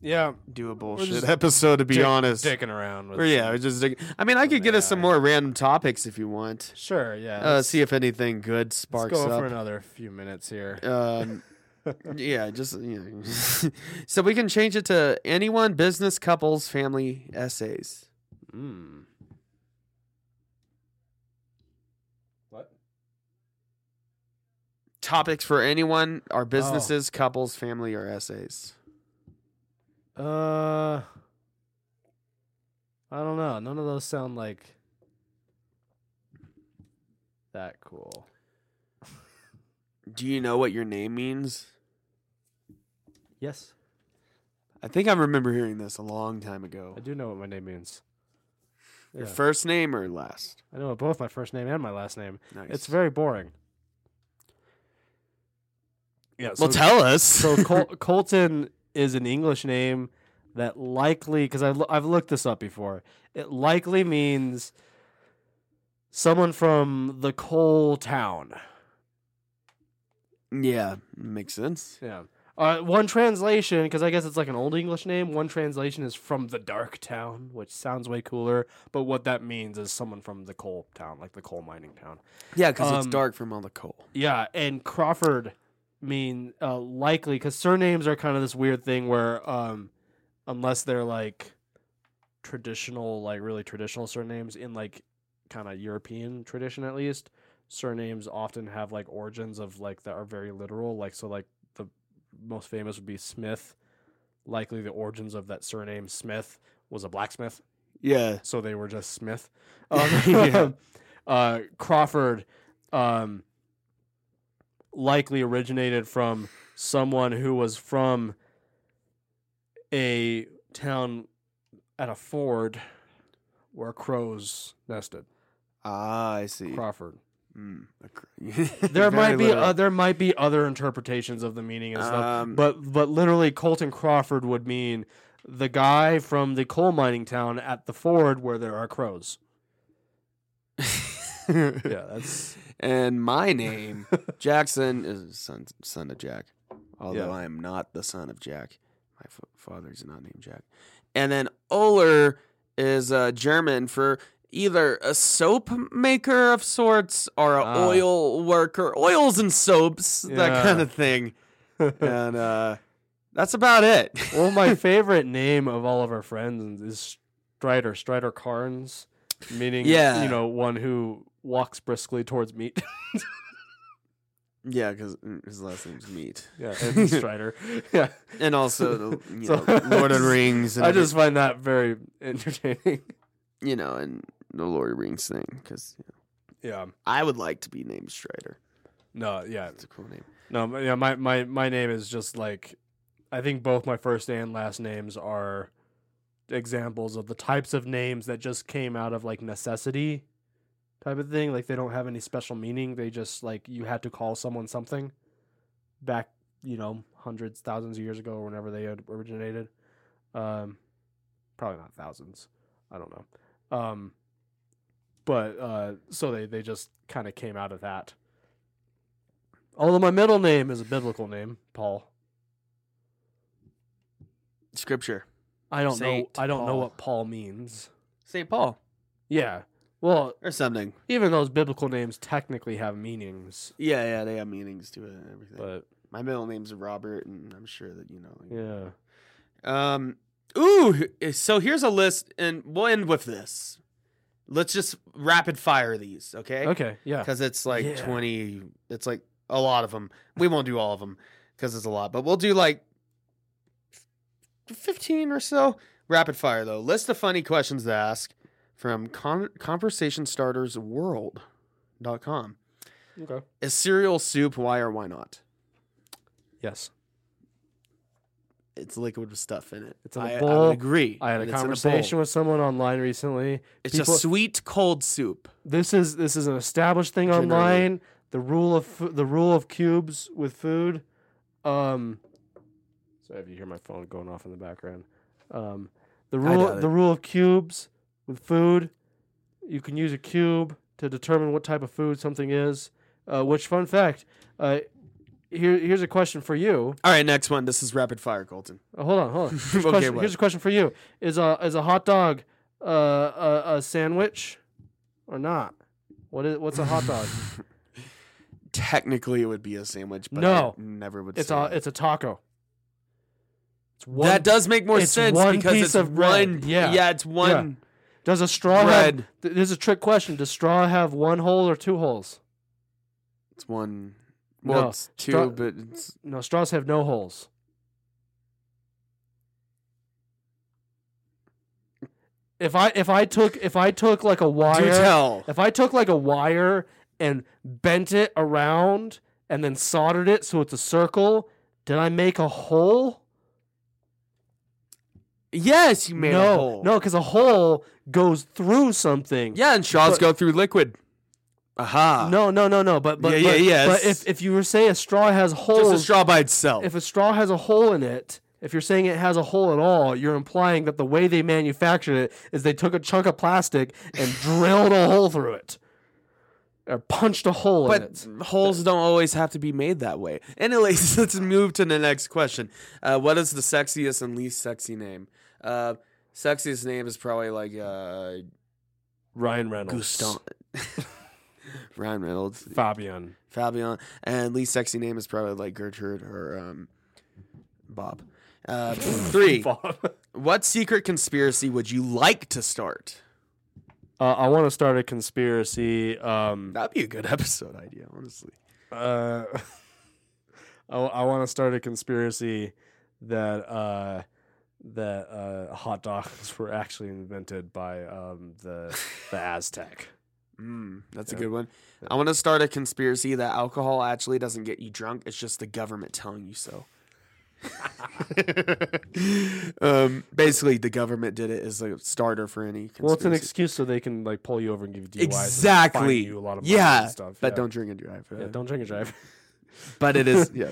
Speaker 3: Yeah,
Speaker 2: do a bullshit
Speaker 3: just
Speaker 2: episode. To be
Speaker 3: dick-
Speaker 2: honest,
Speaker 3: dicking around with.
Speaker 2: Or yeah, we're just. dig- I mean, I could get us some
Speaker 3: AI.
Speaker 2: more random topics if you want.
Speaker 3: Sure. Yeah.
Speaker 2: Uh, see if anything good
Speaker 3: let's
Speaker 2: sparks
Speaker 3: go
Speaker 2: up.
Speaker 3: for another few minutes here.
Speaker 2: Um, yeah, just you know. so we can change it to anyone, business, couples, family, essays.
Speaker 3: Mm. What?
Speaker 2: Topics for anyone are businesses,
Speaker 3: Oh.
Speaker 2: couples, family, or essays.
Speaker 3: Uh, I don't know. None of those sound like that cool.
Speaker 2: Do you know what your name means?
Speaker 3: Yes,
Speaker 2: I think I remember hearing this a long time ago.
Speaker 3: I do know what my name means.
Speaker 2: Your
Speaker 3: Yeah.
Speaker 2: first name or last?
Speaker 3: I know both my first name and my last name.
Speaker 2: Nice.
Speaker 3: It's very boring. Yeah.
Speaker 2: well, tell us.
Speaker 3: so Col- Colton is an English name that likely, because I've, I've looked this up before, it likely means someone from the coal town.
Speaker 2: yeah, makes sense.
Speaker 3: Yeah. Uh, one translation, because I guess it's like an old English name, one translation is from the dark town, which sounds way cooler. But what that means is someone from the coal town, like the coal mining town.
Speaker 2: Yeah, because it's
Speaker 3: Um,
Speaker 2: dark from all the coal.
Speaker 3: Yeah, and Crawford mean uh, likely because surnames are kind of this weird thing where um, unless they're like traditional, like really traditional surnames in like kind of European tradition at least, surnames often have like origins of like that are very literal. Like so, like the most famous would be Smith. Likely the origins of that surname Smith was a blacksmith
Speaker 2: Yeah.
Speaker 3: so they were just Smith. Um,
Speaker 2: Yeah.
Speaker 3: uh, Crawford um, likely originated from someone who was from a town at a ford where crows nested.
Speaker 2: Ah, I see.
Speaker 3: Crawford.
Speaker 2: Mm, a cr-
Speaker 3: There
Speaker 2: Very
Speaker 3: might be
Speaker 2: literal.
Speaker 3: uh, there might be other interpretations of the meaning and stuff,
Speaker 2: Um,
Speaker 3: but but literally Colton Crawford would mean the guy from the coal mining town at the ford where there are crows. Yeah, that's
Speaker 2: and my name Jackson is son son of Jack, although
Speaker 3: Yeah.
Speaker 2: I am not the son of Jack. My f- father is not named Jack. And then Oler is uh, German for either a soap maker of sorts or a
Speaker 3: Ah.
Speaker 2: oil worker, oils and soaps, that
Speaker 3: Yeah.
Speaker 2: kind of thing. and uh, that's about it.
Speaker 3: well, my favorite name of all of our friends is Strider, Strider Carnes, meaning
Speaker 2: Yeah.
Speaker 3: you know one who walks briskly towards meat.
Speaker 2: yeah, because his last name's Meat,
Speaker 3: yeah, and Strider. Yeah,
Speaker 2: and also the, you
Speaker 3: So-
Speaker 2: know, Lord of the Rings. And
Speaker 3: I
Speaker 2: every-
Speaker 3: just find that very entertaining.
Speaker 2: you know, and the Lord of the Rings thing because
Speaker 3: Yeah,
Speaker 2: I would like to be named Strider.
Speaker 3: no, yeah,
Speaker 2: That's a cool name.
Speaker 3: no, my- yeah. My my my name is just like, I think both my first and last names are examples of the types of names that just came out of like necessity type of thing like they don't have any special meaning they just like you had to call someone something back you know hundreds thousands of years ago or whenever they had originated um probably not thousands i don't know um but uh so they they just kind of came out of that although my middle name is a biblical name paul
Speaker 2: Scripture.
Speaker 3: i don't
Speaker 2: Saint
Speaker 3: know i don't know
Speaker 2: Paul.
Speaker 3: what paul means
Speaker 2: St. Paul.
Speaker 3: yeah well
Speaker 2: Or something.
Speaker 3: even those biblical names technically have meanings
Speaker 2: Yeah, yeah, they have meanings to it and everything.
Speaker 3: but
Speaker 2: My middle name's Robert, and I'm sure that you know. like-
Speaker 3: yeah
Speaker 2: Um, ooh, eh, so here's a list, and we'll end with this. Let's just rapid fire these, okay?
Speaker 3: okay yeah
Speaker 2: Because it's like
Speaker 3: Yeah.
Speaker 2: 20, it's like a lot of them. We won't do all of them because it's a lot, but we'll do like 15 or so. Rapid fire, though. List of funny questions to ask from con- conversationstartersworld.com.
Speaker 3: okay
Speaker 2: Is cereal soup why or why not?
Speaker 3: yes
Speaker 2: It's liquid with stuff in it.
Speaker 3: It's in a
Speaker 2: I- I
Speaker 3: bowl.
Speaker 2: would agree.
Speaker 3: I had a
Speaker 2: and it's in bowl.
Speaker 3: conversation with someone online recently.
Speaker 2: It's,
Speaker 3: People-
Speaker 2: a sweet cold soup.
Speaker 3: This is this is an established thing
Speaker 2: Generally.
Speaker 3: online. The rule of fu- the rule of cubes with food. Um, sorry if you hear my phone going off in the background. Um, the
Speaker 2: I
Speaker 3: rule
Speaker 2: doubt it.
Speaker 3: the rule of cubes with food. You can use a cube to determine what type of food something is. Uh, which fun fact, uh, here here's a question for you.
Speaker 2: All right, next one. This is rapid fire, Colton.
Speaker 3: Uh, hold on, hold on. Here's, a
Speaker 2: Okay,
Speaker 3: question,
Speaker 2: what?
Speaker 3: here's a question for you: Is a is a hot dog uh, a, a sandwich or not? What is what's a hot dog?
Speaker 2: Technically, it would be a sandwich, but
Speaker 3: No.
Speaker 2: I never would.
Speaker 3: it's
Speaker 2: say
Speaker 3: a
Speaker 2: that.
Speaker 3: it's a taco. It's one.
Speaker 2: that does make more
Speaker 3: it's
Speaker 2: sense
Speaker 3: one
Speaker 2: because
Speaker 3: piece
Speaker 2: it's
Speaker 3: of bread.
Speaker 2: one.
Speaker 3: Yeah.
Speaker 2: yeah, it's one.
Speaker 3: does a straw have?
Speaker 2: bread.
Speaker 3: th- This is a trick question. Does straw have one hole or two holes?
Speaker 2: It's one. Well,
Speaker 3: No,
Speaker 2: it's two,
Speaker 3: stra-
Speaker 2: but it's
Speaker 3: No, straws have no holes. If I if I took if I took like a wire,
Speaker 2: do tell.
Speaker 3: if I took like a wire and bent it around and then soldered it so it's a circle, did I make a hole?
Speaker 2: Yes, you made
Speaker 3: no,
Speaker 2: a hole.
Speaker 3: no, because a hole goes through something.
Speaker 2: Yeah, and straws
Speaker 3: But-
Speaker 2: go through liquid. Aha.
Speaker 3: No, no, no, no. But but
Speaker 2: Yeah, yeah,
Speaker 3: but,
Speaker 2: yes.
Speaker 3: but if if you were say a straw has holes,
Speaker 2: Just a straw by itself.
Speaker 3: if a straw has a hole in it, if you're saying it has a hole at all, you're implying that the way they manufactured it is they took a chunk of plastic and drilled a hole through it. Or punched a hole in
Speaker 2: but
Speaker 3: it.
Speaker 2: holes don't always have to be made that way. Anyways, let's move to the next question. Uh, what is the sexiest and least sexy name? Uh, sexiest name is probably like uh,
Speaker 3: Ryan Reynolds.
Speaker 2: Guston. Ryan Reynolds,
Speaker 3: Fabian.
Speaker 2: Fabian, and least sexy name is probably like Gertrude or um, Bob. Uh, three. What secret conspiracy would you like to start?
Speaker 3: Uh, I want to start a conspiracy. Um,
Speaker 2: That'd be a good episode idea, honestly.
Speaker 3: uh, I, want to start a conspiracy that uh, that uh, hot dogs were actually invented by um, the the Aztec.
Speaker 2: Mm, that's
Speaker 3: Yeah.
Speaker 2: a good one. I want to start a conspiracy that alcohol actually doesn't get you drunk. It's just the government telling you so. um, basically, the government did it as a starter for any. Conspiracy.
Speaker 3: Well, it's an excuse so they can like pull you over and give you DUIs. and fine
Speaker 2: Exactly.
Speaker 3: you a lot of money
Speaker 2: yeah,
Speaker 3: and stuff.
Speaker 2: but
Speaker 3: yeah.
Speaker 2: don't drink and drive. uh,
Speaker 3: Yeah, don't drink and drive.
Speaker 2: But it is. yeah.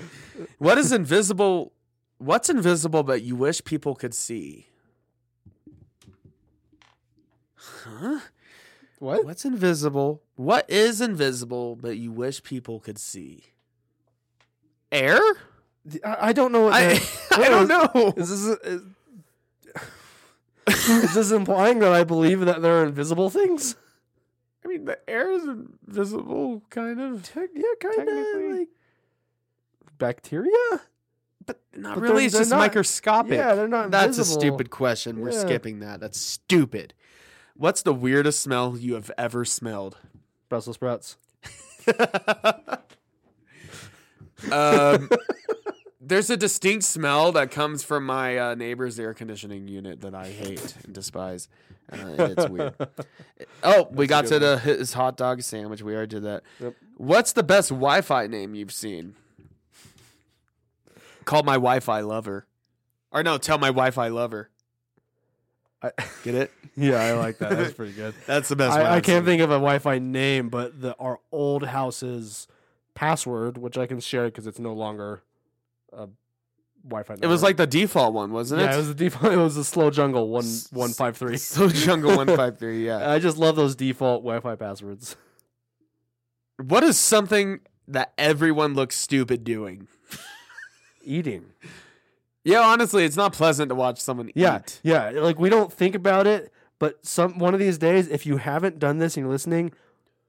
Speaker 2: What is invisible? What's invisible but you wish people could see? Huh?
Speaker 3: What?
Speaker 2: What's invisible? What is invisible but you wish people could see? Air?
Speaker 3: I, I don't know. What
Speaker 2: I,
Speaker 3: that-
Speaker 2: I don't know.
Speaker 3: Is this is, is this implying that I believe that there are invisible things?
Speaker 2: I mean, the air is invisible, kind of.
Speaker 3: yeah, kind
Speaker 2: Technically.
Speaker 3: bacteria.
Speaker 2: But not
Speaker 3: But
Speaker 2: really.
Speaker 3: they're-
Speaker 2: It's
Speaker 3: they're
Speaker 2: just
Speaker 3: not-
Speaker 2: microscopic.
Speaker 3: Yeah, they're not.
Speaker 2: That's
Speaker 3: invisible.
Speaker 2: a stupid question. We're
Speaker 3: Yeah.
Speaker 2: skipping that. That's stupid. What's the weirdest smell you have ever smelled?
Speaker 3: Brussels sprouts.
Speaker 2: um, there's a distinct smell that comes from my uh, neighbor's air conditioning unit that I hate and despise. Uh, and it's weird. Oh, we got to the his hot dog sandwich. We already did that.
Speaker 3: Yep.
Speaker 2: What's the best Wi-Fi name you've seen? Call my Wi-Fi lover, or no, tell my Wi-Fi lover.
Speaker 3: I-
Speaker 2: Get it?
Speaker 3: yeah, I like that. That's pretty good.
Speaker 2: That's the best. one
Speaker 3: I, I
Speaker 2: I've
Speaker 3: can't
Speaker 2: seen.
Speaker 3: think of a Wi-Fi name, but the our old house's password, which I can share because it's no longer a Wi-Fi.
Speaker 2: It was like the default one, wasn't
Speaker 3: yeah, it
Speaker 2: it?
Speaker 3: was the default. It was the slow jungle one
Speaker 2: S-
Speaker 3: one five three.
Speaker 2: so jungle one five three. Yeah.
Speaker 3: I just love those default Wi-Fi passwords.
Speaker 2: What is something that everyone looks stupid doing?
Speaker 3: Eating.
Speaker 2: Yeah, honestly, it's not pleasant to watch someone
Speaker 3: Yeah,
Speaker 2: eat.
Speaker 3: yeah. Like we don't think about it, but some one of these days, if you haven't done this and you're listening,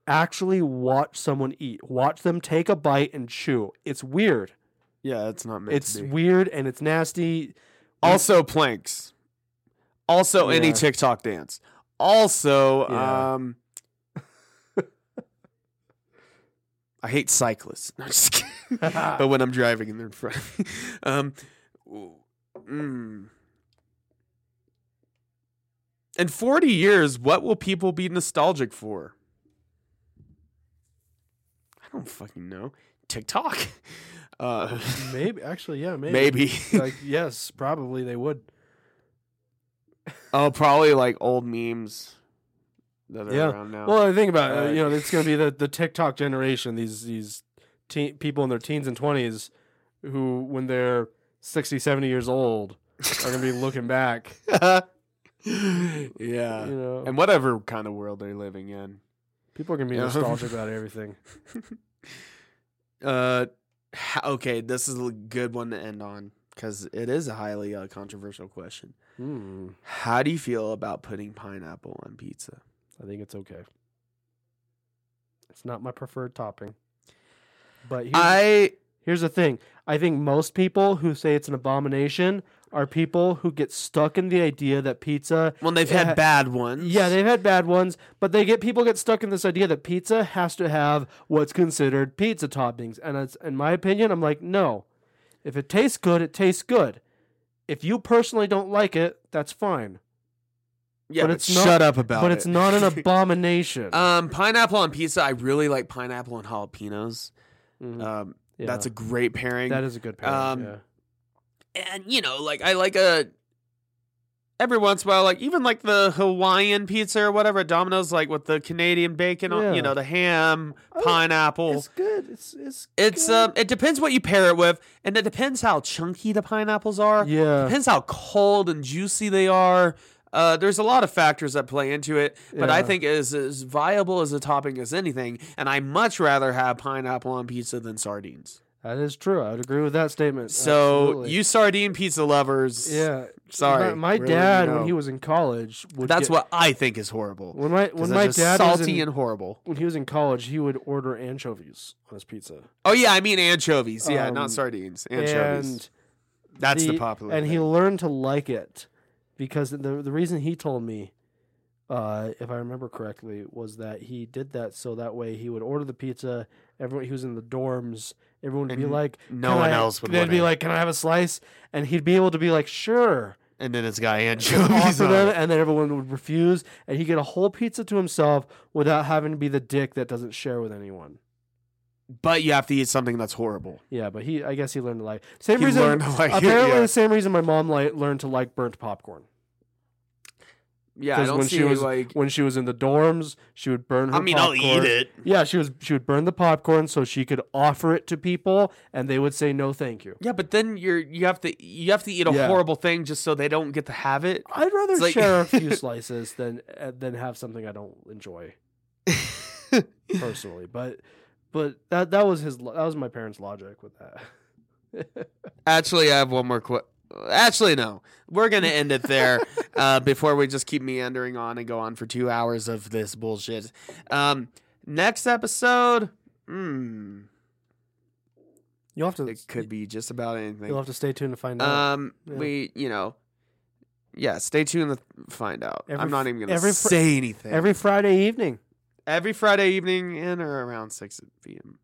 Speaker 3: actually watch someone eat. Watch them take a bite and chew. It's weird.
Speaker 2: Yeah, that's not meant
Speaker 3: It's
Speaker 2: to be.
Speaker 3: weird and it's nasty.
Speaker 2: also planks. Also any
Speaker 3: Yeah.
Speaker 2: TikTok dance. Also,
Speaker 3: Yeah.
Speaker 2: um I hate cyclists. No, just kidding. but when I'm driving and they're in front. um ooh, mm. In 40 years, what will people be nostalgic for? I don't fucking know. TikTok. Uh
Speaker 3: Maybe actually, yeah,
Speaker 2: maybe.
Speaker 3: like yes, probably they would.
Speaker 2: Oh, probably like old memes that are
Speaker 3: Yeah.
Speaker 2: around now.
Speaker 3: Well, I think about it,
Speaker 2: Uh,
Speaker 3: you know, it's going to be the, the TikTok generation. These these teen, people in their teens and twenties who, when they're 60, 70 years old, are going to be looking back.
Speaker 2: yeah.
Speaker 3: you know,
Speaker 2: And whatever kind of world they're living in.
Speaker 3: people are going to be
Speaker 2: Yeah.
Speaker 3: nostalgic about everything.
Speaker 2: Uh, Ha- Okay, this is a good one to end on because it is a highly uh, controversial question.
Speaker 3: Hmm.
Speaker 2: How do you feel about putting pineapple on pizza?
Speaker 3: I think it's okay. It's not my preferred topping. But here's,
Speaker 2: I
Speaker 3: here's the thing I think most people who say it's an abomination are people who get stuck in the idea that pizza.
Speaker 2: well, they've
Speaker 3: Yeah.
Speaker 2: had bad ones.
Speaker 3: Yeah, they've had bad ones, but they get people get stuck in this idea that pizza has to have what's considered pizza toppings. And it's in my opinion, I'm like, no. If it tastes good, it tastes good. If you personally don't like it, that's fine.
Speaker 2: yeah,
Speaker 3: but
Speaker 2: but
Speaker 3: it's not-
Speaker 2: shut up about
Speaker 3: but
Speaker 2: it.
Speaker 3: it's not an abomination.
Speaker 2: um, pineapple on pizza. I really like pineapple and jalapenos.
Speaker 3: Mhm.
Speaker 2: Um,
Speaker 3: Yeah.
Speaker 2: that's a great pairing.
Speaker 3: That is a good pairing.
Speaker 2: Um,
Speaker 3: yeah.
Speaker 2: and you know, like I like a every once in a while, like even like the Hawaiian pizza or whatever, Domino's like with the Canadian bacon on,
Speaker 3: Yeah.
Speaker 2: you know, the ham,
Speaker 3: Oh,
Speaker 2: pineapple.
Speaker 3: It's good. It's it's
Speaker 2: It's
Speaker 3: good.
Speaker 2: um, it depends what you pair it with, and it depends how chunky the pineapples are.
Speaker 3: yeah.
Speaker 2: Depends how cold and juicy they are. Uh, there's a lot of factors that play into it, but I
Speaker 3: Yeah.
Speaker 2: think it's as viable as a topping as anything, and I much rather have pineapple on pizza than sardines.
Speaker 3: That is true. I would agree with that statement.
Speaker 2: So
Speaker 3: Absolutely.
Speaker 2: you sardine pizza lovers,
Speaker 3: yeah. my,
Speaker 2: sorry,
Speaker 3: my
Speaker 2: really,
Speaker 3: dad
Speaker 2: no.
Speaker 3: when he was in college would
Speaker 2: That's
Speaker 3: get-
Speaker 2: what I think is horrible.
Speaker 3: when my
Speaker 2: 'Cause
Speaker 3: when
Speaker 2: it's
Speaker 3: my
Speaker 2: just
Speaker 3: dad was
Speaker 2: salty
Speaker 3: in,
Speaker 2: and horrible.
Speaker 3: when he was in college, he would order anchovies on his pizza.
Speaker 2: Oh yeah, I mean anchovies. Yeah,
Speaker 3: Um,
Speaker 2: not sardines. Anchovies.
Speaker 3: And
Speaker 2: That's the, popular.
Speaker 3: And he
Speaker 2: thing.
Speaker 3: learned to like it because the the reason he told me, uh, if I remember correctly, was that he did that so that way he would order the pizza. Everyone he was in the dorms. Everyone would be
Speaker 2: And
Speaker 3: like,
Speaker 2: no
Speaker 3: "Can
Speaker 2: one
Speaker 3: I-"
Speaker 2: else would
Speaker 3: They'd
Speaker 2: want
Speaker 3: be
Speaker 2: it.
Speaker 3: like, "Can I have a slice?" And he'd be able to be like, "Sure."
Speaker 2: and then it's got anchovies
Speaker 3: Offer
Speaker 2: on
Speaker 3: them,
Speaker 2: it.
Speaker 3: and then everyone would refuse, and he'd get a whole pizza to himself without having to be the dick that doesn't share with anyone.
Speaker 2: But you have to eat something that's horrible.
Speaker 3: Yeah, but he, I guess he learned to like. Same
Speaker 2: He
Speaker 3: reason.
Speaker 2: learned to like it,
Speaker 3: apparently,
Speaker 2: yeah.
Speaker 3: the same reason my mom like learned to like burnt popcorn.
Speaker 2: Yeah, I
Speaker 3: Because
Speaker 2: don't
Speaker 3: when
Speaker 2: see
Speaker 3: she was
Speaker 2: like.
Speaker 3: when she was in the dorms, she would burn her.
Speaker 2: I mean,
Speaker 3: popcorn.
Speaker 2: I'll eat it.
Speaker 3: Yeah, she was she would burn the popcorn so she could offer it to people, and they would say no, thank you.
Speaker 2: Yeah, but then you're you have to you have to eat a
Speaker 3: Yeah.
Speaker 2: horrible thing just so they don't get to have it.
Speaker 3: I'd rather
Speaker 2: It's like-
Speaker 3: share a few slices than uh, than have something I don't enjoy personally. But but that that was his lo- that was my parents' logic with that.
Speaker 2: Actually, I have one more question. Actually, no. We're gonna end it there uh, before we just keep meandering on and go on for two hours of this bullshit. Um, next episode, hmm,
Speaker 3: You'll have to
Speaker 2: it could be just about anything.
Speaker 3: you'll have to stay tuned to find out.
Speaker 2: Um,
Speaker 3: Yeah.
Speaker 2: we, you know, yeah. Stay tuned to find out.
Speaker 3: Every
Speaker 2: I'm
Speaker 3: fr-
Speaker 2: not even gonna
Speaker 3: every fr-
Speaker 2: say anything.
Speaker 3: Every Friday evening.
Speaker 2: Every Friday evening in or around six p.m.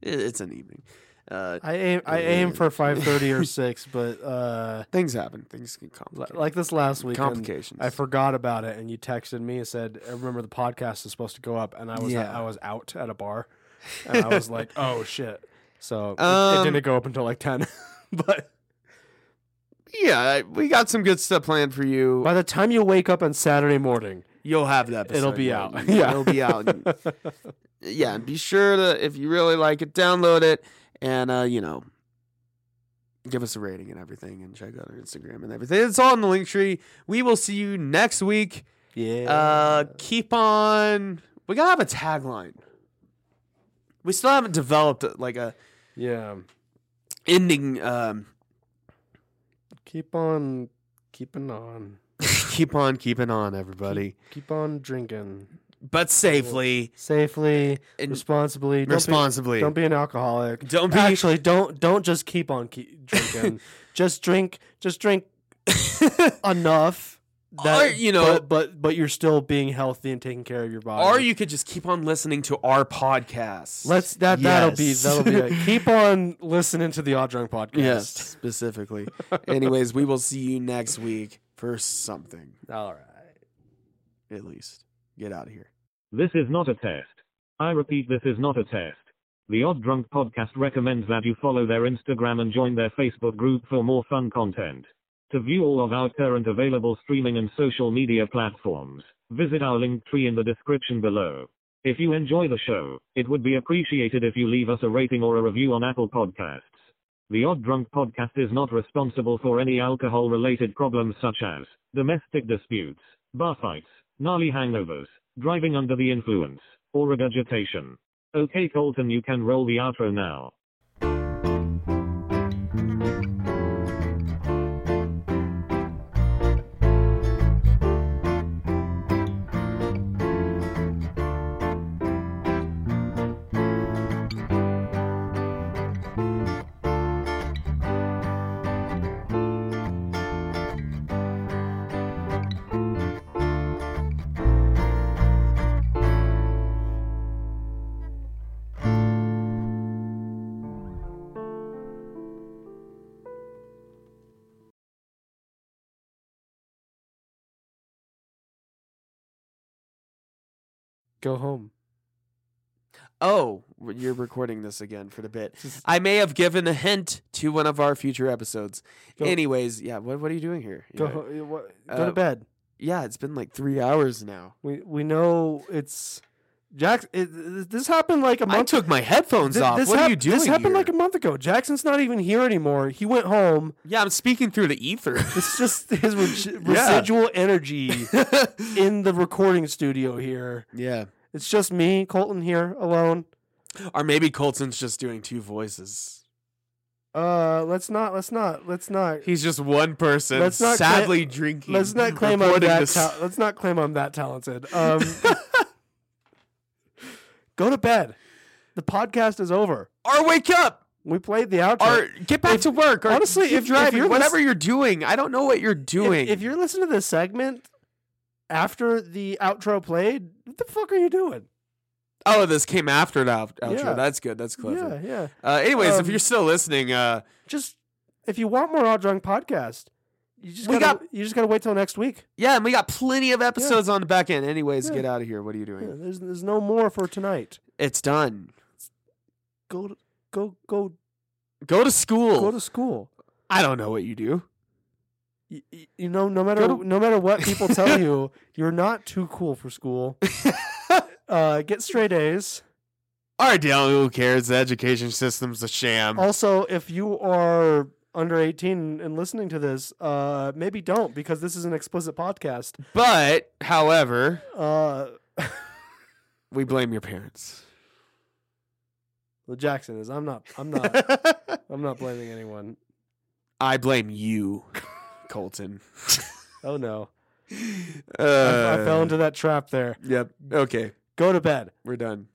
Speaker 2: It- It's an evening. Uh,
Speaker 3: I aim I aim for five thirty or six, but uh,
Speaker 2: things happen. Things can
Speaker 3: li-
Speaker 2: complicate.
Speaker 3: like this last weekend,
Speaker 2: complications.
Speaker 3: I forgot about it, and you texted me and said, "I remember the podcast is supposed to go up," and I was
Speaker 2: Yeah.
Speaker 3: I was out at a bar, and I was like, "Oh shit!" So it- it,
Speaker 2: Um,
Speaker 3: didn't go up until like ten. but
Speaker 2: yeah, I- we got some good stuff planned for you.
Speaker 3: by the time you wake up on Saturday morning,
Speaker 2: You'll have that.
Speaker 3: It'll
Speaker 2: episode,
Speaker 3: be
Speaker 2: yeah.
Speaker 3: out.
Speaker 2: You-
Speaker 3: Yeah.
Speaker 2: it'll be out. yeah, and be sure to if you really like it, download it, and uh, you know, give us a rating and everything, and check out our Instagram and everything. It's all in the link tree. We will see you next week.
Speaker 3: yeah,
Speaker 2: Uh, keep on. We gotta have a tagline. We still haven't developed uh, like a
Speaker 3: yeah,
Speaker 2: ending. Um,
Speaker 3: keep on keeping on,
Speaker 2: keep on keeping on, everybody,
Speaker 3: keep on drinking
Speaker 2: but safely
Speaker 3: safely,
Speaker 2: and
Speaker 3: responsibly, Don't be-
Speaker 2: responsibly.
Speaker 3: Don't be an alcoholic.
Speaker 2: Don't be-
Speaker 3: actually. Don't don't just keep on keep drinking. just drink. Just drink enough.
Speaker 2: Or, you know-
Speaker 3: but, but but you're still being healthy and taking care of your body.
Speaker 2: or you could just keep on listening to our podcast.
Speaker 3: Let's that that'll be
Speaker 2: Yes.
Speaker 3: that'll be it. keep on listening to the Odd Drunk podcast.
Speaker 2: yes, specifically. Anyways, we will see you next week for something.
Speaker 3: All right.
Speaker 2: At least, get out of here.
Speaker 6: This is not a test. I repeat, this is not a test. The Odd Drunk Podcast recommends that you follow their Instagram and join their Facebook group for more fun content. To view all of our current available streaming and social media platforms, visit our link tree in the description below. If you enjoy the show, it would be appreciated if you leave us a rating or a review on Apple Podcasts. The Odd Drunk Podcast is not responsible for any alcohol related problems such as domestic disputes, bar fights, gnarly hangovers, driving under the influence, or regurgitation. Okay, Colton, you can roll the outro now.
Speaker 3: Go home.
Speaker 2: Oh, you're recording this again for the bit. I may have given a hint to one of our future episodes.
Speaker 3: Go-
Speaker 2: Anyways, yeah. What What are you doing here?
Speaker 3: Go
Speaker 2: Yeah.
Speaker 3: ho- what-
Speaker 2: Uh,
Speaker 3: go to bed.
Speaker 2: Yeah, it's been like three hours now.
Speaker 3: We we know it's Jack. It, th- this happened like a
Speaker 2: I
Speaker 3: month.
Speaker 2: took my headphones
Speaker 3: thi-
Speaker 2: off.
Speaker 3: This
Speaker 2: what
Speaker 3: hap-
Speaker 2: are you doing?
Speaker 3: This happened
Speaker 2: here?
Speaker 3: like a month ago. Jackson's not even here anymore. He went home.
Speaker 2: yeah. I'm speaking through the ether.
Speaker 3: It's just his re-
Speaker 2: Yeah.
Speaker 3: residual energy in the recording studio here.
Speaker 2: yeah.
Speaker 3: It's just me, Colton here alone.
Speaker 2: Or maybe Colton's just doing two voices.
Speaker 3: Uh, let's not. Let's not. Let's not.
Speaker 2: He's just one person,
Speaker 3: Let's not cla-
Speaker 2: sadly drinking.
Speaker 3: Let's not claim I'm
Speaker 2: reporting
Speaker 3: that.
Speaker 2: this-
Speaker 3: ta- let's not claim I'm that talented. Um, go to bed. The podcast is over.
Speaker 2: or wake up.
Speaker 3: We played the outro.
Speaker 2: Or get back to work. Or
Speaker 3: honestly,
Speaker 2: keep
Speaker 3: if- if
Speaker 2: driving,
Speaker 3: you're
Speaker 2: whatever
Speaker 3: lis-
Speaker 2: you're doing, I don't know what you're
Speaker 3: If-
Speaker 2: doing.
Speaker 3: If, you're listening to this segment after the outro played, what the fuck are you doing?
Speaker 2: oh, this came after the out- outro.
Speaker 3: Yeah.
Speaker 2: That's good. That's clever.
Speaker 3: Yeah, yeah.
Speaker 2: Uh, anyways, if
Speaker 3: Um,
Speaker 2: you're still listening, uh,
Speaker 3: Just if you want more All Drunk podcast, you just
Speaker 2: We
Speaker 3: gotta, you just gotta wait till next week.
Speaker 2: yeah, and we got plenty of episodes on the back end. Anyways,
Speaker 3: Yeah.
Speaker 2: get out of here. What are you doing?
Speaker 3: Yeah, there's there's no more for tonight.
Speaker 2: It's done.
Speaker 3: Go to, go go
Speaker 2: Go to school.
Speaker 3: go to school.
Speaker 2: I don't know what you do.
Speaker 3: Y- y- You know, no matter
Speaker 2: to-
Speaker 3: no matter what people tell you, you're not too cool for school. uh, get straight A's.
Speaker 2: All right, Dale, who cares? The education system's a sham.
Speaker 3: Also, if you are under 18 and listening to this, uh, maybe don't because this is an explicit podcast.
Speaker 2: But, however,
Speaker 3: Uh,
Speaker 2: we blame your parents.
Speaker 3: well, Jackson is. I'm not. I'm not. I'm not blaming anyone.
Speaker 2: I blame you, Colton.
Speaker 3: Oh no,
Speaker 2: Uh,
Speaker 3: I, I fell into that trap there.
Speaker 2: Yep. Okay,
Speaker 3: Go to bed.
Speaker 2: we're done.